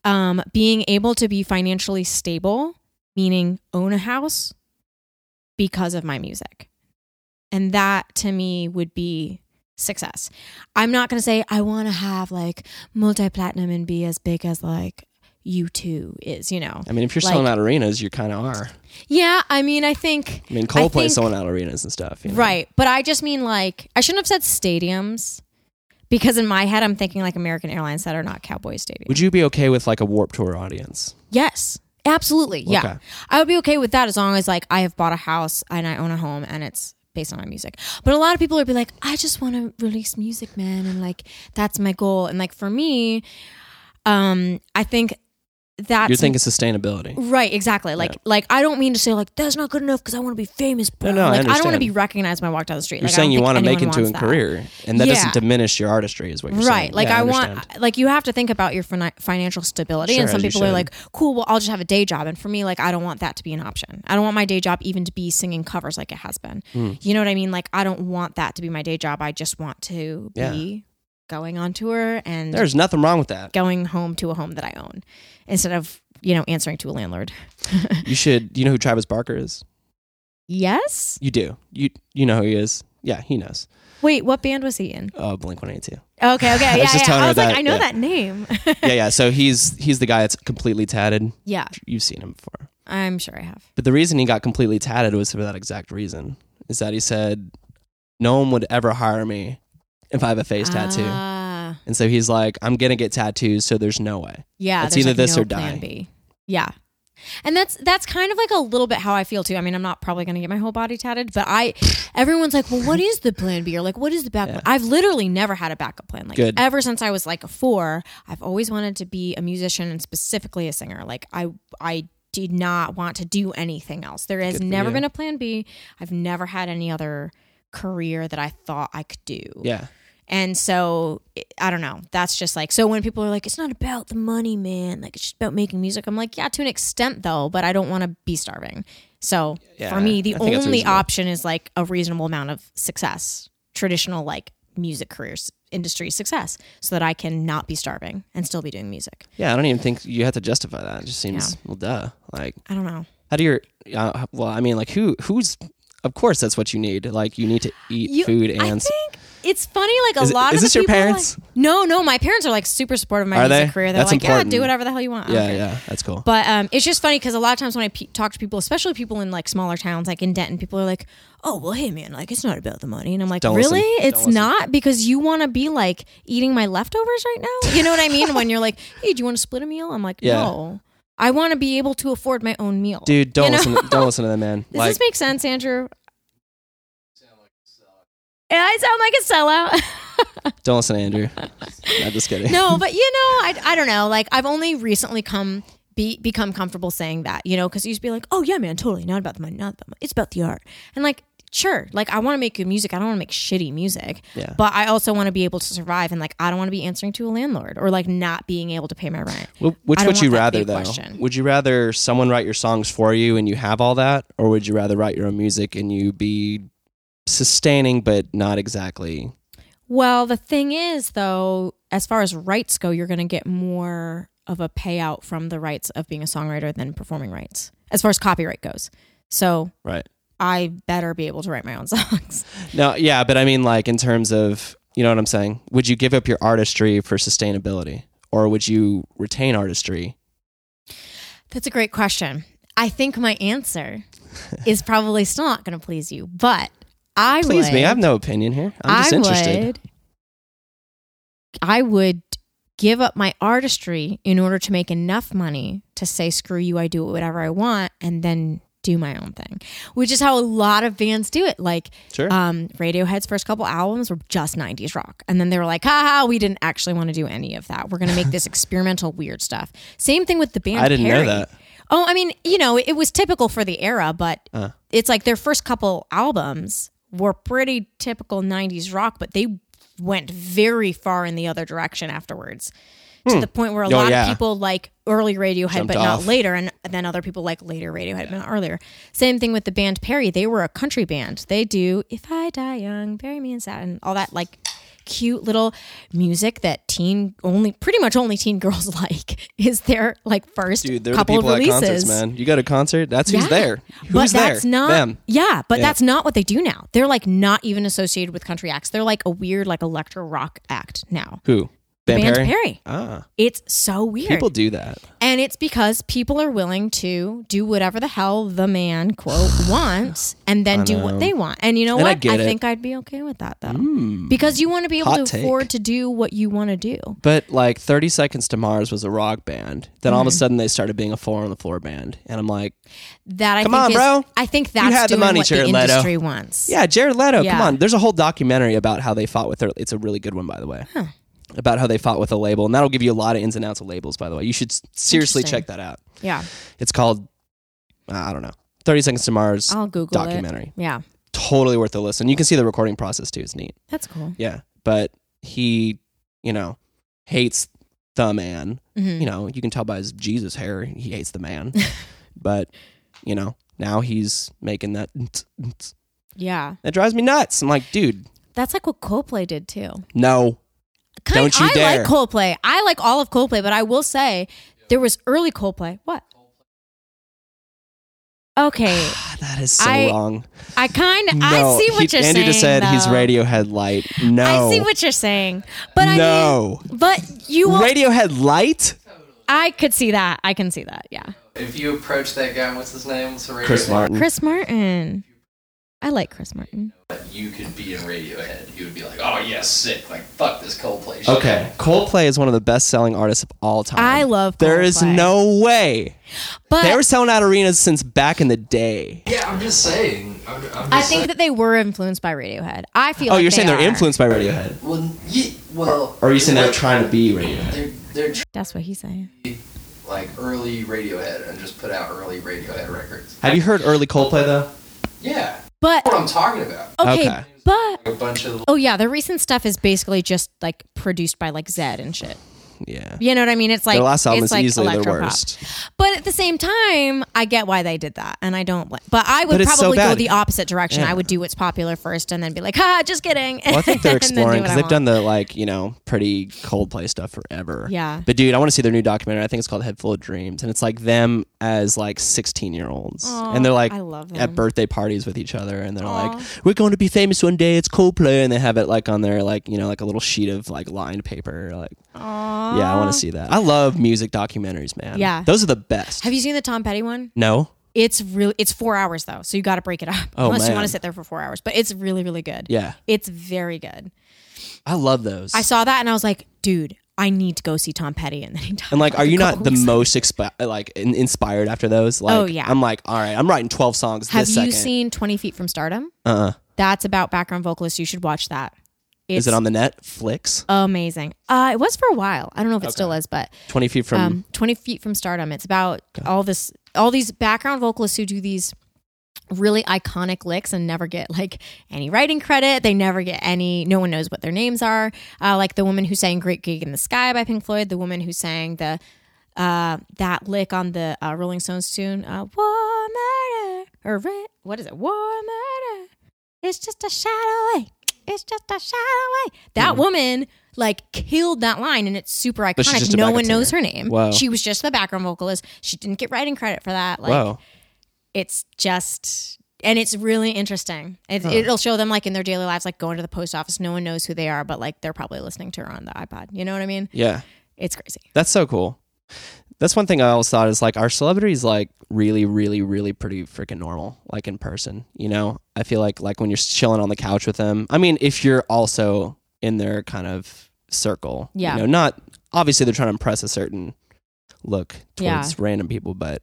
Speaker 2: um, being able to be financially stable, meaning own a house because of my music. And that to me would be success. I'm not going to say I want to have like multi platinum and be as big as like U2 is, you know?
Speaker 3: I mean, if you're
Speaker 2: Like-
Speaker 3: selling out arenas, you kind of are.
Speaker 2: Yeah, I mean, I think.
Speaker 3: I mean, Coldplay's
Speaker 2: think-
Speaker 3: selling out arenas and stuff. you know?
Speaker 2: Right. But I just mean like, I shouldn't have said stadiums because in my head, I'm thinking like American Airlines that are not Cowboys Stadium.
Speaker 3: Would you be okay with like a Warp Tour audience?
Speaker 2: Yes. Absolutely. Yeah.
Speaker 3: Okay.
Speaker 2: I would be okay with that as long as like I have bought a house and I own a home and it's based on my music. But a lot of people would be like, I just want to release music, man, and like that's my goal. And like for me, um, I think that's
Speaker 3: You're thinking sustainability.
Speaker 2: right, exactly. Like like I don't mean to say like that's not good enough because I want to be famous, bro.
Speaker 3: no, I
Speaker 2: like I, don't want to
Speaker 3: understand.
Speaker 2: be recognized when I walk down the street.
Speaker 3: You're
Speaker 2: Like, I
Speaker 3: saying
Speaker 2: don't
Speaker 3: you
Speaker 2: think
Speaker 3: want to make
Speaker 2: anyone
Speaker 3: into a
Speaker 2: wants that.
Speaker 3: career, and that
Speaker 2: Yeah.
Speaker 3: doesn't diminish your artistry, is what you're saying.
Speaker 2: Right. Like
Speaker 3: Yeah,
Speaker 2: I,
Speaker 3: understand.
Speaker 2: want like you have to think about your fin- financial stability
Speaker 3: Sure,
Speaker 2: and some
Speaker 3: as you
Speaker 2: people are
Speaker 3: should.
Speaker 2: like, "Cool, well I'll just have a day job." And for me like I don't want that to be an option. I don't want my day job even to be singing covers like it has been.
Speaker 3: Hmm.
Speaker 2: You know what I mean? Like I don't want that to be my day job. I just want to be going on tour and
Speaker 3: There's nothing wrong with that.
Speaker 2: going home to a home that I own instead of, you know, answering to a landlord.
Speaker 3: You should. You know who Travis Barker is?
Speaker 2: yes?
Speaker 3: You do. You you know who he is. Yeah, he knows.
Speaker 2: Wait, what band was he in?
Speaker 3: Oh, Blink 182.
Speaker 2: Okay, okay, yeah,
Speaker 3: was just
Speaker 2: yeah.
Speaker 3: telling
Speaker 2: I
Speaker 3: her
Speaker 2: was like,
Speaker 3: that,
Speaker 2: I know
Speaker 3: yeah.
Speaker 2: that name.
Speaker 3: Yeah, yeah. So he's he's the guy that's completely tatted.
Speaker 2: yeah,
Speaker 3: You've seen him before.
Speaker 2: I'm sure I have.
Speaker 3: But the reason he got completely tatted was for that exact reason. Is that he said no one would ever hire me if I have a face tattoo.
Speaker 2: Ah,
Speaker 3: And so he's like, I'm gonna get tattoos, so there's no way.
Speaker 2: yeah,
Speaker 3: It's
Speaker 2: there's,
Speaker 3: either
Speaker 2: like,
Speaker 3: this
Speaker 2: no
Speaker 3: or
Speaker 2: plan
Speaker 3: die.
Speaker 2: B. Yeah, and that's that's kind of like a little bit how I feel too. I mean, I'm not probably gonna get my whole body tatted, but I. Everyone's like, well, what is the plan B or like what is the backup?
Speaker 3: Yeah.
Speaker 2: I've literally never had a backup plan. Like
Speaker 3: Good.
Speaker 2: ever since I was like four, I've always wanted to be a musician and specifically a singer. Like I, I did not want to do anything else. There has
Speaker 3: Good for
Speaker 2: never
Speaker 3: you.
Speaker 2: been a plan B. I've never had any other career that I thought I could do.
Speaker 3: Yeah.
Speaker 2: And so it- I don't know. That's just like so when people are like, it's not about the money, man. Like it's just about making music. I'm like, yeah, to an extent though, but I don't want to be starving. So
Speaker 3: Yeah,
Speaker 2: for me, the
Speaker 3: I think that's
Speaker 2: only
Speaker 3: reasonable.
Speaker 2: option is like a reasonable amount of success, traditional like music careers industry success, so that I can not be starving and still be doing music.
Speaker 3: Yeah, I don't even think you have to justify that. It just seems well duh. Like
Speaker 2: I don't know.
Speaker 3: how do your uh, well, I mean like who who's of course that's what you need. Like you need to eat
Speaker 2: You-
Speaker 3: food
Speaker 2: I
Speaker 3: and
Speaker 2: think it's funny. Like a
Speaker 3: Is it-
Speaker 2: lot
Speaker 3: is
Speaker 2: of the
Speaker 3: this your
Speaker 2: people,
Speaker 3: parents?
Speaker 2: like- no, no, my parents are like super supportive of my
Speaker 3: Are
Speaker 2: music
Speaker 3: they?
Speaker 2: career. They're
Speaker 3: That's
Speaker 2: like,
Speaker 3: important.
Speaker 2: yeah, do whatever the hell you want. I don't
Speaker 3: yeah,
Speaker 2: care."
Speaker 3: yeah, that's cool.
Speaker 2: But um, it's just funny because a lot of times when I pe- talk to people, especially people in like smaller towns, like in Denton, people are like, "Oh, well, hey, man, like it's not about the money," and I'm like,
Speaker 3: Don't listen.
Speaker 2: "Really?
Speaker 3: Don't
Speaker 2: It's
Speaker 3: listen.
Speaker 2: not because you want to be like eating my leftovers right now. You know what I mean? when you're like, "Hey, do you want to split a meal?" I'm like,
Speaker 3: Yeah.
Speaker 2: "No, I want to be able to afford my own meal."
Speaker 3: Dude, don't
Speaker 2: You know?
Speaker 3: listen to, don't listen to that man.
Speaker 2: Does
Speaker 3: like
Speaker 2: this make sense, Andrew? Yeah, I sound like a sellout.
Speaker 3: don't listen to Andrew. I'm just kidding.
Speaker 2: no, but you know, I, I don't know. Like I've only recently come be become comfortable saying that, you know, because you used to be like, oh yeah, man, totally not about the money, not about the money. It's about the art. And like, sure, like I want to make good music. I don't want to make shitty music.
Speaker 3: Yeah.
Speaker 2: But I also want to be able to survive, and like I don't want to be answering to a landlord or like not being able to pay my rent.
Speaker 3: Wh- Which
Speaker 2: I don't
Speaker 3: would you
Speaker 2: want that to be
Speaker 3: rather
Speaker 2: a
Speaker 3: though?
Speaker 2: question.
Speaker 3: Would you rather someone write your songs for you and you have all that, or would you rather write your own music and you be sustaining but not exactly?
Speaker 2: Well, the thing is, though, as far as rights go, you're going to get more of a payout from the rights of being a songwriter than performing rights, as far as copyright goes. So
Speaker 3: Right.
Speaker 2: I better be able to write my own songs.
Speaker 3: No, yeah, but I mean, like in terms of you know what I'm saying. Would you give up your artistry for sustainability, or would you retain artistry?
Speaker 2: That's a great question. I think my answer is probably still not going to please you, but I
Speaker 3: Please
Speaker 2: would,
Speaker 3: me, I have no opinion here. I'm just
Speaker 2: I
Speaker 3: interested.
Speaker 2: Would, I would give up my artistry in order to make enough money to say, screw you, I do whatever I want, and then do my own thing, which is how a lot of bands do it. Like,
Speaker 3: Sure.
Speaker 2: um, Radiohead's first couple albums were just 90s rock. And then they were like, haha, we didn't actually want to do any of that. We're going to make this experimental weird stuff. Same thing with the band.
Speaker 3: I didn't know
Speaker 2: Perry.
Speaker 3: that.
Speaker 2: Oh, I mean, you know, it was typical for the era, but
Speaker 3: Uh.
Speaker 2: it's like their first couple albums were pretty typical 90s rock, but they went very far in the other direction afterwards to the point where a
Speaker 3: Oh,
Speaker 2: lot
Speaker 3: yeah.
Speaker 2: of people like early Radiohead,
Speaker 3: Jumped
Speaker 2: but
Speaker 3: off.
Speaker 2: not later, and then other people like later Radiohead, but not earlier. Same thing with the band Perry. They were a country band. They do "If I Die Young," "Bury Me in Satin," all that like cute little music that teen only pretty much only teen girls like is their like first
Speaker 3: Dude, they're the
Speaker 2: couple
Speaker 3: people
Speaker 2: of releases
Speaker 3: at concerts, man. You go to a concert, that's who's
Speaker 2: Yeah.
Speaker 3: there. Who's
Speaker 2: but
Speaker 3: there?
Speaker 2: that's not
Speaker 3: them.
Speaker 2: yeah but
Speaker 3: Yeah.
Speaker 2: that's not what they do now they're like not even associated with country acts they're like a weird like electro rock act now
Speaker 3: Who? Van
Speaker 2: band
Speaker 3: Perry?
Speaker 2: perry
Speaker 3: Ah,
Speaker 2: it's so weird
Speaker 3: people do that.
Speaker 2: and it's because people are willing to do whatever the hell the man quote wants and then do
Speaker 3: know.
Speaker 2: what they want and you know
Speaker 3: And
Speaker 2: what
Speaker 3: I get it. Hmm.
Speaker 2: think i'd be okay with that though because you want to be able
Speaker 3: Hot
Speaker 2: to
Speaker 3: take.
Speaker 2: afford to do what you want to do
Speaker 3: But like 30 Seconds to Mars was a rock band. Then all of a
Speaker 2: Mm-hmm.
Speaker 3: sudden they started being a four on the floor band. And I'm like,
Speaker 2: that i
Speaker 3: Come
Speaker 2: think
Speaker 3: on,
Speaker 2: is,
Speaker 3: bro.
Speaker 2: i think that's
Speaker 3: had the
Speaker 2: doing
Speaker 3: money,
Speaker 2: what
Speaker 3: Jared
Speaker 2: the
Speaker 3: Leto.
Speaker 2: industry wants
Speaker 3: yeah, Jared Leto, come
Speaker 2: Yeah.
Speaker 3: on. There's a whole documentary about how they fought with their, it's a really good one, by the way, about how they fought with a label. And that'll give you a lot of ins and outs of labels, by the way. You should s- seriously
Speaker 2: Interesting.
Speaker 3: check that out.
Speaker 2: yeah
Speaker 3: It's called, uh, I don't know, 30 Seconds to Mars
Speaker 2: i'll google
Speaker 3: documentary.
Speaker 2: it yeah
Speaker 3: Totally worth a listen. You can see the recording process too. It's neat.
Speaker 2: that's cool
Speaker 3: Yeah. But he, you know, hates the man.
Speaker 2: Mhm.
Speaker 3: you know, you can tell by his Jesus hair, he hates the man. but, you know, now he's making that.
Speaker 2: yeah
Speaker 3: That drives me nuts. I'm like, dude,
Speaker 2: That's like what Coldplay did too.
Speaker 3: no.
Speaker 2: Kind-
Speaker 3: Don't you
Speaker 2: I
Speaker 3: dare.
Speaker 2: like Coldplay. I like all of Coldplay, but I will say there was early Coldplay. What? Okay,
Speaker 3: Ah, That is so
Speaker 2: I-
Speaker 3: wrong.
Speaker 2: I kind of
Speaker 3: No,
Speaker 2: I see what
Speaker 3: he-
Speaker 2: you're
Speaker 3: Andy
Speaker 2: saying.
Speaker 3: just said he's
Speaker 2: though.
Speaker 3: Radiohead Light. No,
Speaker 2: I see what you're saying, but
Speaker 3: No.
Speaker 2: I mean, but you won't-
Speaker 3: Radiohead Light.
Speaker 2: I could see that. I can see that. Yeah,
Speaker 4: If you approach that guy, what's his name? What's the radio
Speaker 3: Chris Martin.
Speaker 2: Chris Martin. I like Chris Martin.
Speaker 4: You could be in Radiohead. He would be like, oh, yeah, sick. Like, fuck this Coldplay shit.
Speaker 3: Okay, Coldplay is one of the best-selling artists of all time.
Speaker 2: I love
Speaker 3: Um, There is
Speaker 2: Coldplay.
Speaker 3: no way
Speaker 2: But
Speaker 3: they were selling out arenas since back in the day.
Speaker 4: Yeah, I'm just saying. I'm, I'm just
Speaker 2: I think that they were influenced by Radiohead. I feel.
Speaker 3: Oh,
Speaker 2: like
Speaker 3: you're
Speaker 2: they
Speaker 3: saying
Speaker 2: are.
Speaker 3: they're influenced by Radiohead,
Speaker 4: Well, yeah, well.
Speaker 3: or are you saying they're trying to be Radiohead?
Speaker 4: They're, they're tr-
Speaker 2: That's what he's saying.
Speaker 4: like early Radiohead and just put out early Radiohead records.
Speaker 3: Have you heard early Coldplay though?
Speaker 4: Yeah,
Speaker 2: But
Speaker 4: what I'm talking about.
Speaker 2: okay,
Speaker 3: Okay.
Speaker 2: but
Speaker 4: A bunch of
Speaker 2: oh yeah, the recent stuff is basically just like produced by like Zed and shit.
Speaker 3: Yeah.
Speaker 2: You know what I mean? It's like
Speaker 3: Their last album
Speaker 2: it's
Speaker 3: is
Speaker 2: like
Speaker 3: easily their
Speaker 2: electropop.
Speaker 3: worst.
Speaker 2: But at the same time, I get why they did that, and I don't. bl- But I would
Speaker 3: But it's so
Speaker 2: probably go
Speaker 3: bad.
Speaker 2: the opposite direction.
Speaker 3: Yeah.
Speaker 2: I would do what's popular first, and then be like, "Ha, just kidding."
Speaker 3: Well, I think they're
Speaker 2: And then do
Speaker 3: exploring
Speaker 2: what
Speaker 3: because
Speaker 2: I
Speaker 3: they've
Speaker 2: want.
Speaker 3: done the like you know pretty Coldplay stuff forever.
Speaker 2: Yeah.
Speaker 3: But dude, I want to see their new documentary. I think it's called Head Full of Dreams, and it's like them as like sixteen year olds,
Speaker 2: Aw,
Speaker 3: and they're like
Speaker 2: I love them.
Speaker 3: at birthday parties with each other, and they're
Speaker 2: Aw.
Speaker 3: like, "We're going to be famous one day." It's Coldplay, and they have it like on their like you know like a little sheet of like lined paper. Like,
Speaker 2: Aw.
Speaker 3: yeah, I want to see that. I love music documentaries, man.
Speaker 2: Yeah.
Speaker 3: those are the best.
Speaker 2: Have you seen the Tom Petty one?
Speaker 3: No.
Speaker 2: It's really it's four hours though, so you got to break it up
Speaker 3: Oh,
Speaker 2: unless you want
Speaker 3: man.
Speaker 2: to sit there for four hours. But it's really really good.
Speaker 3: Yeah,
Speaker 2: It's very good.
Speaker 3: I love those.
Speaker 2: I saw that and I was like, dude, I need to go see Tom Petty. And then he died.
Speaker 3: And like, are
Speaker 2: a
Speaker 3: you
Speaker 2: couple
Speaker 3: not the
Speaker 2: weeks
Speaker 3: most expi- like in- inspired after those? Like,
Speaker 2: Oh, yeah.
Speaker 3: I'm like, all right, I'm writing 12 songs
Speaker 2: Have
Speaker 3: this
Speaker 2: you
Speaker 3: second.
Speaker 2: seen Twenty Feet from Stardom?
Speaker 3: uh-uh.
Speaker 2: That's about background vocalists. You should watch that. It's
Speaker 3: Is it on the Netflix?
Speaker 2: amazing. Uh, it was for a while. I don't know if it still is, but
Speaker 3: 20 feet from.
Speaker 2: um, 20 feet from stardom it's about all this all these background vocalists who do these really iconic licks and never get like any writing credit they never get any no one knows what their names are uh, like the woman who sang great gig in the sky by pink floyd the woman who sang the uh, that lick on the uh, rolling stones tune uh, war murder or ra- what is it war murder it's just a shadow away it's just a shadow away that woman like killed that line and it's super
Speaker 3: Mm-hmm. But she's
Speaker 2: iconic
Speaker 3: just a
Speaker 2: no
Speaker 3: backup
Speaker 2: one knows her
Speaker 3: singer.
Speaker 2: name
Speaker 3: Wow.
Speaker 2: she was just the background vocalist she didn't get writing credit for that like
Speaker 3: Whoa.
Speaker 2: it's just and it's really interesting it, it'll show them like in their daily lives like going to the post office no one knows who they are but like they're probably listening to her on the ipod you know what i mean
Speaker 3: Yeah.
Speaker 2: it's crazy
Speaker 3: That's so cool. That's one thing I always thought is like, our celebrities like really, really, really pretty freaking normal, like in person, you know? I feel like, like when you're chilling on the couch with them, I mean, if you're also in their kind of circle,
Speaker 2: Yeah.
Speaker 3: you know, not obviously they're trying to impress a certain look
Speaker 2: Yeah.
Speaker 3: towards random people, but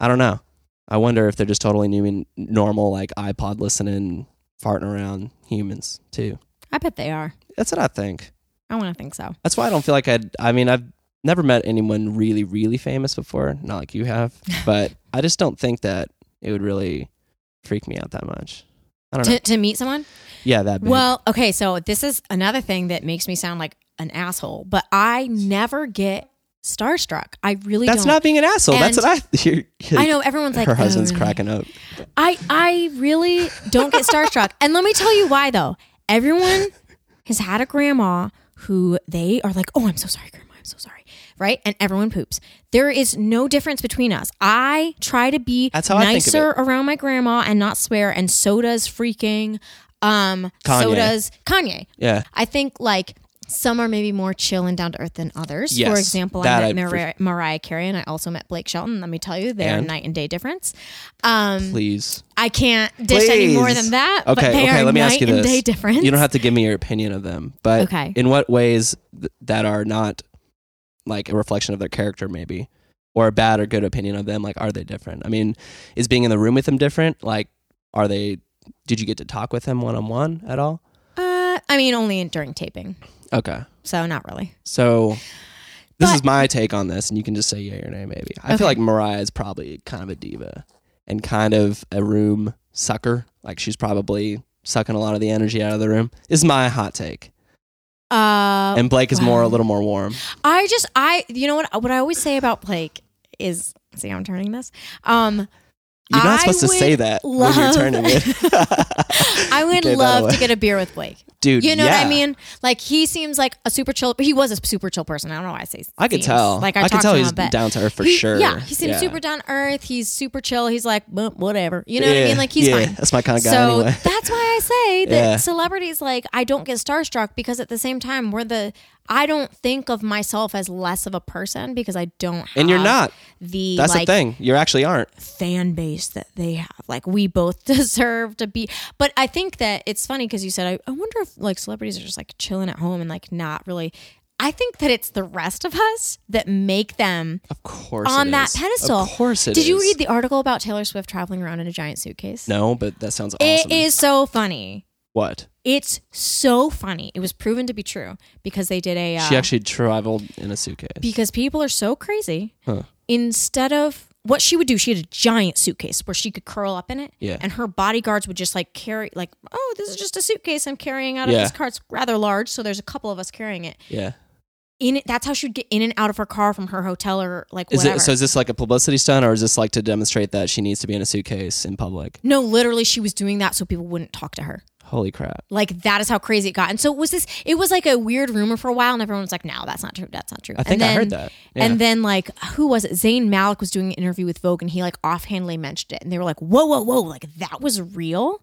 Speaker 3: I don't know. I wonder if they're just totally new and normal, like iPod listening, farting around humans too.
Speaker 2: i bet they are
Speaker 3: That's what I think.
Speaker 2: i want to think so
Speaker 3: That's why I don't feel like I'd. I mean, I've never met anyone really, really famous before, not like you have. But I just don't think that it would really freak me out that much. I don't know.
Speaker 2: to, to meet someone
Speaker 3: Yeah, that. Big.
Speaker 2: Well, okay, so this is another thing that makes me sound like an asshole, but I never get starstruck. I really
Speaker 3: that's
Speaker 2: don't.
Speaker 3: not being an asshole. that's
Speaker 2: And-
Speaker 3: what I. You're, you're,
Speaker 2: I know everyone's like
Speaker 3: her
Speaker 2: "Oh,
Speaker 3: husband's
Speaker 2: really?"
Speaker 3: cracking up.
Speaker 2: I I really don't get starstruck. And let me tell you why though. Everyone has had a grandma who they are like, "Oh, I'm so sorry, grandma. I'm so sorry." Right? And everyone poops. There is no difference between us. I try to be
Speaker 3: That's how I think of
Speaker 2: nicer around my grandma and not swear and so does freaking um so
Speaker 3: Kanye.
Speaker 2: does Kanye.
Speaker 3: Yeah,
Speaker 2: I think like some are maybe more chill and down to earth than others.
Speaker 3: Yes,
Speaker 2: For example,
Speaker 3: that
Speaker 2: I
Speaker 3: I-
Speaker 2: met Mariah, Mariah Carey and I also met Blake Shelton. Let me tell you, they're
Speaker 3: And?
Speaker 2: night and day difference. Um,
Speaker 3: please.
Speaker 2: I can't dish any more
Speaker 3: Please.
Speaker 2: than that.
Speaker 3: Okay,
Speaker 2: but they
Speaker 3: okay.
Speaker 2: Are
Speaker 3: Let me
Speaker 2: night
Speaker 3: ask you
Speaker 2: and
Speaker 3: this.
Speaker 2: Day difference.
Speaker 3: You don't have to give me your opinion of them, but
Speaker 2: Okay.
Speaker 3: in what ways th- that are not like a reflection of their character, maybe, or a bad or good opinion of them? Like, are they different? I mean, is being in the room with them different? Like, are they? Did you get to talk with them one on one at all?
Speaker 2: Uh, I mean, only during taping,
Speaker 3: Okay,
Speaker 2: so not really.
Speaker 3: so this
Speaker 2: But-
Speaker 3: is my take on this, and you can just say yay or nay, maybe. I
Speaker 2: Okay.
Speaker 3: feel like Mariah is probably kind of a diva and kind of a room sucker. Like, she's probably sucking a lot of the energy out of the room. This is my hot take.
Speaker 2: Uh,
Speaker 3: and Blake is more
Speaker 2: wow.
Speaker 3: a little more warm.
Speaker 2: I just I you know what what I always say about Blake is see how I'm turning this. Um,
Speaker 3: You're
Speaker 2: I
Speaker 3: not supposed to
Speaker 2: would
Speaker 3: say that when you're
Speaker 2: love-
Speaker 3: turning it.
Speaker 2: I would
Speaker 3: Gave that
Speaker 2: love
Speaker 3: away.
Speaker 2: to get a beer with Blake.
Speaker 3: Dude,
Speaker 2: You know what
Speaker 3: yeah.
Speaker 2: I mean? Like he seems like a super chill. He was a super chill person. I don't know why I say.
Speaker 3: I could
Speaker 2: seems.
Speaker 3: tell.
Speaker 2: Like
Speaker 3: I
Speaker 2: I,
Speaker 3: could
Speaker 2: talked
Speaker 3: tell
Speaker 2: to him,
Speaker 3: he's
Speaker 2: but
Speaker 3: down to earth for
Speaker 2: he-
Speaker 3: sure.
Speaker 2: Yeah, he seems
Speaker 3: Yeah.
Speaker 2: super down to earth. He's super chill. He's like "Well, whatever. You know what I
Speaker 3: Yeah,
Speaker 2: mean? Like he's
Speaker 3: yeah,
Speaker 2: fine.
Speaker 3: that's my kinda guy
Speaker 2: So
Speaker 3: anyway.
Speaker 2: that's why I say that
Speaker 3: Yeah.
Speaker 2: celebrities like I don't get starstruck because at the same time we're the I don't think of myself as less of a person because I don't. Have
Speaker 3: And you're not.
Speaker 2: The
Speaker 3: That's
Speaker 2: like,
Speaker 3: the thing. You actually aren't.
Speaker 2: fan base that they have. Like we both deserve to be. But I think that it's funny because you said, I, I wonder if like celebrities are just like chilling at home and like not really. I think that it's the rest of us that make them
Speaker 3: Of course.
Speaker 2: on
Speaker 3: it
Speaker 2: that
Speaker 3: is.
Speaker 2: pedestal.
Speaker 3: Of course it
Speaker 2: Did you
Speaker 3: is.
Speaker 2: read the article about Taylor Swift traveling around in a giant suitcase?
Speaker 3: No, but that sounds
Speaker 2: It
Speaker 3: awesome.
Speaker 2: is so funny.
Speaker 3: What?
Speaker 2: It's so funny. It was proven to be true because they did a. Uh,
Speaker 3: She actually traveled in a suitcase.
Speaker 2: because people are so crazy.
Speaker 3: Huh.
Speaker 2: Instead of what she would do, she had a giant suitcase where she could curl up in it,
Speaker 3: Yeah.
Speaker 2: and her bodyguards would just like carry, like, oh, this is just a suitcase I'm carrying out of
Speaker 3: Yeah.
Speaker 2: this car. It's rather large, so there's a couple of us carrying it.
Speaker 3: yeah.
Speaker 2: In it, that's how she would get in and out of her car from her hotel or like
Speaker 3: Is
Speaker 2: whatever.
Speaker 3: it so is this like a publicity stunt or is this like to demonstrate that she needs to be in a suitcase in public?
Speaker 2: no, literally, she was doing that so people wouldn't talk to her.
Speaker 3: Holy crap.
Speaker 2: Like that is how crazy it got. And so it was this. It was like a weird rumor for a while, and everyone was like, "No, that's not true. That's not true."
Speaker 3: I think
Speaker 2: and
Speaker 3: I heard that. Yeah.
Speaker 2: And then like who was it? Zayn Malik was doing an interview with Vogue and he like offhandedly mentioned it and they were like, Whoa, whoa, whoa, like that was real?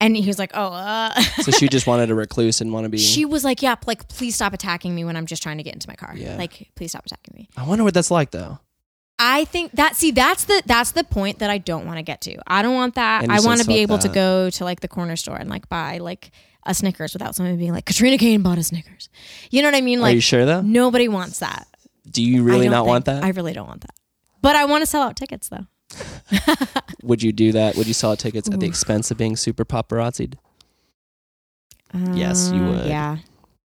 Speaker 2: And he was like, Oh, uh
Speaker 3: so she just wanted a recluse and want to be
Speaker 2: She was like, Yeah, like please stop attacking me when I'm just trying to get into my car.
Speaker 3: Yeah.
Speaker 2: Like, please stop attacking me.
Speaker 3: I wonder what that's like though.
Speaker 2: I think that see, that's the that's the point that I don't want to get to. I don't want that.
Speaker 3: And you
Speaker 2: I want to
Speaker 3: said
Speaker 2: be
Speaker 3: fuck
Speaker 2: able to
Speaker 3: that.
Speaker 2: go to like the corner store and like buy like a Snickers without someone being like, Katrina Kane bought a Snickers. You know what I mean?
Speaker 3: Are
Speaker 2: Like
Speaker 3: you sure though?
Speaker 2: nobody wants that.
Speaker 3: Do you
Speaker 2: I
Speaker 3: really
Speaker 2: don't
Speaker 3: not want
Speaker 2: think-
Speaker 3: that?
Speaker 2: I really don't want that. But I want to sell out tickets though.
Speaker 3: Would you do that? Would you sell tickets at the
Speaker 2: Oof.
Speaker 3: expense of being super paparazzi'd? Yes, you
Speaker 2: Uh,
Speaker 3: would.
Speaker 2: Yeah.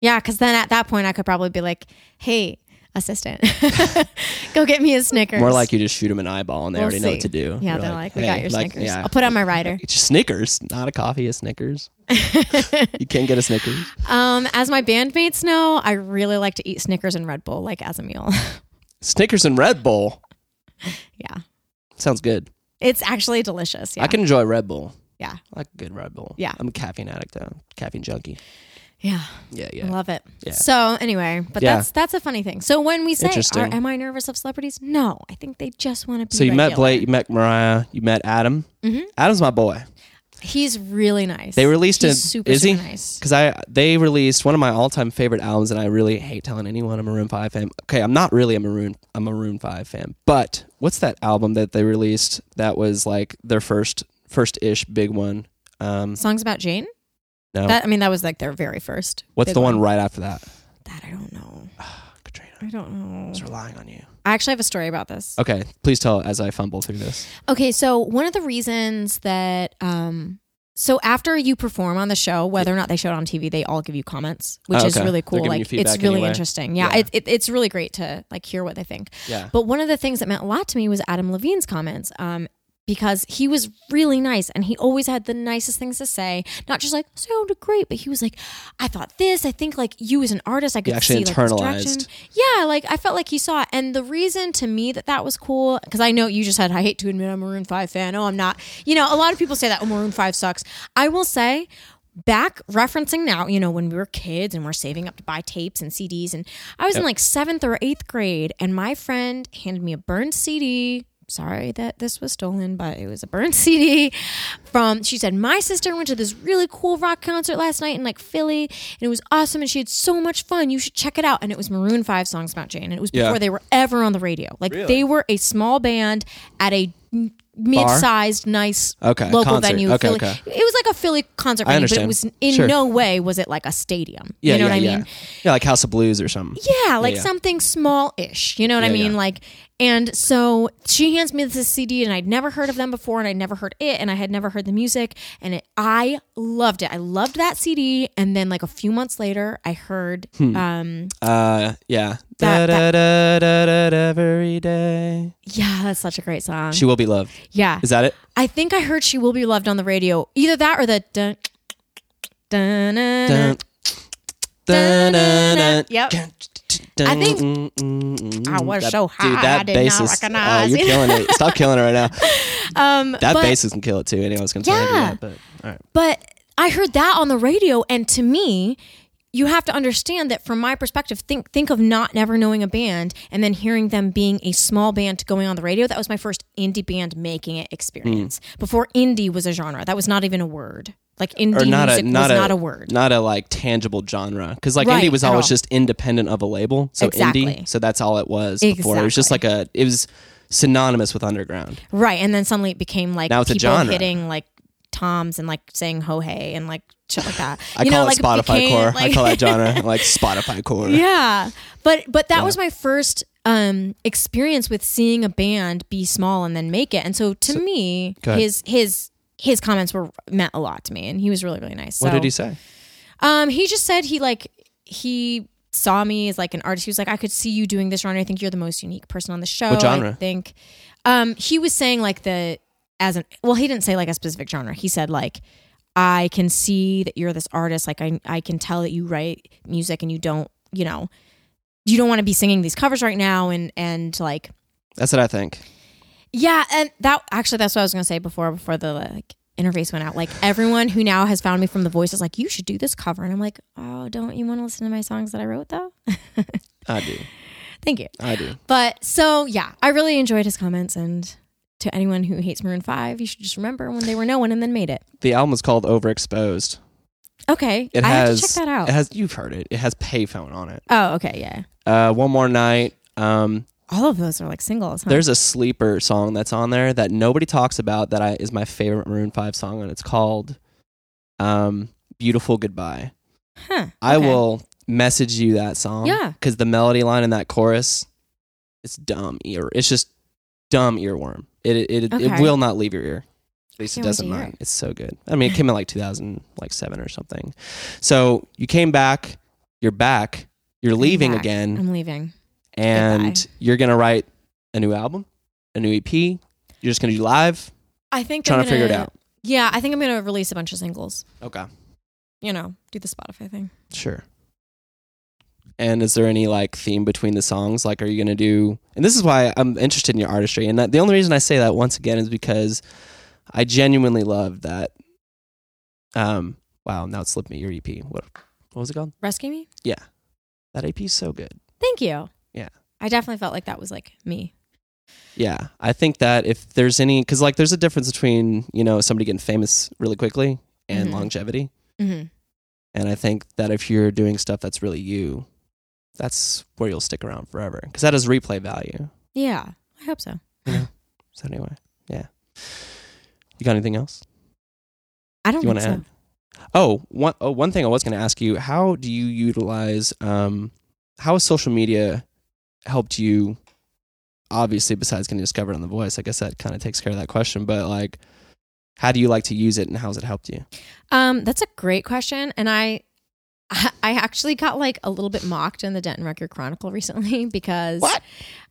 Speaker 2: Yeah, because then at that point I could probably be like, "Hey, assistant, go get me a Snickers."
Speaker 3: More like you just shoot them an eyeball and they
Speaker 2: We'll
Speaker 3: already know what
Speaker 2: see.
Speaker 3: to do.
Speaker 2: yeah,
Speaker 3: You're
Speaker 2: they're like, "We got
Speaker 3: hey,
Speaker 2: your Snickers.
Speaker 3: yeah.
Speaker 2: I'll put on my rider."
Speaker 3: It's just Snickers, not a coffee, a Snickers. You can't get a Snickers.
Speaker 2: um, as my bandmates know, I really like to eat Snickers and Red Bull like as a meal.
Speaker 3: Snickers and Red Bull
Speaker 2: yeah,
Speaker 3: sounds good.
Speaker 2: it's actually delicious. Yeah,
Speaker 3: I can enjoy Red Bull.
Speaker 2: Yeah.
Speaker 3: I like a good Red Bull.
Speaker 2: Yeah.
Speaker 3: I'm a caffeine addict though. Caffeine junkie.
Speaker 2: yeah,
Speaker 3: Yeah,
Speaker 2: I
Speaker 3: yeah.
Speaker 2: love it.
Speaker 3: Yeah.
Speaker 2: So anyway, but
Speaker 3: Yeah.
Speaker 2: that's that's a funny thing. So when we say,
Speaker 3: Interesting.
Speaker 2: are, "Am I nervous of celebrities?" No, I think they just want to be.
Speaker 3: So you met
Speaker 2: regular.
Speaker 3: Blake, you met Mariah, you met Adam.
Speaker 2: Mhm.
Speaker 3: Adam's my boy.
Speaker 2: He's really nice.
Speaker 3: They released
Speaker 2: He's
Speaker 3: a
Speaker 2: super,
Speaker 3: is
Speaker 2: super
Speaker 3: he?
Speaker 2: nice.
Speaker 3: Because I they released one of my all time favorite albums, and I really hate telling anyone I'm a Maroon Five fan. Okay, I'm not really a Maroon I'm a Maroon Five fan, but what's that album that they released that was like their first first ish big one? Um,
Speaker 2: Songs about Jane.
Speaker 3: no,
Speaker 2: That I mean, that was like their very first.
Speaker 3: what's
Speaker 2: big
Speaker 3: the one right after that?
Speaker 2: That I don't know.
Speaker 3: Katrina, I
Speaker 2: I don't know.
Speaker 3: was relying on you.
Speaker 2: I actually have a story about this.
Speaker 3: Okay, please tell as I fumble through this.
Speaker 2: Okay, so one of the reasons that um so after you perform on the show, whether or not they show it on TV, they all give you comments, which
Speaker 3: Oh,
Speaker 2: is
Speaker 3: okay.
Speaker 2: really
Speaker 3: They're
Speaker 2: cool.
Speaker 3: giving you
Speaker 2: Like it's
Speaker 3: feedback
Speaker 2: really
Speaker 3: anyway.
Speaker 2: interesting. Yeah,
Speaker 3: Yeah.
Speaker 2: It, it, it's really great to like hear what they think.
Speaker 3: Yeah,
Speaker 2: But one of the things that meant a lot to me was Adam Levine's comments. Um, because he was really nice and he always had the nicest things to say. Not just like sounded great, but he was like, I thought this. I think like you as an artist, I could
Speaker 3: actually
Speaker 2: see like, this
Speaker 3: internalized.
Speaker 2: direction." Yeah, like I felt like he saw it. And the reason to me that that was cool, because I know you just said, I hate to admit I'm a Maroon 5 fan. Oh, I'm not. You know, a lot of people say that, oh, Maroon 5 sucks. I will say, back referencing now, you know, when we were kids and we're saving up to buy tapes and CDs, and I was in like seventh or eighth grade, and my friend handed me a burned CD. Sorry that this was stolen, but it was a burned CD from she said my sister went to this really cool rock concert last night in like Philly and it was awesome and she had so much fun. You should check it out. And it was Maroon 5 songs about Jane and it was
Speaker 3: Yeah.
Speaker 2: before they were ever on the radio. Like they were a small band at a m- mid-sized nice
Speaker 3: Okay,
Speaker 2: local
Speaker 3: concert.
Speaker 2: venue in
Speaker 3: Okay,
Speaker 2: Philly.
Speaker 3: okay.
Speaker 2: It was like a Philly concert venue, but
Speaker 3: understand.
Speaker 2: it was in
Speaker 3: Sure.
Speaker 2: no way was it like a stadium.
Speaker 3: yeah,
Speaker 2: you know
Speaker 3: yeah,
Speaker 2: what I
Speaker 3: yeah.
Speaker 2: mean?
Speaker 3: Yeah, like House of Blues or something.
Speaker 2: Yeah, like
Speaker 3: yeah.
Speaker 2: something small ish. You know what I
Speaker 3: Yeah,
Speaker 2: mean?
Speaker 3: yeah.
Speaker 2: Like, and so she hands me this CD, and I'd never heard of them before, and I'd never heard it, and I had never heard the music, and it, I loved it. I loved that CD. And then, like, a few months later, I heard, um,
Speaker 3: Uh, yeah.
Speaker 2: That-
Speaker 3: da, da, da, da, da, every day.
Speaker 2: yeah, that's such a great song.
Speaker 3: She will be loved.
Speaker 2: yeah.
Speaker 3: Is that it?
Speaker 2: I think I heard She Will Be Loved on the radio. Either that or the dun, dun, dun, dun,
Speaker 3: Dun, dun, dun,
Speaker 2: Yep.
Speaker 3: dun, mm, dun,
Speaker 2: I think- I was so high, I did not
Speaker 3: bass is-
Speaker 2: recognize
Speaker 3: Oh, you're
Speaker 2: it.
Speaker 3: killing it. Stop killing it right now.
Speaker 2: Um,
Speaker 3: That
Speaker 2: but,
Speaker 3: bass is gonna kill it too. Anyway, I was gonna tell you
Speaker 2: Yeah.
Speaker 3: that, but all right.
Speaker 2: But I heard that on the radio, and to me, you have to understand that from my perspective. Think think of not never knowing a band, and then hearing them being a small band going on the radio. That was my first indie band making it experience.
Speaker 3: Mm.
Speaker 2: Before indie was a genre, that was not even a word. Like indie music was not a word.
Speaker 3: not a like tangible genre because like
Speaker 2: Right,
Speaker 3: indie was
Speaker 2: at
Speaker 3: always
Speaker 2: all.
Speaker 3: just independent of a label so
Speaker 2: Exactly.
Speaker 3: indie so that's all it was before it was just like a it was synonymous with underground
Speaker 2: Right, and then suddenly it became like
Speaker 3: Now it's a
Speaker 2: people
Speaker 3: genre.
Speaker 2: hitting like toms and like saying ho hey and like shit like that.
Speaker 3: I
Speaker 2: you
Speaker 3: call
Speaker 2: know, like
Speaker 3: it Spotify
Speaker 2: became,
Speaker 3: core I
Speaker 2: like-
Speaker 3: call that genre like Spotify core
Speaker 2: yeah, but but that was my first um experience with seeing a band be small and then make it. And so to me,
Speaker 3: go ahead.
Speaker 2: his his his comments were meant a lot to me, and he was really really nice.
Speaker 3: what
Speaker 2: so,
Speaker 3: did he say
Speaker 2: um, he just said he like he saw me as like an artist. He was like, I could see you doing this genre. I think you're the most unique person on the show.
Speaker 3: What genre?
Speaker 2: I think. Um, he was saying like the as an well, he didn't say like a specific genre. He said like I can see that you're this artist. Like I I can tell that you write music and you don't you know you don't want to be singing these covers right now and and like
Speaker 3: that's what I think
Speaker 2: yeah, and that actually that's what I was gonna say before before the like interface went out. Like everyone who now has found me from the voice is like, you should do this cover, and I'm like, oh, don't you want to listen to my songs that I wrote though?
Speaker 3: I do
Speaker 2: Thank you.
Speaker 3: I do
Speaker 2: But so yeah, I really enjoyed his comments, and to anyone who hates Maroon Five, you should just remember when they were no one and then made it.
Speaker 3: the album is called Overexposed
Speaker 2: Okay,
Speaker 3: it
Speaker 2: I
Speaker 3: has
Speaker 2: have to check that out.
Speaker 3: it has you've heard it it has payphone on it
Speaker 2: oh, okay, yeah.
Speaker 3: uh one more night um
Speaker 2: All of those are like singles. Huh?
Speaker 3: There's a sleeper song that's on there that nobody talks about that I, is my favorite Maroon 5 song, and it's called um, Beautiful Goodbye.
Speaker 2: huh, okay.
Speaker 3: I will message you that song.
Speaker 2: Yeah.
Speaker 3: Because the melody line in that chorus it's dumb ear. It's just dumb earworm. It, it, it,
Speaker 2: Okay.
Speaker 3: it will not leave your ear. At least it
Speaker 2: Can't wait
Speaker 3: doesn't
Speaker 2: to hear
Speaker 3: mine. It's so good. I mean, it came in like 2007 or something. So you came back, you're back, you're leaving
Speaker 2: back.
Speaker 3: again
Speaker 2: I'm leaving.
Speaker 3: and
Speaker 2: Goodbye.
Speaker 3: you're gonna write a new album, a new EP. You're just gonna do live,
Speaker 2: I think
Speaker 3: trying
Speaker 2: I'm
Speaker 3: to figure it
Speaker 2: gonna-
Speaker 3: out.
Speaker 2: Yeah, I think I'm gonna release a bunch of singles.
Speaker 3: Okay,
Speaker 2: You know, do the Spotify thing.
Speaker 3: sure. And is there any like theme between the songs? Like, are you gonna do? And this is why I'm interested in your artistry. And that, the only reason I say that once again is because I genuinely love that. Um. Wow. Now it slipped me. Your EP. What? What was it called?
Speaker 2: Rescue me.
Speaker 3: That EP is so good.
Speaker 2: Thank you.
Speaker 3: Yeah.
Speaker 2: I definitely felt like that was like me.
Speaker 3: Yeah, I think that if there's any, because like there's a difference between you know somebody getting famous really quickly and
Speaker 2: Mhm.
Speaker 3: longevity.
Speaker 2: Mm-hmm.
Speaker 3: And I think that if you're doing stuff that's really you, that's where you'll stick around forever because that has replay value.
Speaker 2: Yeah. I hope so.
Speaker 3: So anyway, yeah. You got anything else
Speaker 2: I don't
Speaker 3: you
Speaker 2: think
Speaker 3: want
Speaker 2: so.
Speaker 3: to add? Oh, one, oh, one thing I was going to ask you: How do you utilize? Um, how has social media helped you? Obviously, besides getting discovered on The Voice, I guess that kind of takes care of that question. But like, how do you like to use it, and how's it helped you?
Speaker 2: Um, that's a great question, and I, I I actually got like a little bit mocked in the Denton Record Chronicle recently because
Speaker 3: What?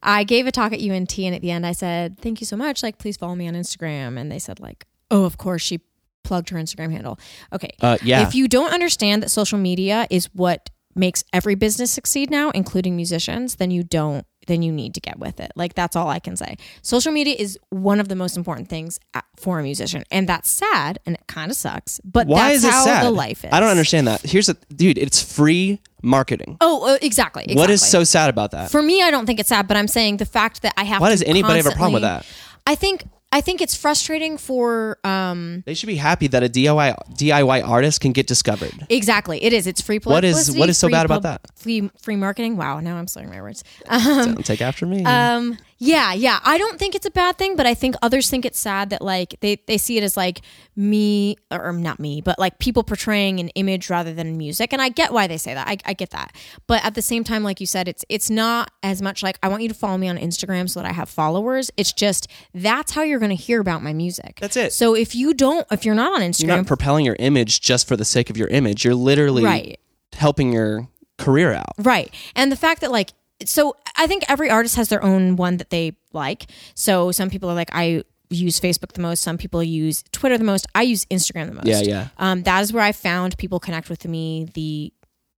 Speaker 2: I gave a talk at UNT, and at the end I said, "Thank you so much. Like, please follow me on Instagram." And they said, "Like, oh, of course she plugged her Instagram handle." Okay,
Speaker 3: Uh, yeah.
Speaker 2: If you don't understand that social media is what makes every business succeed now, including musicians, then you don't then you need to get with it. Like that's all I can say. Social media is one of the most important things at- for a musician, and that's sad and it kind of sucks. But
Speaker 3: Why
Speaker 2: that's
Speaker 3: is it
Speaker 2: how
Speaker 3: sad?
Speaker 2: the life is.
Speaker 3: I don't understand that. Here's a dude. It's free marketing.
Speaker 2: Oh, uh, exactly,
Speaker 3: What is
Speaker 2: exactly.
Speaker 3: so sad about that?
Speaker 2: For me, I don't think it's sad, but I'm saying the fact that I have.
Speaker 3: Why
Speaker 2: to
Speaker 3: does anybody have a problem with
Speaker 2: constantly- I think I think it's frustrating for um,
Speaker 3: They should be happy that a DIY DIY artist can get discovered.
Speaker 2: Exactly, it is. It's free
Speaker 3: What is-
Speaker 2: publicity.
Speaker 3: what is so
Speaker 2: free
Speaker 3: bad about that?
Speaker 2: Free, free marketing. Wow, now I'm slurring my words. Um,
Speaker 3: Don't take after me.
Speaker 2: um, yeah, yeah. I don't think it's a bad thing, but I think others think it's sad that like they they see it as like me or or not me, but like people portraying an image rather than music. And I get why they say that. I, I get that. But at the same time, like you said, it's it's not as much like I want you to follow me on Instagram so that I have followers. It's just that's how you're going to hear about my music.
Speaker 3: That's it.
Speaker 2: So if you don't, if you're not on Instagram,
Speaker 3: you're not propelling your image just for the sake of your image. You're literally
Speaker 2: right.
Speaker 3: helping your career out.
Speaker 2: Right. And the fact that like so I think every artist has their own one that they like. So some people are like I use Facebook the most, some people use Twitter the most, I use Instagram the most.
Speaker 3: Yeah, yeah.
Speaker 2: Um that is where I found people connect with me the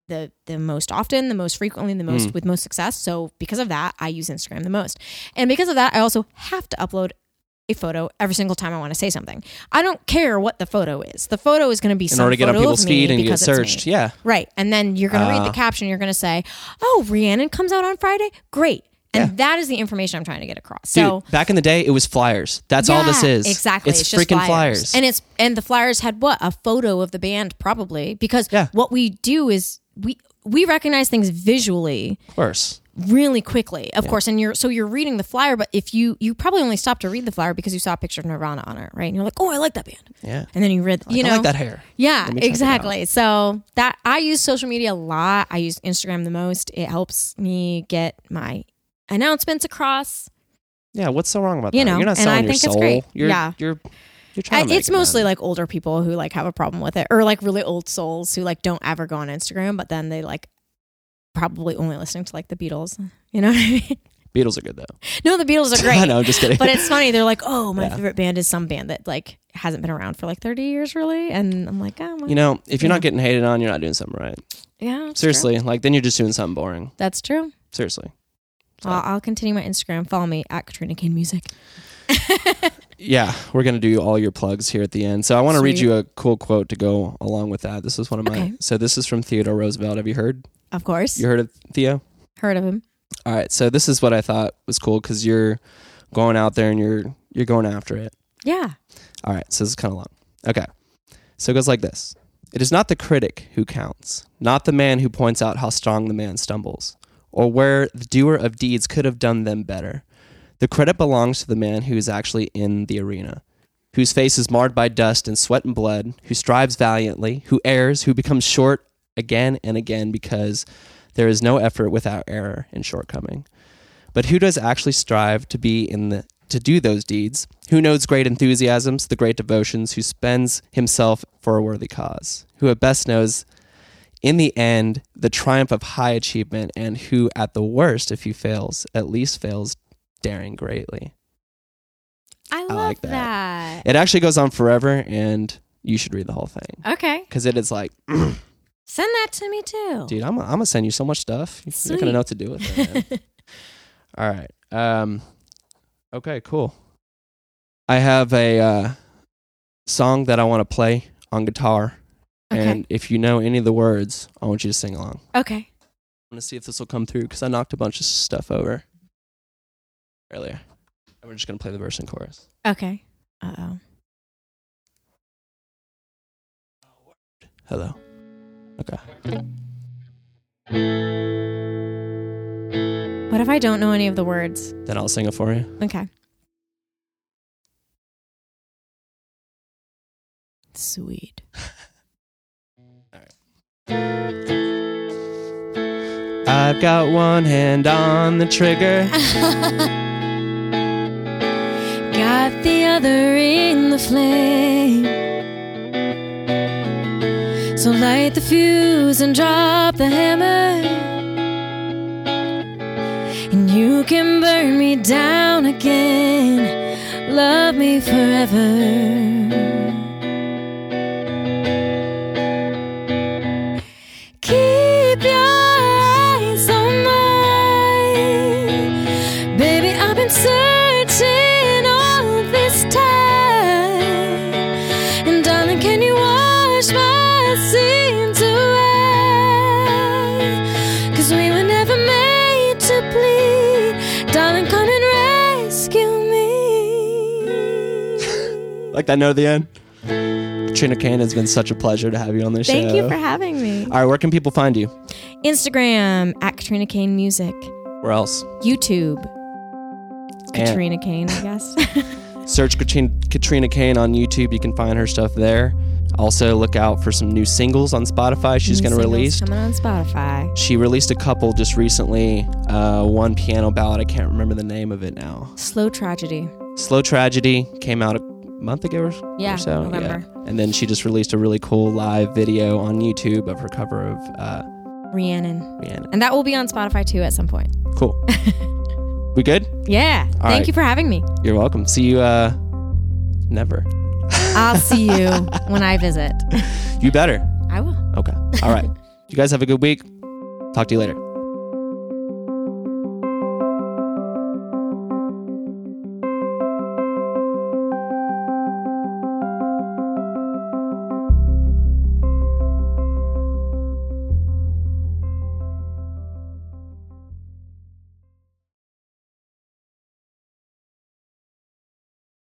Speaker 2: the the the most often, the most frequently, and the most
Speaker 3: Mm.
Speaker 2: with most success. So because of that, I use Instagram the most. And because of that, I also have to upload a photo every single time I want to say something. I don't care what the photo is. The photo is going to be
Speaker 3: in order to get on people's feed and get searched. Yeah.
Speaker 2: Right. And then you're going to read
Speaker 3: Ah.
Speaker 2: the caption. You're going to say, oh, Rhiannon comes out on Friday. Great. And that is the information I'm trying to get across.
Speaker 3: Dude,
Speaker 2: So
Speaker 3: back in the day, it was flyers. That's all this
Speaker 2: yeah,
Speaker 3: is.
Speaker 2: Exactly.
Speaker 3: It's,
Speaker 2: just
Speaker 3: freaking flyers.
Speaker 2: And it's and the flyers had what? A photo of the band probably because
Speaker 3: Yeah.
Speaker 2: what we do is we we recognize things visually
Speaker 3: of course.
Speaker 2: really quickly. Of course, and you're so you're reading the flyer, but if you you probably only stopped to read the flyer because you saw a picture of Nirvana on it, right? And you're like, "Oh, I like that band."
Speaker 3: Yeah.
Speaker 2: And then you read, you
Speaker 3: I
Speaker 2: know,
Speaker 3: like that hair.
Speaker 2: yeah,
Speaker 3: me check it out.
Speaker 2: exactly. So that I use social media a lot. I use Instagram the most. It helps me get my announcements across.
Speaker 3: Yeah. What's so wrong about
Speaker 2: You
Speaker 3: that?
Speaker 2: know,
Speaker 3: you're not
Speaker 2: and
Speaker 3: selling
Speaker 2: I
Speaker 3: your
Speaker 2: think it's
Speaker 3: soul.
Speaker 2: great.
Speaker 3: You're,
Speaker 2: Yeah.
Speaker 3: You're. You're trying.
Speaker 2: I,
Speaker 3: to make
Speaker 2: it's mostly
Speaker 3: money.
Speaker 2: like older people who like have a problem with it, or like really old souls who like don't ever go on Instagram, but then they like probably only listening to like the Beatles. You know what I mean?
Speaker 3: Beatles are good though.
Speaker 2: No, the Beatles are
Speaker 3: I
Speaker 2: great.
Speaker 3: know. I'm just kidding.
Speaker 2: but it's funny. They're like, oh, my
Speaker 3: Yeah.
Speaker 2: favorite band is some band that like hasn't been around for like 30 years, really. And I'm like, oh, well,
Speaker 3: you know, if you're
Speaker 2: Yeah.
Speaker 3: not getting hated on, you're not doing something right.
Speaker 2: yeah, that's true.
Speaker 3: Seriously, like then you're just doing something boring.
Speaker 2: That's true.
Speaker 3: Seriously. So-
Speaker 2: I'll, I'll continue my Instagram. Follow me at Katrina Kane Music.
Speaker 3: yeah, we're going to do all your plugs here at the end. So I want to read
Speaker 2: Sweet.
Speaker 3: you a cool quote to go along with that. This is one of my.
Speaker 2: Okay.
Speaker 3: So this is from Theodore Roosevelt. Have you heard?
Speaker 2: Of course,
Speaker 3: You heard of Theo?
Speaker 2: heard of him.
Speaker 3: All right. So this is what I thought was cool because you're going out there and you're you're going after it.
Speaker 2: Yeah.
Speaker 3: All right. So this is kind of long. Okay. So it goes like this. It is not the critic who counts, not the man who points out how strong the man stumbles, or where the doer of deeds could have done them better. The credit belongs to the man who is actually in the arena, whose face is marred by dust and sweat and blood, who strives valiantly, who errs, who becomes short again and again because there is no effort without error and shortcoming. But who does actually strive to be in the to do those deeds? Who knows great enthusiasms, the great devotions, who spends himself for a worthy cause, who at best knows in the end the triumph of high achievement, and who at the worst, if he fails, at least fails daring greatly.
Speaker 2: I love
Speaker 3: like
Speaker 2: that.
Speaker 3: It actually goes on forever and you should read the whole thing.
Speaker 2: Okay.
Speaker 3: Because it is like,
Speaker 2: Send that to me too.
Speaker 3: dude, I'm, I'm gonna send you so much stuff. You're not gonna
Speaker 2: Sweet.
Speaker 3: know what to do with it. man. All right. Um, okay, cool. I have a uh, song that I want to play on guitar.
Speaker 2: okay.
Speaker 3: And if you know any of the words, I want you to sing along.
Speaker 2: okay.
Speaker 3: I'm going to see if this will come through because I knocked a bunch of stuff over earlier. And we're just going to play the verse and chorus.
Speaker 2: Okay. Uh oh.
Speaker 3: Hello. Okay.
Speaker 2: What if I don't know any of the words?
Speaker 3: Then I'll sing it for you.
Speaker 2: Okay. Sweet.
Speaker 3: I've got one hand on the trigger.
Speaker 2: Got the other in the flame. So light the fuse and drop the hammer. And you can burn me down again. Love me forever. Keep your eyes on mine. Baby, I've been searching all this time. And darling, can you wash my sins away? Cause we were never made to bleed. Darling, come and rescue me.
Speaker 3: like that note at the end. Katrina Kane, it's been such a pleasure to have you on this show.
Speaker 2: having me.
Speaker 3: All right, where can people find you?
Speaker 2: Instagram at Katrina Kane Music.
Speaker 3: Where else?
Speaker 2: YouTube.
Speaker 3: And-
Speaker 2: Katrina Kane, I guess.
Speaker 3: Search Katrina, Katrina Kane on YouTube. You can find her stuff there. Also, look out for some new singles on Spotify. She's
Speaker 2: New
Speaker 3: going
Speaker 2: singles
Speaker 3: to release.
Speaker 2: coming on Spotify.
Speaker 3: She released a couple just recently. Uh, one piano ballad. I can't remember the name of it now.
Speaker 2: Slow tragedy.
Speaker 3: Slow Tragedy came out a month ago or, or
Speaker 2: Yeah,
Speaker 3: so.
Speaker 2: November.
Speaker 3: Yeah. And then she just released a really cool live video on YouTube of her cover of uh,
Speaker 2: Rhiannon,
Speaker 3: Rihanna.
Speaker 2: and that will be on Spotify too at some point.
Speaker 3: Cool. we good?
Speaker 2: Yeah. Thank
Speaker 3: right.
Speaker 2: you for having me.
Speaker 3: You're welcome. See you uh, never.
Speaker 2: I'll see you when I visit.
Speaker 3: You better.
Speaker 2: I will.
Speaker 3: Okay. All right. You guys have a good week. Talk to you later.